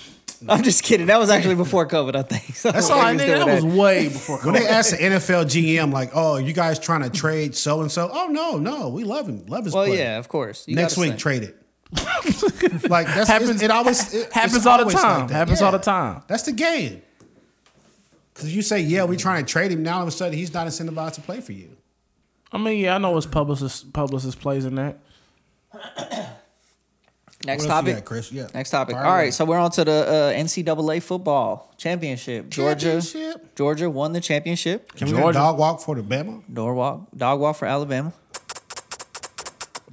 [SPEAKER 2] I'm just kidding. That was actually before COVID, I think. So
[SPEAKER 1] that's all I
[SPEAKER 2] he was
[SPEAKER 1] nigga,
[SPEAKER 2] doing
[SPEAKER 1] That was way before.
[SPEAKER 3] When they
[SPEAKER 1] COVID.
[SPEAKER 3] asked the NFL GM, like, "Oh, you guys trying to trade so and so?" Oh no, no, we love him. Love his.
[SPEAKER 2] Well,
[SPEAKER 3] play.
[SPEAKER 2] yeah, of course. You
[SPEAKER 3] Next
[SPEAKER 2] gotta
[SPEAKER 3] week,
[SPEAKER 2] say.
[SPEAKER 3] trade it. like that's
[SPEAKER 1] Happens-
[SPEAKER 3] happens. It always it-
[SPEAKER 1] happens
[SPEAKER 3] it's
[SPEAKER 1] all the
[SPEAKER 3] always like
[SPEAKER 1] time.
[SPEAKER 3] that.
[SPEAKER 1] Happens
[SPEAKER 3] Yeah.
[SPEAKER 1] all the time.
[SPEAKER 3] That's the game. Because you say, "Yeah, we trying to trade him," now all of a sudden he's not incentivized to play for you.
[SPEAKER 1] I mean, yeah, I know it's publicist publicist plays in that.
[SPEAKER 2] Next
[SPEAKER 3] What else you
[SPEAKER 2] topic.
[SPEAKER 3] got, Chris. Yeah.
[SPEAKER 2] Next topic.
[SPEAKER 3] Fire
[SPEAKER 2] All
[SPEAKER 3] away.
[SPEAKER 2] right, so we're on to the uh, NCAA football championship. Georgia,
[SPEAKER 3] Championship.
[SPEAKER 2] Georgia won the championship.
[SPEAKER 3] Can we get a
[SPEAKER 1] Georgia-
[SPEAKER 3] dog walk for the Bama?
[SPEAKER 2] Dog walk, dog walk for Alabama.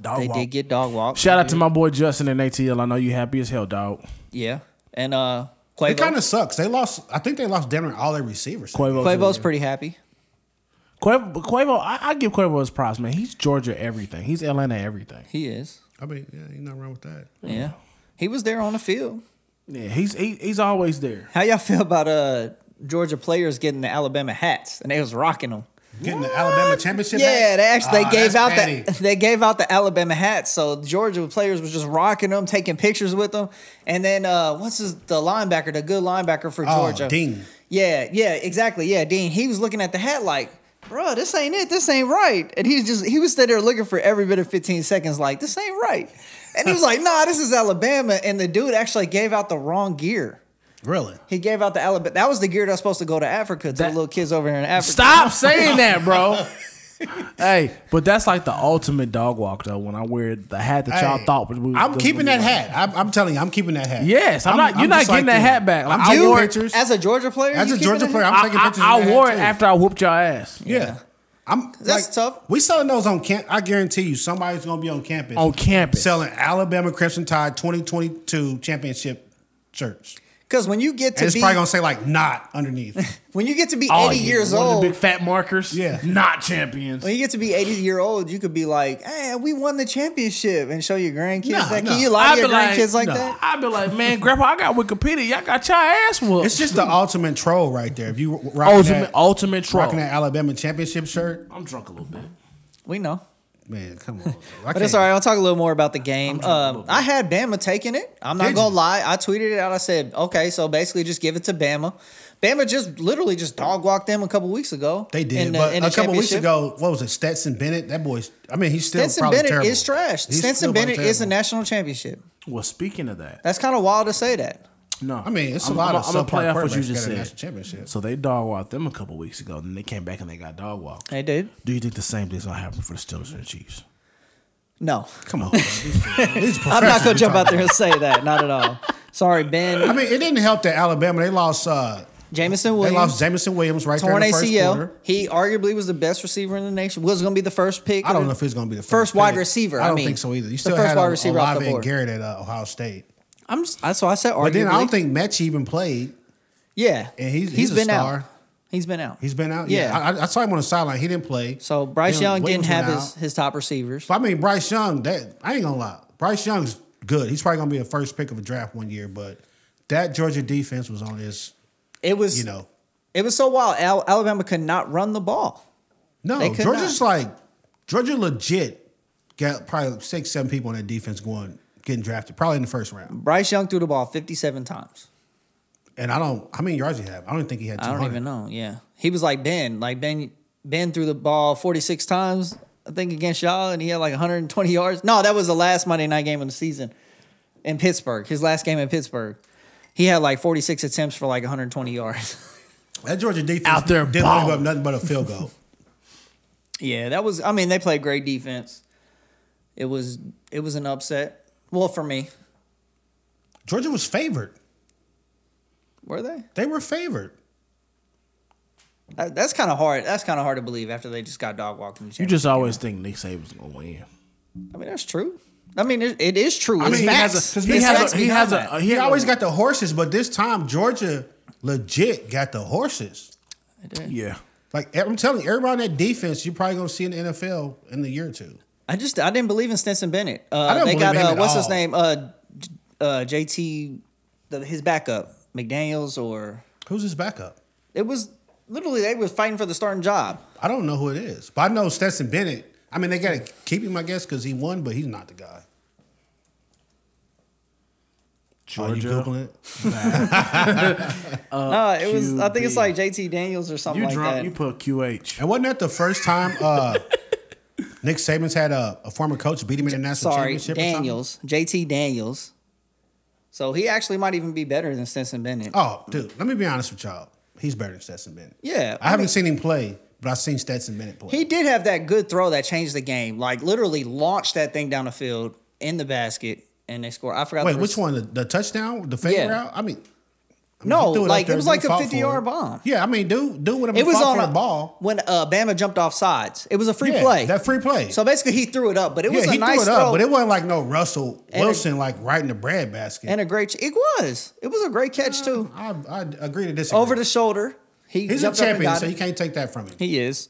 [SPEAKER 1] Dog
[SPEAKER 2] They
[SPEAKER 1] walk.
[SPEAKER 2] did get dog walk.
[SPEAKER 1] Shout out to my boy Justin and ATL. I know you happy as hell, dog.
[SPEAKER 2] Yeah, and uh,
[SPEAKER 3] It kind
[SPEAKER 2] Quavo.
[SPEAKER 3] of sucks. They lost. I think they lost damn near all their receivers.
[SPEAKER 1] Quavo,
[SPEAKER 2] Quavo's pretty happy.
[SPEAKER 1] Quavo, Quavo I, I give Quavo his props, man. He's Georgia everything. He's Atlanta everything.
[SPEAKER 2] He is.
[SPEAKER 3] I mean, yeah, ain't nothing wrong with that.
[SPEAKER 2] Yeah, he was there on the field.
[SPEAKER 1] Yeah, he's he, he's always there.
[SPEAKER 2] How y'all feel about uh Georgia players getting the Alabama hats and they was rocking them?
[SPEAKER 3] Getting the Alabama championship.
[SPEAKER 2] Yeah,
[SPEAKER 3] back?
[SPEAKER 2] they actually
[SPEAKER 3] Ah,
[SPEAKER 2] they gave
[SPEAKER 3] that's
[SPEAKER 2] out
[SPEAKER 3] petty.
[SPEAKER 2] the they gave out the Alabama hats, so Georgia players was just rocking them, taking pictures with them, and then uh, what's his the linebacker, the good linebacker for
[SPEAKER 3] Oh,
[SPEAKER 2] Georgia,
[SPEAKER 3] Dean.
[SPEAKER 2] Yeah, yeah, exactly. Yeah, Dean. He was looking at the hat like, bro, this ain't it. This ain't right. And he's just he was standing there looking for every bit of 15 seconds, like this ain't right. And he was like, nah, this is Alabama. And the dude actually gave out the wrong gear.
[SPEAKER 3] Really?
[SPEAKER 2] He gave out the Alabama. That was the gear that's supposed to go to Africa to the
[SPEAKER 1] That-
[SPEAKER 2] little kids over here in Africa.
[SPEAKER 1] Stop saying that, bro. hey, but that's like the ultimate dog walk though. When I wear the hat that y'all
[SPEAKER 3] Hey,
[SPEAKER 1] thought, was- was-
[SPEAKER 3] I'm
[SPEAKER 1] was-
[SPEAKER 3] keeping that hat. I'm, I'm telling you, I'm keeping that hat.
[SPEAKER 1] Yes, I'm not- you're not
[SPEAKER 3] just
[SPEAKER 1] getting that hat back. Like,
[SPEAKER 3] I'm
[SPEAKER 1] I
[SPEAKER 3] taking
[SPEAKER 1] wore-
[SPEAKER 3] pictures.
[SPEAKER 2] As a Georgia player,
[SPEAKER 3] As
[SPEAKER 2] you
[SPEAKER 3] a
[SPEAKER 2] keeping
[SPEAKER 3] Georgia
[SPEAKER 2] it?
[SPEAKER 3] player, I'm
[SPEAKER 1] I,
[SPEAKER 3] taking pictures.
[SPEAKER 1] I,
[SPEAKER 3] of
[SPEAKER 1] I
[SPEAKER 3] that
[SPEAKER 1] wore
[SPEAKER 3] hat,
[SPEAKER 1] it
[SPEAKER 3] too.
[SPEAKER 1] after I whooped your ass
[SPEAKER 3] Yeah, I'm.
[SPEAKER 2] That's
[SPEAKER 3] like,
[SPEAKER 2] tough.
[SPEAKER 3] We selling those on camp. I guarantee you, somebody's gonna be on campus
[SPEAKER 1] on campus.
[SPEAKER 3] selling Alabama Crimson Tide 2022 championship shirts,
[SPEAKER 2] Because when you get
[SPEAKER 3] and
[SPEAKER 2] to
[SPEAKER 3] it's
[SPEAKER 2] be
[SPEAKER 3] probably gonna say like "not" underneath.
[SPEAKER 2] when you get to be 80
[SPEAKER 1] Oh, yeah,
[SPEAKER 2] years
[SPEAKER 1] one
[SPEAKER 2] old,
[SPEAKER 1] of the big fat markers.
[SPEAKER 3] Yeah.
[SPEAKER 1] not champions.
[SPEAKER 2] When you get to be 80 year old, you could be like, hey, we won the championship and show your grandkids
[SPEAKER 3] No,
[SPEAKER 2] that.
[SPEAKER 3] no.
[SPEAKER 2] Can you lie to your grandkids like,
[SPEAKER 1] no.
[SPEAKER 2] that?
[SPEAKER 1] I'd be like, man, grandpa, I got Wikipedia. Y'all got your ass whooped.
[SPEAKER 3] it's just the ultimate troll right there. If you rocking
[SPEAKER 1] Oh. ultimate,
[SPEAKER 3] that,
[SPEAKER 1] ultimate troll.
[SPEAKER 3] rocking that Alabama championship shirt,
[SPEAKER 1] I'm drunk a little bit.
[SPEAKER 2] We know.
[SPEAKER 3] man, come on.
[SPEAKER 2] But it's all right. I'll talk a little more about the game. Um, I had Bama taking it. I'm not
[SPEAKER 3] Did
[SPEAKER 2] going
[SPEAKER 3] you?
[SPEAKER 2] to lie. I tweeted it out. I said, okay, so basically just give it to Bama. Bama just literally just dog walked them a couple weeks ago.
[SPEAKER 3] They did,
[SPEAKER 2] in the-
[SPEAKER 3] but
[SPEAKER 2] in
[SPEAKER 3] a
[SPEAKER 2] the
[SPEAKER 3] couple weeks
[SPEAKER 2] championship.
[SPEAKER 3] ago, what was it? Stetson Bennett. That boy's. I mean, he's still
[SPEAKER 2] Stinson
[SPEAKER 3] probably
[SPEAKER 2] Bennett
[SPEAKER 3] terrible.
[SPEAKER 2] is trash.
[SPEAKER 3] He's
[SPEAKER 2] Stinson
[SPEAKER 3] still probably
[SPEAKER 2] Bennett is a
[SPEAKER 3] terrible.
[SPEAKER 2] national championship.
[SPEAKER 1] Well, speaking of that,
[SPEAKER 2] That's kind of wild to say that.
[SPEAKER 1] no.
[SPEAKER 3] I mean, it's a
[SPEAKER 1] I'm-
[SPEAKER 3] lot
[SPEAKER 1] I'm,
[SPEAKER 3] of
[SPEAKER 1] I'm gonna
[SPEAKER 3] subpar
[SPEAKER 1] play off what you
[SPEAKER 3] quarterbacks
[SPEAKER 1] just
[SPEAKER 3] got a
[SPEAKER 1] said.
[SPEAKER 3] national championship.
[SPEAKER 1] So they dog walked them a couple weeks ago, and then they came back and they got dog walked.
[SPEAKER 2] Hey, dude.
[SPEAKER 1] Do you think the same thing's gonna happen for the Steelers and the Chiefs?
[SPEAKER 2] No.
[SPEAKER 3] Come on, bro. These- these
[SPEAKER 2] I'm not going
[SPEAKER 3] professionals
[SPEAKER 2] to jump
[SPEAKER 3] we
[SPEAKER 2] out
[SPEAKER 3] talking
[SPEAKER 2] there and say that. Not at all. Sorry, Ben.
[SPEAKER 3] about. I mean, it didn't help that Alabama. They lost. Uh,
[SPEAKER 2] Jameson
[SPEAKER 3] they
[SPEAKER 2] Williams.
[SPEAKER 3] lost Jamison Williams right there
[SPEAKER 2] torn
[SPEAKER 3] in the first
[SPEAKER 2] ACL.
[SPEAKER 3] quarter.
[SPEAKER 2] He arguably was the best receiver in the nation. Was going to be the first pick.
[SPEAKER 3] I don't know if he's going to be the first,
[SPEAKER 2] First wide
[SPEAKER 3] pick.
[SPEAKER 2] receiver,
[SPEAKER 3] I
[SPEAKER 2] I
[SPEAKER 3] don't
[SPEAKER 2] mean.
[SPEAKER 3] think so either. You
[SPEAKER 2] The
[SPEAKER 3] still
[SPEAKER 2] first
[SPEAKER 3] had
[SPEAKER 2] wide
[SPEAKER 3] O-
[SPEAKER 2] receiver off the
[SPEAKER 3] Olave and
[SPEAKER 2] board.
[SPEAKER 3] Garrett at uh, Ohio State,
[SPEAKER 2] I'm just. That's why I said arguably.
[SPEAKER 3] but then I don't think Mechie even played.
[SPEAKER 2] Yeah,
[SPEAKER 3] And he's- he's
[SPEAKER 2] he's
[SPEAKER 3] a
[SPEAKER 2] been
[SPEAKER 3] star.
[SPEAKER 2] out. He's been out.
[SPEAKER 3] He's been out.
[SPEAKER 2] Yeah.
[SPEAKER 3] I, I- I saw him on the sideline. He didn't play.
[SPEAKER 2] so Bryce
[SPEAKER 3] Then
[SPEAKER 2] Young
[SPEAKER 3] Williams
[SPEAKER 2] didn't have
[SPEAKER 3] went
[SPEAKER 2] his,
[SPEAKER 3] out.
[SPEAKER 2] his top receivers.
[SPEAKER 3] But I mean, Bryce Young. That I ain't gonna lie. Bryce Young's good. He's probably gonna be a first pick of a draft one year. But that Georgia defense was on his.
[SPEAKER 2] It was
[SPEAKER 3] You know,
[SPEAKER 2] It was so wild. Al- Alabama could not run the ball.
[SPEAKER 3] no.
[SPEAKER 2] They could
[SPEAKER 3] Georgia's
[SPEAKER 2] not.
[SPEAKER 3] like Georgia legit got probably six, seven people on that defense going getting drafted probably in the first round.
[SPEAKER 2] Bryce Young threw the ball 57 times.
[SPEAKER 3] And I don't. How many yards he have? I don't think he had.
[SPEAKER 2] I
[SPEAKER 3] 200.
[SPEAKER 2] don't even know. Yeah, he was like Ben. Like Ben. Ben threw the ball 46 times. I think against y'all, and he had like 120 yards. No, that was the last Monday night game of the season in Pittsburgh. His last game in Pittsburgh. He had like 46 attempts for like 120 yards.
[SPEAKER 3] That Georgia defense
[SPEAKER 1] Out there
[SPEAKER 3] didn't want
[SPEAKER 1] balling.
[SPEAKER 3] to give up nothing but a field goal.
[SPEAKER 2] Yeah, that was. I mean, they played great defense. It was. It was an upset. Well, for me,
[SPEAKER 3] Georgia was favored.
[SPEAKER 2] were they?
[SPEAKER 3] They were favored.
[SPEAKER 2] That- That's kind of hard. That's kind of hard to believe after they just got dog walked in the
[SPEAKER 1] You
[SPEAKER 2] championship.
[SPEAKER 1] just always think Nick Saban's gonna win.
[SPEAKER 2] I mean, that's true. I mean, it, it is true. It's
[SPEAKER 3] mean, he has
[SPEAKER 2] facts.
[SPEAKER 3] a-
[SPEAKER 1] He
[SPEAKER 3] It's
[SPEAKER 1] has
[SPEAKER 3] facts
[SPEAKER 1] a he
[SPEAKER 2] behind
[SPEAKER 1] has
[SPEAKER 2] that.
[SPEAKER 1] a
[SPEAKER 3] He
[SPEAKER 1] had
[SPEAKER 3] always
[SPEAKER 1] a-
[SPEAKER 3] got the horses, but this time Georgia legit got the horses.
[SPEAKER 2] It did.
[SPEAKER 1] yeah.
[SPEAKER 3] Like I'm telling you, everybody on that defense, you're probably gonna see in the NFL in a year or two.
[SPEAKER 2] I just I didn't believe in Stinson Bennett. Uh,
[SPEAKER 3] didn't
[SPEAKER 2] they
[SPEAKER 3] believe
[SPEAKER 2] got
[SPEAKER 3] in him
[SPEAKER 2] uh,
[SPEAKER 3] at
[SPEAKER 2] what's his
[SPEAKER 3] all.
[SPEAKER 2] name? Uh, J- uh, JT, the, his backup McDaniel's or
[SPEAKER 3] Who's his backup?
[SPEAKER 2] it was literally they was fighting for the starting job.
[SPEAKER 3] I don't know who it is, but I know Stetson Bennett. I mean, they gotta keep him, I guess, because he won, but he's not the guy. Are you
[SPEAKER 1] Georgia.
[SPEAKER 3] googling it? Uh,
[SPEAKER 2] no, it was I think it's
[SPEAKER 1] QB.
[SPEAKER 2] like JT Daniels or something
[SPEAKER 1] You
[SPEAKER 2] like
[SPEAKER 1] drunk?
[SPEAKER 2] that.
[SPEAKER 1] You put QH.
[SPEAKER 3] And wasn't that the first time uh, Nick Saban's had a, a former coach beat him in the national
[SPEAKER 2] Sorry,
[SPEAKER 3] championship? or something?
[SPEAKER 2] Daniels, JT Daniels. So he actually might even be better than Stinson Bennett.
[SPEAKER 3] Oh, dude, let me be honest with y'all. He's better than Stetson Bennett.
[SPEAKER 2] Yeah,
[SPEAKER 3] I,
[SPEAKER 2] I
[SPEAKER 3] haven't
[SPEAKER 2] mean-
[SPEAKER 3] seen him play, but I've seen Stetson Bennett play.
[SPEAKER 2] He did have that good throw that changed the game. Like literally launched that thing down the field in the basket and they scored. I forgot.
[SPEAKER 3] Wait,
[SPEAKER 2] the
[SPEAKER 3] which
[SPEAKER 2] res-
[SPEAKER 3] one? The, the touchdown? The fade
[SPEAKER 2] Yeah.
[SPEAKER 3] route? I mean,
[SPEAKER 2] No,
[SPEAKER 3] he threw it up
[SPEAKER 2] like
[SPEAKER 3] there,
[SPEAKER 2] it was
[SPEAKER 3] dude
[SPEAKER 2] like a
[SPEAKER 3] fought
[SPEAKER 2] fifty
[SPEAKER 3] for
[SPEAKER 2] yard
[SPEAKER 3] it.
[SPEAKER 2] bomb.
[SPEAKER 3] Yeah, I mean, dude, dude, would have
[SPEAKER 2] It was on
[SPEAKER 3] for
[SPEAKER 2] a
[SPEAKER 3] the ball.
[SPEAKER 2] when uh, Bama jumped off sides. It was a free
[SPEAKER 3] Yeah,
[SPEAKER 2] play.
[SPEAKER 3] that free play.
[SPEAKER 2] So basically, he threw it up, but it was
[SPEAKER 3] yeah,
[SPEAKER 2] a
[SPEAKER 3] he
[SPEAKER 2] nice
[SPEAKER 3] threw it up,
[SPEAKER 2] throw
[SPEAKER 3] but it wasn't like no Russell
[SPEAKER 2] And a-
[SPEAKER 3] Wilson like right in the bread basket.
[SPEAKER 2] and a great. It was. It was a great catch too.
[SPEAKER 3] I, I agree to disagree.
[SPEAKER 2] Over the shoulder. He
[SPEAKER 3] He's
[SPEAKER 2] jumped
[SPEAKER 3] a
[SPEAKER 2] up and
[SPEAKER 3] champion,
[SPEAKER 2] got
[SPEAKER 3] so
[SPEAKER 2] it.
[SPEAKER 3] you can't take that from him.
[SPEAKER 2] He is.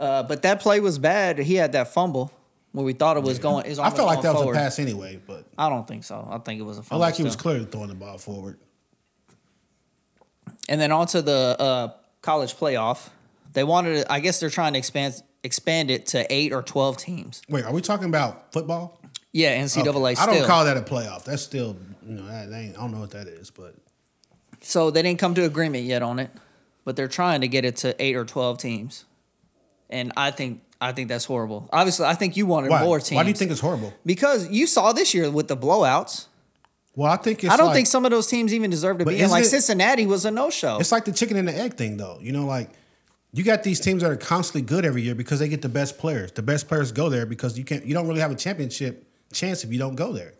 [SPEAKER 2] Uh, but that play was bad. He had that fumble. where we thought it was going. Is
[SPEAKER 3] I felt like that was
[SPEAKER 2] forward.
[SPEAKER 3] a pass anyway, but
[SPEAKER 2] I don't think so. I think it was a
[SPEAKER 3] I
[SPEAKER 2] fumble.
[SPEAKER 3] like he was
[SPEAKER 2] still.
[SPEAKER 3] clearly throwing the ball forward.
[SPEAKER 2] And then onto the uh, college playoff. They wanted. To, I guess they're trying to expand expand it to eight or twelve teams.
[SPEAKER 3] Wait, are we talking about football?
[SPEAKER 2] Yeah, NCAA.
[SPEAKER 3] Okay. I
[SPEAKER 2] Still.
[SPEAKER 3] don't call that a playoff. That's still, you know, that, that ain't, I don't know what that is, but
[SPEAKER 2] So they didn't come to agreement yet on it, but they're trying to get it to eight or twelve teams. And I think I think that's horrible. Obviously, I think you wanted
[SPEAKER 3] why?
[SPEAKER 2] more teams.
[SPEAKER 3] Why do you think it's horrible?
[SPEAKER 2] Because you saw this year with the blowouts.
[SPEAKER 3] Well, I think it's.
[SPEAKER 2] I don't
[SPEAKER 3] like-
[SPEAKER 2] think some of those teams even deserve to
[SPEAKER 3] But
[SPEAKER 2] be in.
[SPEAKER 3] isn't
[SPEAKER 2] Like
[SPEAKER 3] it-
[SPEAKER 2] Cincinnati was a no show.
[SPEAKER 3] It's like the chicken and the egg thing, though. You know, like you got these teams that are constantly good every year because they get the best players. The best players go there because you can't. You don't really have a championship chance if you don't go there.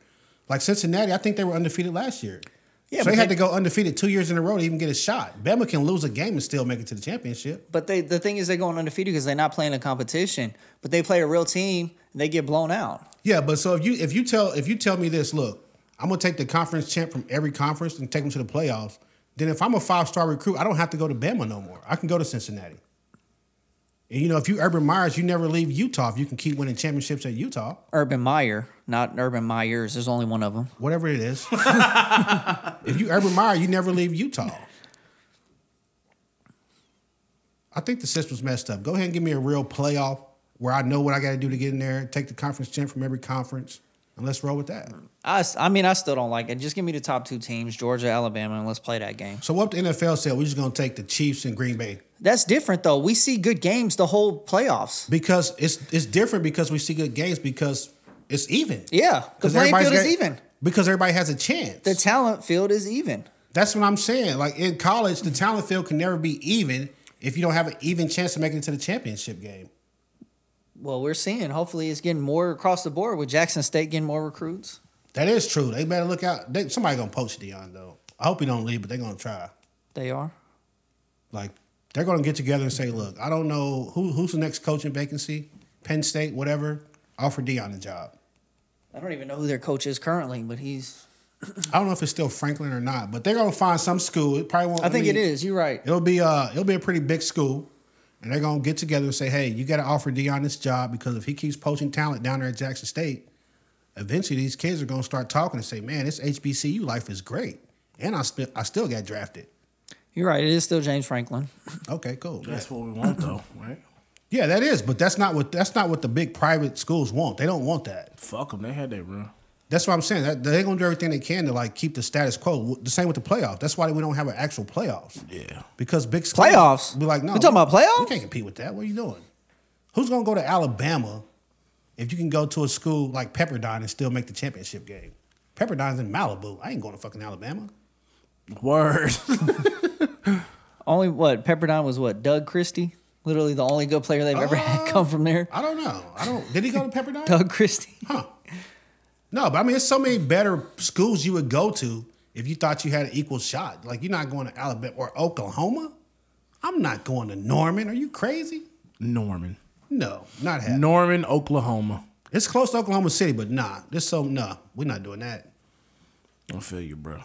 [SPEAKER 3] Like Cincinnati, I think they were undefeated last year.
[SPEAKER 2] Yeah,
[SPEAKER 3] so
[SPEAKER 2] but
[SPEAKER 3] they had
[SPEAKER 2] they-
[SPEAKER 3] to go undefeated two years in a row to even get a shot. Bama can lose a game and still make it to the championship.
[SPEAKER 2] But they, the thing is, they're going undefeated because they're not playing a competition. But they play a real team and they get blown out.
[SPEAKER 3] Yeah, but so if you if you tell if you tell me this, look, I'm gonna take the conference champ from every conference and take them to the playoffs. Then if I'm a five star recruit, I don't have to go to Bama no more. I can go to Cincinnati. And you know, if you Urban Myers, you never leave Utah. If you can keep winning championships at Utah,
[SPEAKER 2] Urban Meyer, not Urban Myers. There's only one of them.
[SPEAKER 3] whatever it is. if you Urban Meyer, you never leave Utah. I think the system's messed up. Go ahead and give me a real playoff where I know what I got to do to get in there. Take the conference champ from every conference, and let's roll with that.
[SPEAKER 2] I, s- I mean, I still don't like it. Just give me the top two teams, Georgia, Alabama, and let's play that game.
[SPEAKER 3] So what the NFL said, we're just gonna take the Chiefs and Green Bay
[SPEAKER 2] That's different though. We see good games the whole playoffs.
[SPEAKER 3] because it's it's different because we see good games because it's even.
[SPEAKER 2] Yeah, the
[SPEAKER 3] 'Cause
[SPEAKER 2] playing
[SPEAKER 3] everybody's
[SPEAKER 2] field is
[SPEAKER 3] got-
[SPEAKER 2] even.
[SPEAKER 3] Because everybody has a chance.
[SPEAKER 2] The talent field is even.
[SPEAKER 3] That's what I'm saying. Like in college, the talent field can never be even if you don't have an even chance to make it to the championship game.
[SPEAKER 2] Well, we're seeing. Hopefully, it's getting more across the board with Jackson State getting more recruits.
[SPEAKER 3] That is true. They better look out. They, somebody gonna poach Dion though. I hope he don't leave, but they're gonna try.
[SPEAKER 2] They are.
[SPEAKER 3] Like they're gonna get together and say, look, I don't know who who's the next coaching vacancy, Penn State, whatever. Offer Dion a job.
[SPEAKER 2] I don't even know who their coach is currently, but he's.
[SPEAKER 3] I don't know if it's still Franklin or not, but they're gonna find some school. It probably won't.
[SPEAKER 2] I think
[SPEAKER 3] be-
[SPEAKER 2] it is. You're right.
[SPEAKER 3] It'll be uh it'll be a pretty big school, and they're gonna get together and say, hey, you got to offer Dion this job because if he keeps poaching talent down there at Jackson State, eventually these kids are gonna start talking and say, man, this HBCU life is great, and I sp- I still got drafted.
[SPEAKER 2] You're right. It is still James Franklin.
[SPEAKER 3] Okay, cool.
[SPEAKER 1] That's what we want though, right?
[SPEAKER 3] Yeah, that is, but that's not what that's not what the big private schools want. They don't want that.
[SPEAKER 1] Fuck them. They had that run.
[SPEAKER 3] That's what I'm saying. That, they're gonna do everything they can to like keep the status quo. The same with the playoffs. That's why we don't have an actual playoffs.
[SPEAKER 1] Yeah.
[SPEAKER 3] Because big schools
[SPEAKER 2] Playoffs?
[SPEAKER 3] Be like, no,
[SPEAKER 2] We talking about playoffs?
[SPEAKER 3] You can't compete with that. What are you doing? Who's gonna go to Alabama if you can go to a school like Pepperdine and still make the championship game? Pepperdine's in Malibu. I ain't going to fucking Alabama.
[SPEAKER 1] Word.
[SPEAKER 2] Only what Pepperdine was what Doug Christie. Literally the only good player they've ever had
[SPEAKER 3] Uh,
[SPEAKER 2] come from there.
[SPEAKER 3] I don't know. I don't. Did he go to Pepperdine?
[SPEAKER 2] Doug Christie.
[SPEAKER 3] Huh. No, but I mean, there's so many better schools you would go to if you thought you had an equal shot. Like, you're not going to Alabama or Oklahoma. I'm not going to Norman. Are you crazy?
[SPEAKER 1] Norman.
[SPEAKER 3] No, not happening.
[SPEAKER 1] Norman, Oklahoma.
[SPEAKER 3] It's close to Oklahoma City, but nah. There's so, nah, we're not doing that.
[SPEAKER 1] I feel you, bro.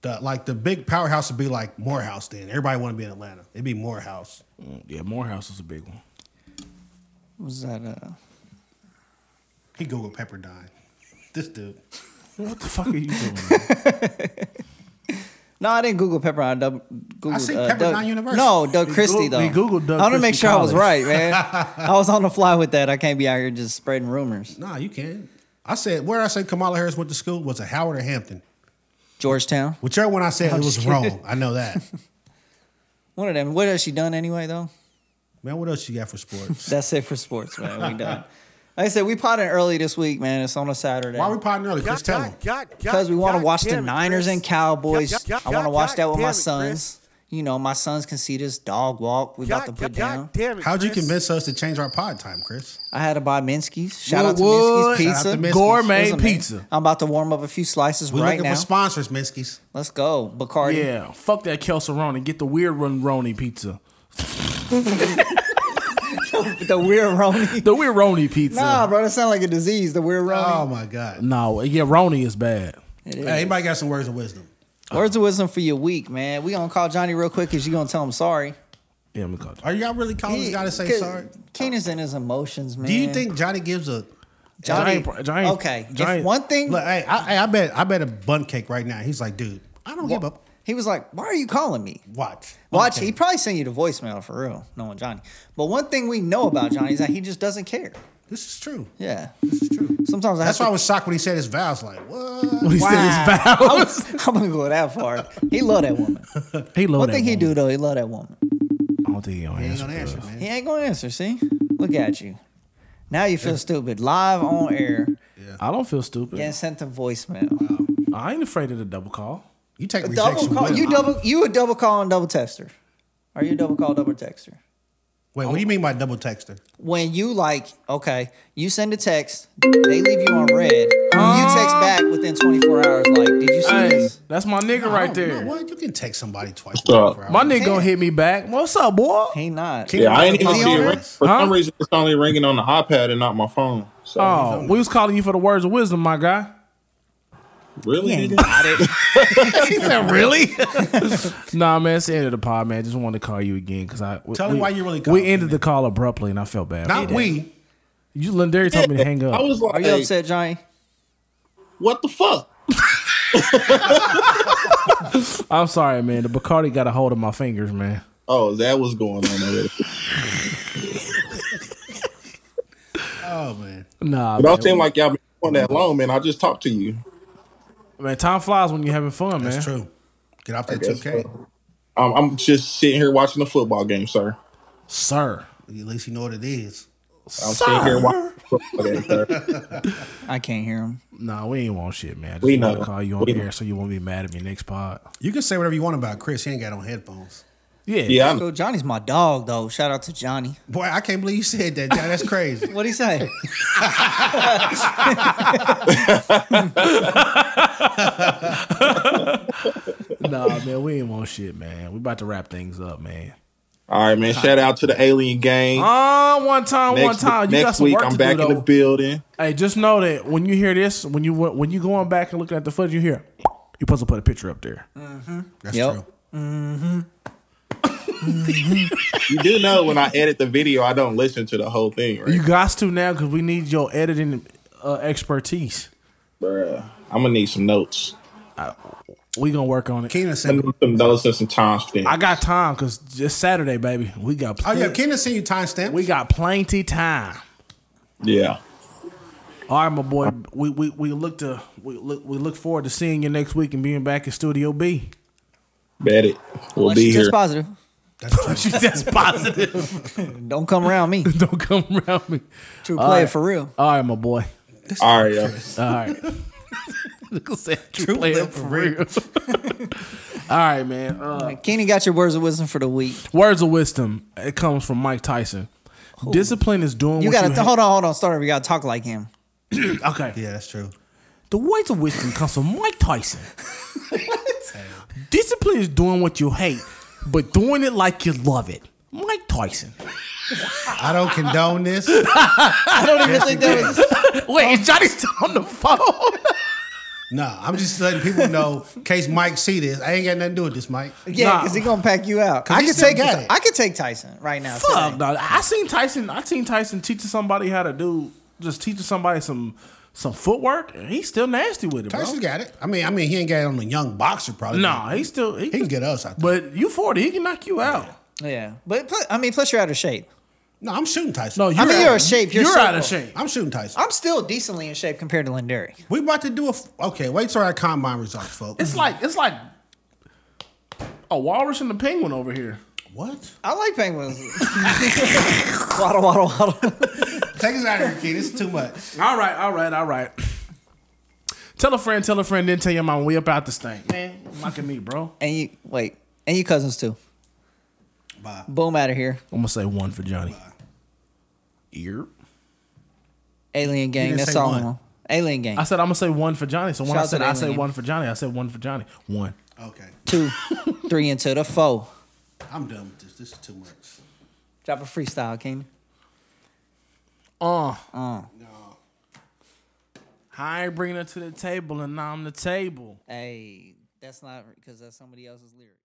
[SPEAKER 3] The, like, the big powerhouse would be like Morehouse then. Everybody want to be in Atlanta. It'd be Morehouse.
[SPEAKER 1] Mm, Yeah, Morehouse is a big one.
[SPEAKER 2] What Was that uh?
[SPEAKER 3] He Google Pepperdine. This dude.
[SPEAKER 1] What the fuck are you doing? man?
[SPEAKER 2] No, I didn't Google Pepperdine. I dub- Googled,
[SPEAKER 3] see
[SPEAKER 2] uh,
[SPEAKER 3] Pepperdine
[SPEAKER 2] Doug-
[SPEAKER 3] University.
[SPEAKER 2] No, Doug Christie
[SPEAKER 1] Goog-
[SPEAKER 2] though.
[SPEAKER 1] we Googled Doug
[SPEAKER 2] I want to make
[SPEAKER 1] Christie
[SPEAKER 2] sure I was
[SPEAKER 1] College.
[SPEAKER 2] right, man. I was on the fly with that. I can't be out here just spreading rumors.
[SPEAKER 3] Nah, you can't. I said, where I say Kamala Harris went to school was it Howard or Hampton?
[SPEAKER 2] Georgetown,
[SPEAKER 3] Whichever one I said,
[SPEAKER 2] I'm
[SPEAKER 3] it was
[SPEAKER 2] just
[SPEAKER 3] wrong.
[SPEAKER 2] kidding.
[SPEAKER 3] I know that.
[SPEAKER 2] one of them. What has she done anyway though?
[SPEAKER 3] Man, what else you got for sports?
[SPEAKER 2] That's it for sports, man. We done. Like I said, we potted early this week, man. It's on a Saturday.
[SPEAKER 3] Why are we potting early? Chris, tell him.
[SPEAKER 2] because we want to watch the
[SPEAKER 5] damn it,
[SPEAKER 2] Niners
[SPEAKER 5] Chris.
[SPEAKER 2] and Cowboys.
[SPEAKER 5] God- God-
[SPEAKER 2] I want to watch
[SPEAKER 5] God
[SPEAKER 2] that with my
[SPEAKER 5] damn it,
[SPEAKER 2] sons. You know, my sons can see this dog walk we about to put down.
[SPEAKER 5] damn it,
[SPEAKER 3] How'd you
[SPEAKER 5] Chris.
[SPEAKER 3] convince us to change our pod time, Chris?
[SPEAKER 2] I had to buy Minsky's. Shout out to
[SPEAKER 1] Woodwood.
[SPEAKER 2] Minsky's
[SPEAKER 1] Shout
[SPEAKER 3] out
[SPEAKER 2] Pizza.
[SPEAKER 3] to Minsky's.
[SPEAKER 1] Gourmet
[SPEAKER 2] It was amazing.
[SPEAKER 1] pizza.
[SPEAKER 2] I'm about to warm up a few slices
[SPEAKER 3] We're
[SPEAKER 2] right
[SPEAKER 3] looking
[SPEAKER 2] now.
[SPEAKER 3] for sponsors, Minskys.
[SPEAKER 2] Let's go, Bacardi.
[SPEAKER 1] yeah, fuck that Kelsaroni. Get the weird run Roni pizza.
[SPEAKER 2] The weird Roni.
[SPEAKER 1] The weird Roni pizza.
[SPEAKER 2] nah, bro, that sounds like a disease. The weird Roni.
[SPEAKER 3] Oh my God.
[SPEAKER 1] No, yeah, Roni is bad.
[SPEAKER 3] Hey, anybody got some words of wisdom?
[SPEAKER 2] Words of wisdom for your week, man. We gonna call Johnny real quick because you gonna tell him sorry.
[SPEAKER 1] Yeah, I'm gonna call it.
[SPEAKER 3] Are y'all really calling this
[SPEAKER 2] He-
[SPEAKER 3] guy to say
[SPEAKER 2] 'cause
[SPEAKER 3] sorry?
[SPEAKER 2] Keenan's in his emotions, man.
[SPEAKER 3] Do you think Johnny gives a
[SPEAKER 2] Johnny?
[SPEAKER 1] Giant- giant-
[SPEAKER 2] okay,
[SPEAKER 1] giant-
[SPEAKER 2] if one thing
[SPEAKER 3] look? Hey, I, hey, I bet I bet a bun cake right now. He's like, dude, I don't give up.
[SPEAKER 2] he was like, "Why are you calling me?"
[SPEAKER 3] Watch,
[SPEAKER 2] Watch,
[SPEAKER 3] Okay.
[SPEAKER 2] he probably sent you to voicemail for real, knowing Johnny. But one thing we know about Johnny is that he just doesn't care.
[SPEAKER 3] This is true.
[SPEAKER 2] Yeah.
[SPEAKER 3] This is true.
[SPEAKER 2] Sometimes I
[SPEAKER 3] That's
[SPEAKER 2] have
[SPEAKER 3] why I
[SPEAKER 2] to-
[SPEAKER 3] was shocked when he said his vows. Like, what?
[SPEAKER 1] He said his
[SPEAKER 2] I
[SPEAKER 1] vows.
[SPEAKER 2] was- I'm gonna go that far. He love that woman.
[SPEAKER 1] He low
[SPEAKER 2] One
[SPEAKER 1] that
[SPEAKER 2] thing he
[SPEAKER 1] woman.
[SPEAKER 2] do though, he love that woman.
[SPEAKER 1] I don't think he gonna
[SPEAKER 3] He ain't
[SPEAKER 1] answer.
[SPEAKER 3] gonna answer,
[SPEAKER 1] cuz.
[SPEAKER 2] He
[SPEAKER 3] man.
[SPEAKER 2] ain't gonna answer. See, look at you. Now you feel stupid. Live on air,
[SPEAKER 1] I don't feel stupid.
[SPEAKER 2] getting sent to voicemail.
[SPEAKER 1] I ain't afraid of the double call.
[SPEAKER 3] You take
[SPEAKER 2] double
[SPEAKER 3] rejection.
[SPEAKER 2] call.
[SPEAKER 3] with
[SPEAKER 2] You
[SPEAKER 3] him.
[SPEAKER 2] double. You a double call and double texter. Are you a double call, double texter?
[SPEAKER 3] Wait, what do you mean by double texter?
[SPEAKER 2] When you like, okay, you send a text, they leave you on red. you text back within 24 hours. Like, did you see
[SPEAKER 1] Hey,
[SPEAKER 2] this?
[SPEAKER 1] that's my nigga
[SPEAKER 3] Oh,
[SPEAKER 1] right
[SPEAKER 3] You
[SPEAKER 1] there.
[SPEAKER 3] know what? You can text somebody twice.
[SPEAKER 4] Stop.
[SPEAKER 3] for
[SPEAKER 1] my
[SPEAKER 3] hours.
[SPEAKER 1] nigga gonna hit me back. What's up, boy?
[SPEAKER 2] He not.
[SPEAKER 3] King-
[SPEAKER 4] Yeah, I ain't even
[SPEAKER 2] Is he
[SPEAKER 4] see
[SPEAKER 2] on
[SPEAKER 4] it ring.
[SPEAKER 3] there?
[SPEAKER 4] For
[SPEAKER 1] Huh?
[SPEAKER 4] some reason, it's only ringing on the iPad and not my phone. So,
[SPEAKER 1] Oh, we was calling you for the words of wisdom, my guy.
[SPEAKER 4] really?
[SPEAKER 2] He ain't
[SPEAKER 4] nigga?
[SPEAKER 2] got it.
[SPEAKER 1] He said, "Really?" nah, man. It's the end of the pod, man. Just wanted to call you again because I we-
[SPEAKER 3] Tell him
[SPEAKER 1] we-
[SPEAKER 3] why you really called
[SPEAKER 1] We
[SPEAKER 3] me,
[SPEAKER 1] ended the call abruptly, and I felt bad.
[SPEAKER 3] Not
[SPEAKER 1] for that.
[SPEAKER 3] we.
[SPEAKER 1] You, Lindari told me to hang up.
[SPEAKER 4] I was like,
[SPEAKER 2] Are you upset, Johnny?
[SPEAKER 4] what the fuck?
[SPEAKER 1] I'm sorry, man. The Bacardi got a hold of my fingers, man.
[SPEAKER 4] Oh, that was going on already.
[SPEAKER 3] Oh man.
[SPEAKER 1] Nah, man.
[SPEAKER 4] It don't seem like y'all been on that long, man. I just talked to you.
[SPEAKER 1] man. Time flies when you're having fun, man.
[SPEAKER 3] That's true. Get off that
[SPEAKER 4] guess
[SPEAKER 3] 2K.
[SPEAKER 4] I'm, I'm just sitting here watching a football game, sir.
[SPEAKER 1] Sir,
[SPEAKER 3] At least you know what it is.
[SPEAKER 4] I'm sitting here watching a football game, sir.
[SPEAKER 2] I can't hear him.
[SPEAKER 1] nah, we ain't want shit, man. I just
[SPEAKER 4] We
[SPEAKER 1] wanted to
[SPEAKER 4] know.
[SPEAKER 1] call you on
[SPEAKER 4] We
[SPEAKER 1] air
[SPEAKER 4] know.
[SPEAKER 1] so you won't be mad at me next pod.
[SPEAKER 3] You can say whatever you want about Chris. He ain't got on headphones.
[SPEAKER 1] Yeah,
[SPEAKER 4] Yeah, I know.
[SPEAKER 2] So Johnny's my dog, though. Shout out to Johnny.
[SPEAKER 3] Boy, I can't believe you said that. John. That's crazy.
[SPEAKER 2] What'd he say?
[SPEAKER 1] Nah, man. We ain't want shit, man. We about to wrap things up, man.
[SPEAKER 4] All right, man. Shout out to the Alien Gang.
[SPEAKER 1] Uh, one time, one
[SPEAKER 4] next
[SPEAKER 1] time. You
[SPEAKER 4] next
[SPEAKER 1] got some
[SPEAKER 4] week,
[SPEAKER 1] work
[SPEAKER 4] I'm
[SPEAKER 1] to
[SPEAKER 4] back
[SPEAKER 1] do,
[SPEAKER 4] in the
[SPEAKER 1] though.
[SPEAKER 4] building.
[SPEAKER 1] Hey, just know that when you hear this, when you when you going back and looking at the footage, you hear you supposed to put a picture up there.
[SPEAKER 3] That's
[SPEAKER 2] Yep.
[SPEAKER 3] true.
[SPEAKER 4] You do know when I edit the video, I don't listen to the whole thing, right?
[SPEAKER 1] You got to now because we need your editing uh, expertise.
[SPEAKER 4] Bruh. I'm gonna need some notes.
[SPEAKER 1] We gonna work on it.
[SPEAKER 3] Keenan
[SPEAKER 4] I
[SPEAKER 3] sent.
[SPEAKER 4] need some notes and some time spent.
[SPEAKER 1] I got time because it's Saturday, baby. We got
[SPEAKER 3] Oh
[SPEAKER 1] pl-
[SPEAKER 3] yeah, Keenan sent you timestamps.
[SPEAKER 1] we got plenty time.
[SPEAKER 4] yeah.
[SPEAKER 1] All right, my boy. We we, we look to we look we look forward to seeing you next week and being back in Studio B.
[SPEAKER 4] Bet it. We'll
[SPEAKER 2] Unless
[SPEAKER 4] be
[SPEAKER 2] you
[SPEAKER 4] here.
[SPEAKER 2] test positive.
[SPEAKER 3] That's true.
[SPEAKER 1] That's positive.
[SPEAKER 2] Don't come around me.
[SPEAKER 1] Don't come around me.
[SPEAKER 2] True
[SPEAKER 1] All
[SPEAKER 2] player
[SPEAKER 1] right.
[SPEAKER 2] for real.
[SPEAKER 1] All right, my boy.
[SPEAKER 4] All right, y'all.
[SPEAKER 1] All right. Look at that true player
[SPEAKER 3] player for
[SPEAKER 1] for real. All right, man. Uh,
[SPEAKER 2] Keenan got your words of wisdom for the week.
[SPEAKER 1] words of wisdom. It comes from Mike Tyson. Discipline is doing.
[SPEAKER 2] You
[SPEAKER 1] what
[SPEAKER 2] gotta
[SPEAKER 1] you
[SPEAKER 2] th- hold on, hold on. Start. We gotta talk like him.
[SPEAKER 1] on. Okay.
[SPEAKER 3] Yeah, that's true.
[SPEAKER 1] The words of wisdom comes from Mike Tyson. Discipline is doing what you hate, but doing it like you love it. Mike Tyson.
[SPEAKER 3] I don't condone this. I don't even think
[SPEAKER 2] that was-
[SPEAKER 1] Wait, is Johnny still on the phone?
[SPEAKER 3] No, I'm just letting people know in case Mike see this. I ain't got nothing to do with this, Mike.
[SPEAKER 2] Yeah,
[SPEAKER 1] Nah.
[SPEAKER 2] because he gonna pack you out.
[SPEAKER 3] 'Cause
[SPEAKER 2] I
[SPEAKER 3] he
[SPEAKER 2] could
[SPEAKER 3] still
[SPEAKER 2] take.
[SPEAKER 3] got it.
[SPEAKER 2] I could take Tyson right now.
[SPEAKER 1] Fuck,
[SPEAKER 2] today.
[SPEAKER 1] dog. I seen Tyson. I seen Tyson teaching somebody how to do just teaching somebody some some footwork, and he's still nasty with it, bro.
[SPEAKER 3] Tyson got it. I mean, I mean, he ain't got it on a young boxer probably.
[SPEAKER 1] Nah, he still he,
[SPEAKER 3] he can get us. I think.
[SPEAKER 1] But you forty, he can knock you out.
[SPEAKER 2] Yeah, but pl- I mean, plus you're out of shape.
[SPEAKER 3] no, I'm shooting Tyson.
[SPEAKER 1] No,
[SPEAKER 3] you,
[SPEAKER 1] you're
[SPEAKER 2] mean,
[SPEAKER 1] out,
[SPEAKER 2] you're in shape, you're
[SPEAKER 1] You're, out of
[SPEAKER 2] simple.
[SPEAKER 1] shape.
[SPEAKER 3] I'm shooting Tyson.
[SPEAKER 2] I'm still decently in shape compared to Lindari.
[SPEAKER 3] we about to do a. f- Okay, wait till our combine results, folks.
[SPEAKER 1] It's like it's like a walrus and a penguin over here.
[SPEAKER 3] what?
[SPEAKER 2] I like penguins. waddle, waddle, waddle.
[SPEAKER 3] Take us out of here, kid. It's too much.
[SPEAKER 1] All right, all right, all right. Tell a friend, tell a friend, then tell your mom we about this thing. Man, mocking me, bro.
[SPEAKER 2] And you wait, and you cousins too.
[SPEAKER 3] Bye.
[SPEAKER 2] Boom out of here,
[SPEAKER 1] I'm gonna say one for Johnny. Ear.
[SPEAKER 2] alien gang.
[SPEAKER 3] didn't
[SPEAKER 2] That's
[SPEAKER 3] say
[SPEAKER 2] all.
[SPEAKER 3] one.
[SPEAKER 2] I'm on. Alien gang.
[SPEAKER 1] I said I'm gonna say one for Johnny. So when I
[SPEAKER 2] Shout out
[SPEAKER 1] said
[SPEAKER 2] to the
[SPEAKER 1] I said
[SPEAKER 2] alien.
[SPEAKER 1] one for Johnny, I said one for Johnny. One.
[SPEAKER 3] Okay,
[SPEAKER 2] Two, three into the four.
[SPEAKER 3] I'm done with this. This is too much.
[SPEAKER 2] Drop a freestyle, King.
[SPEAKER 1] Uh. I ain't bringing her to the table, and I'm the table.
[SPEAKER 2] Hey, that's not because that's somebody else's lyric.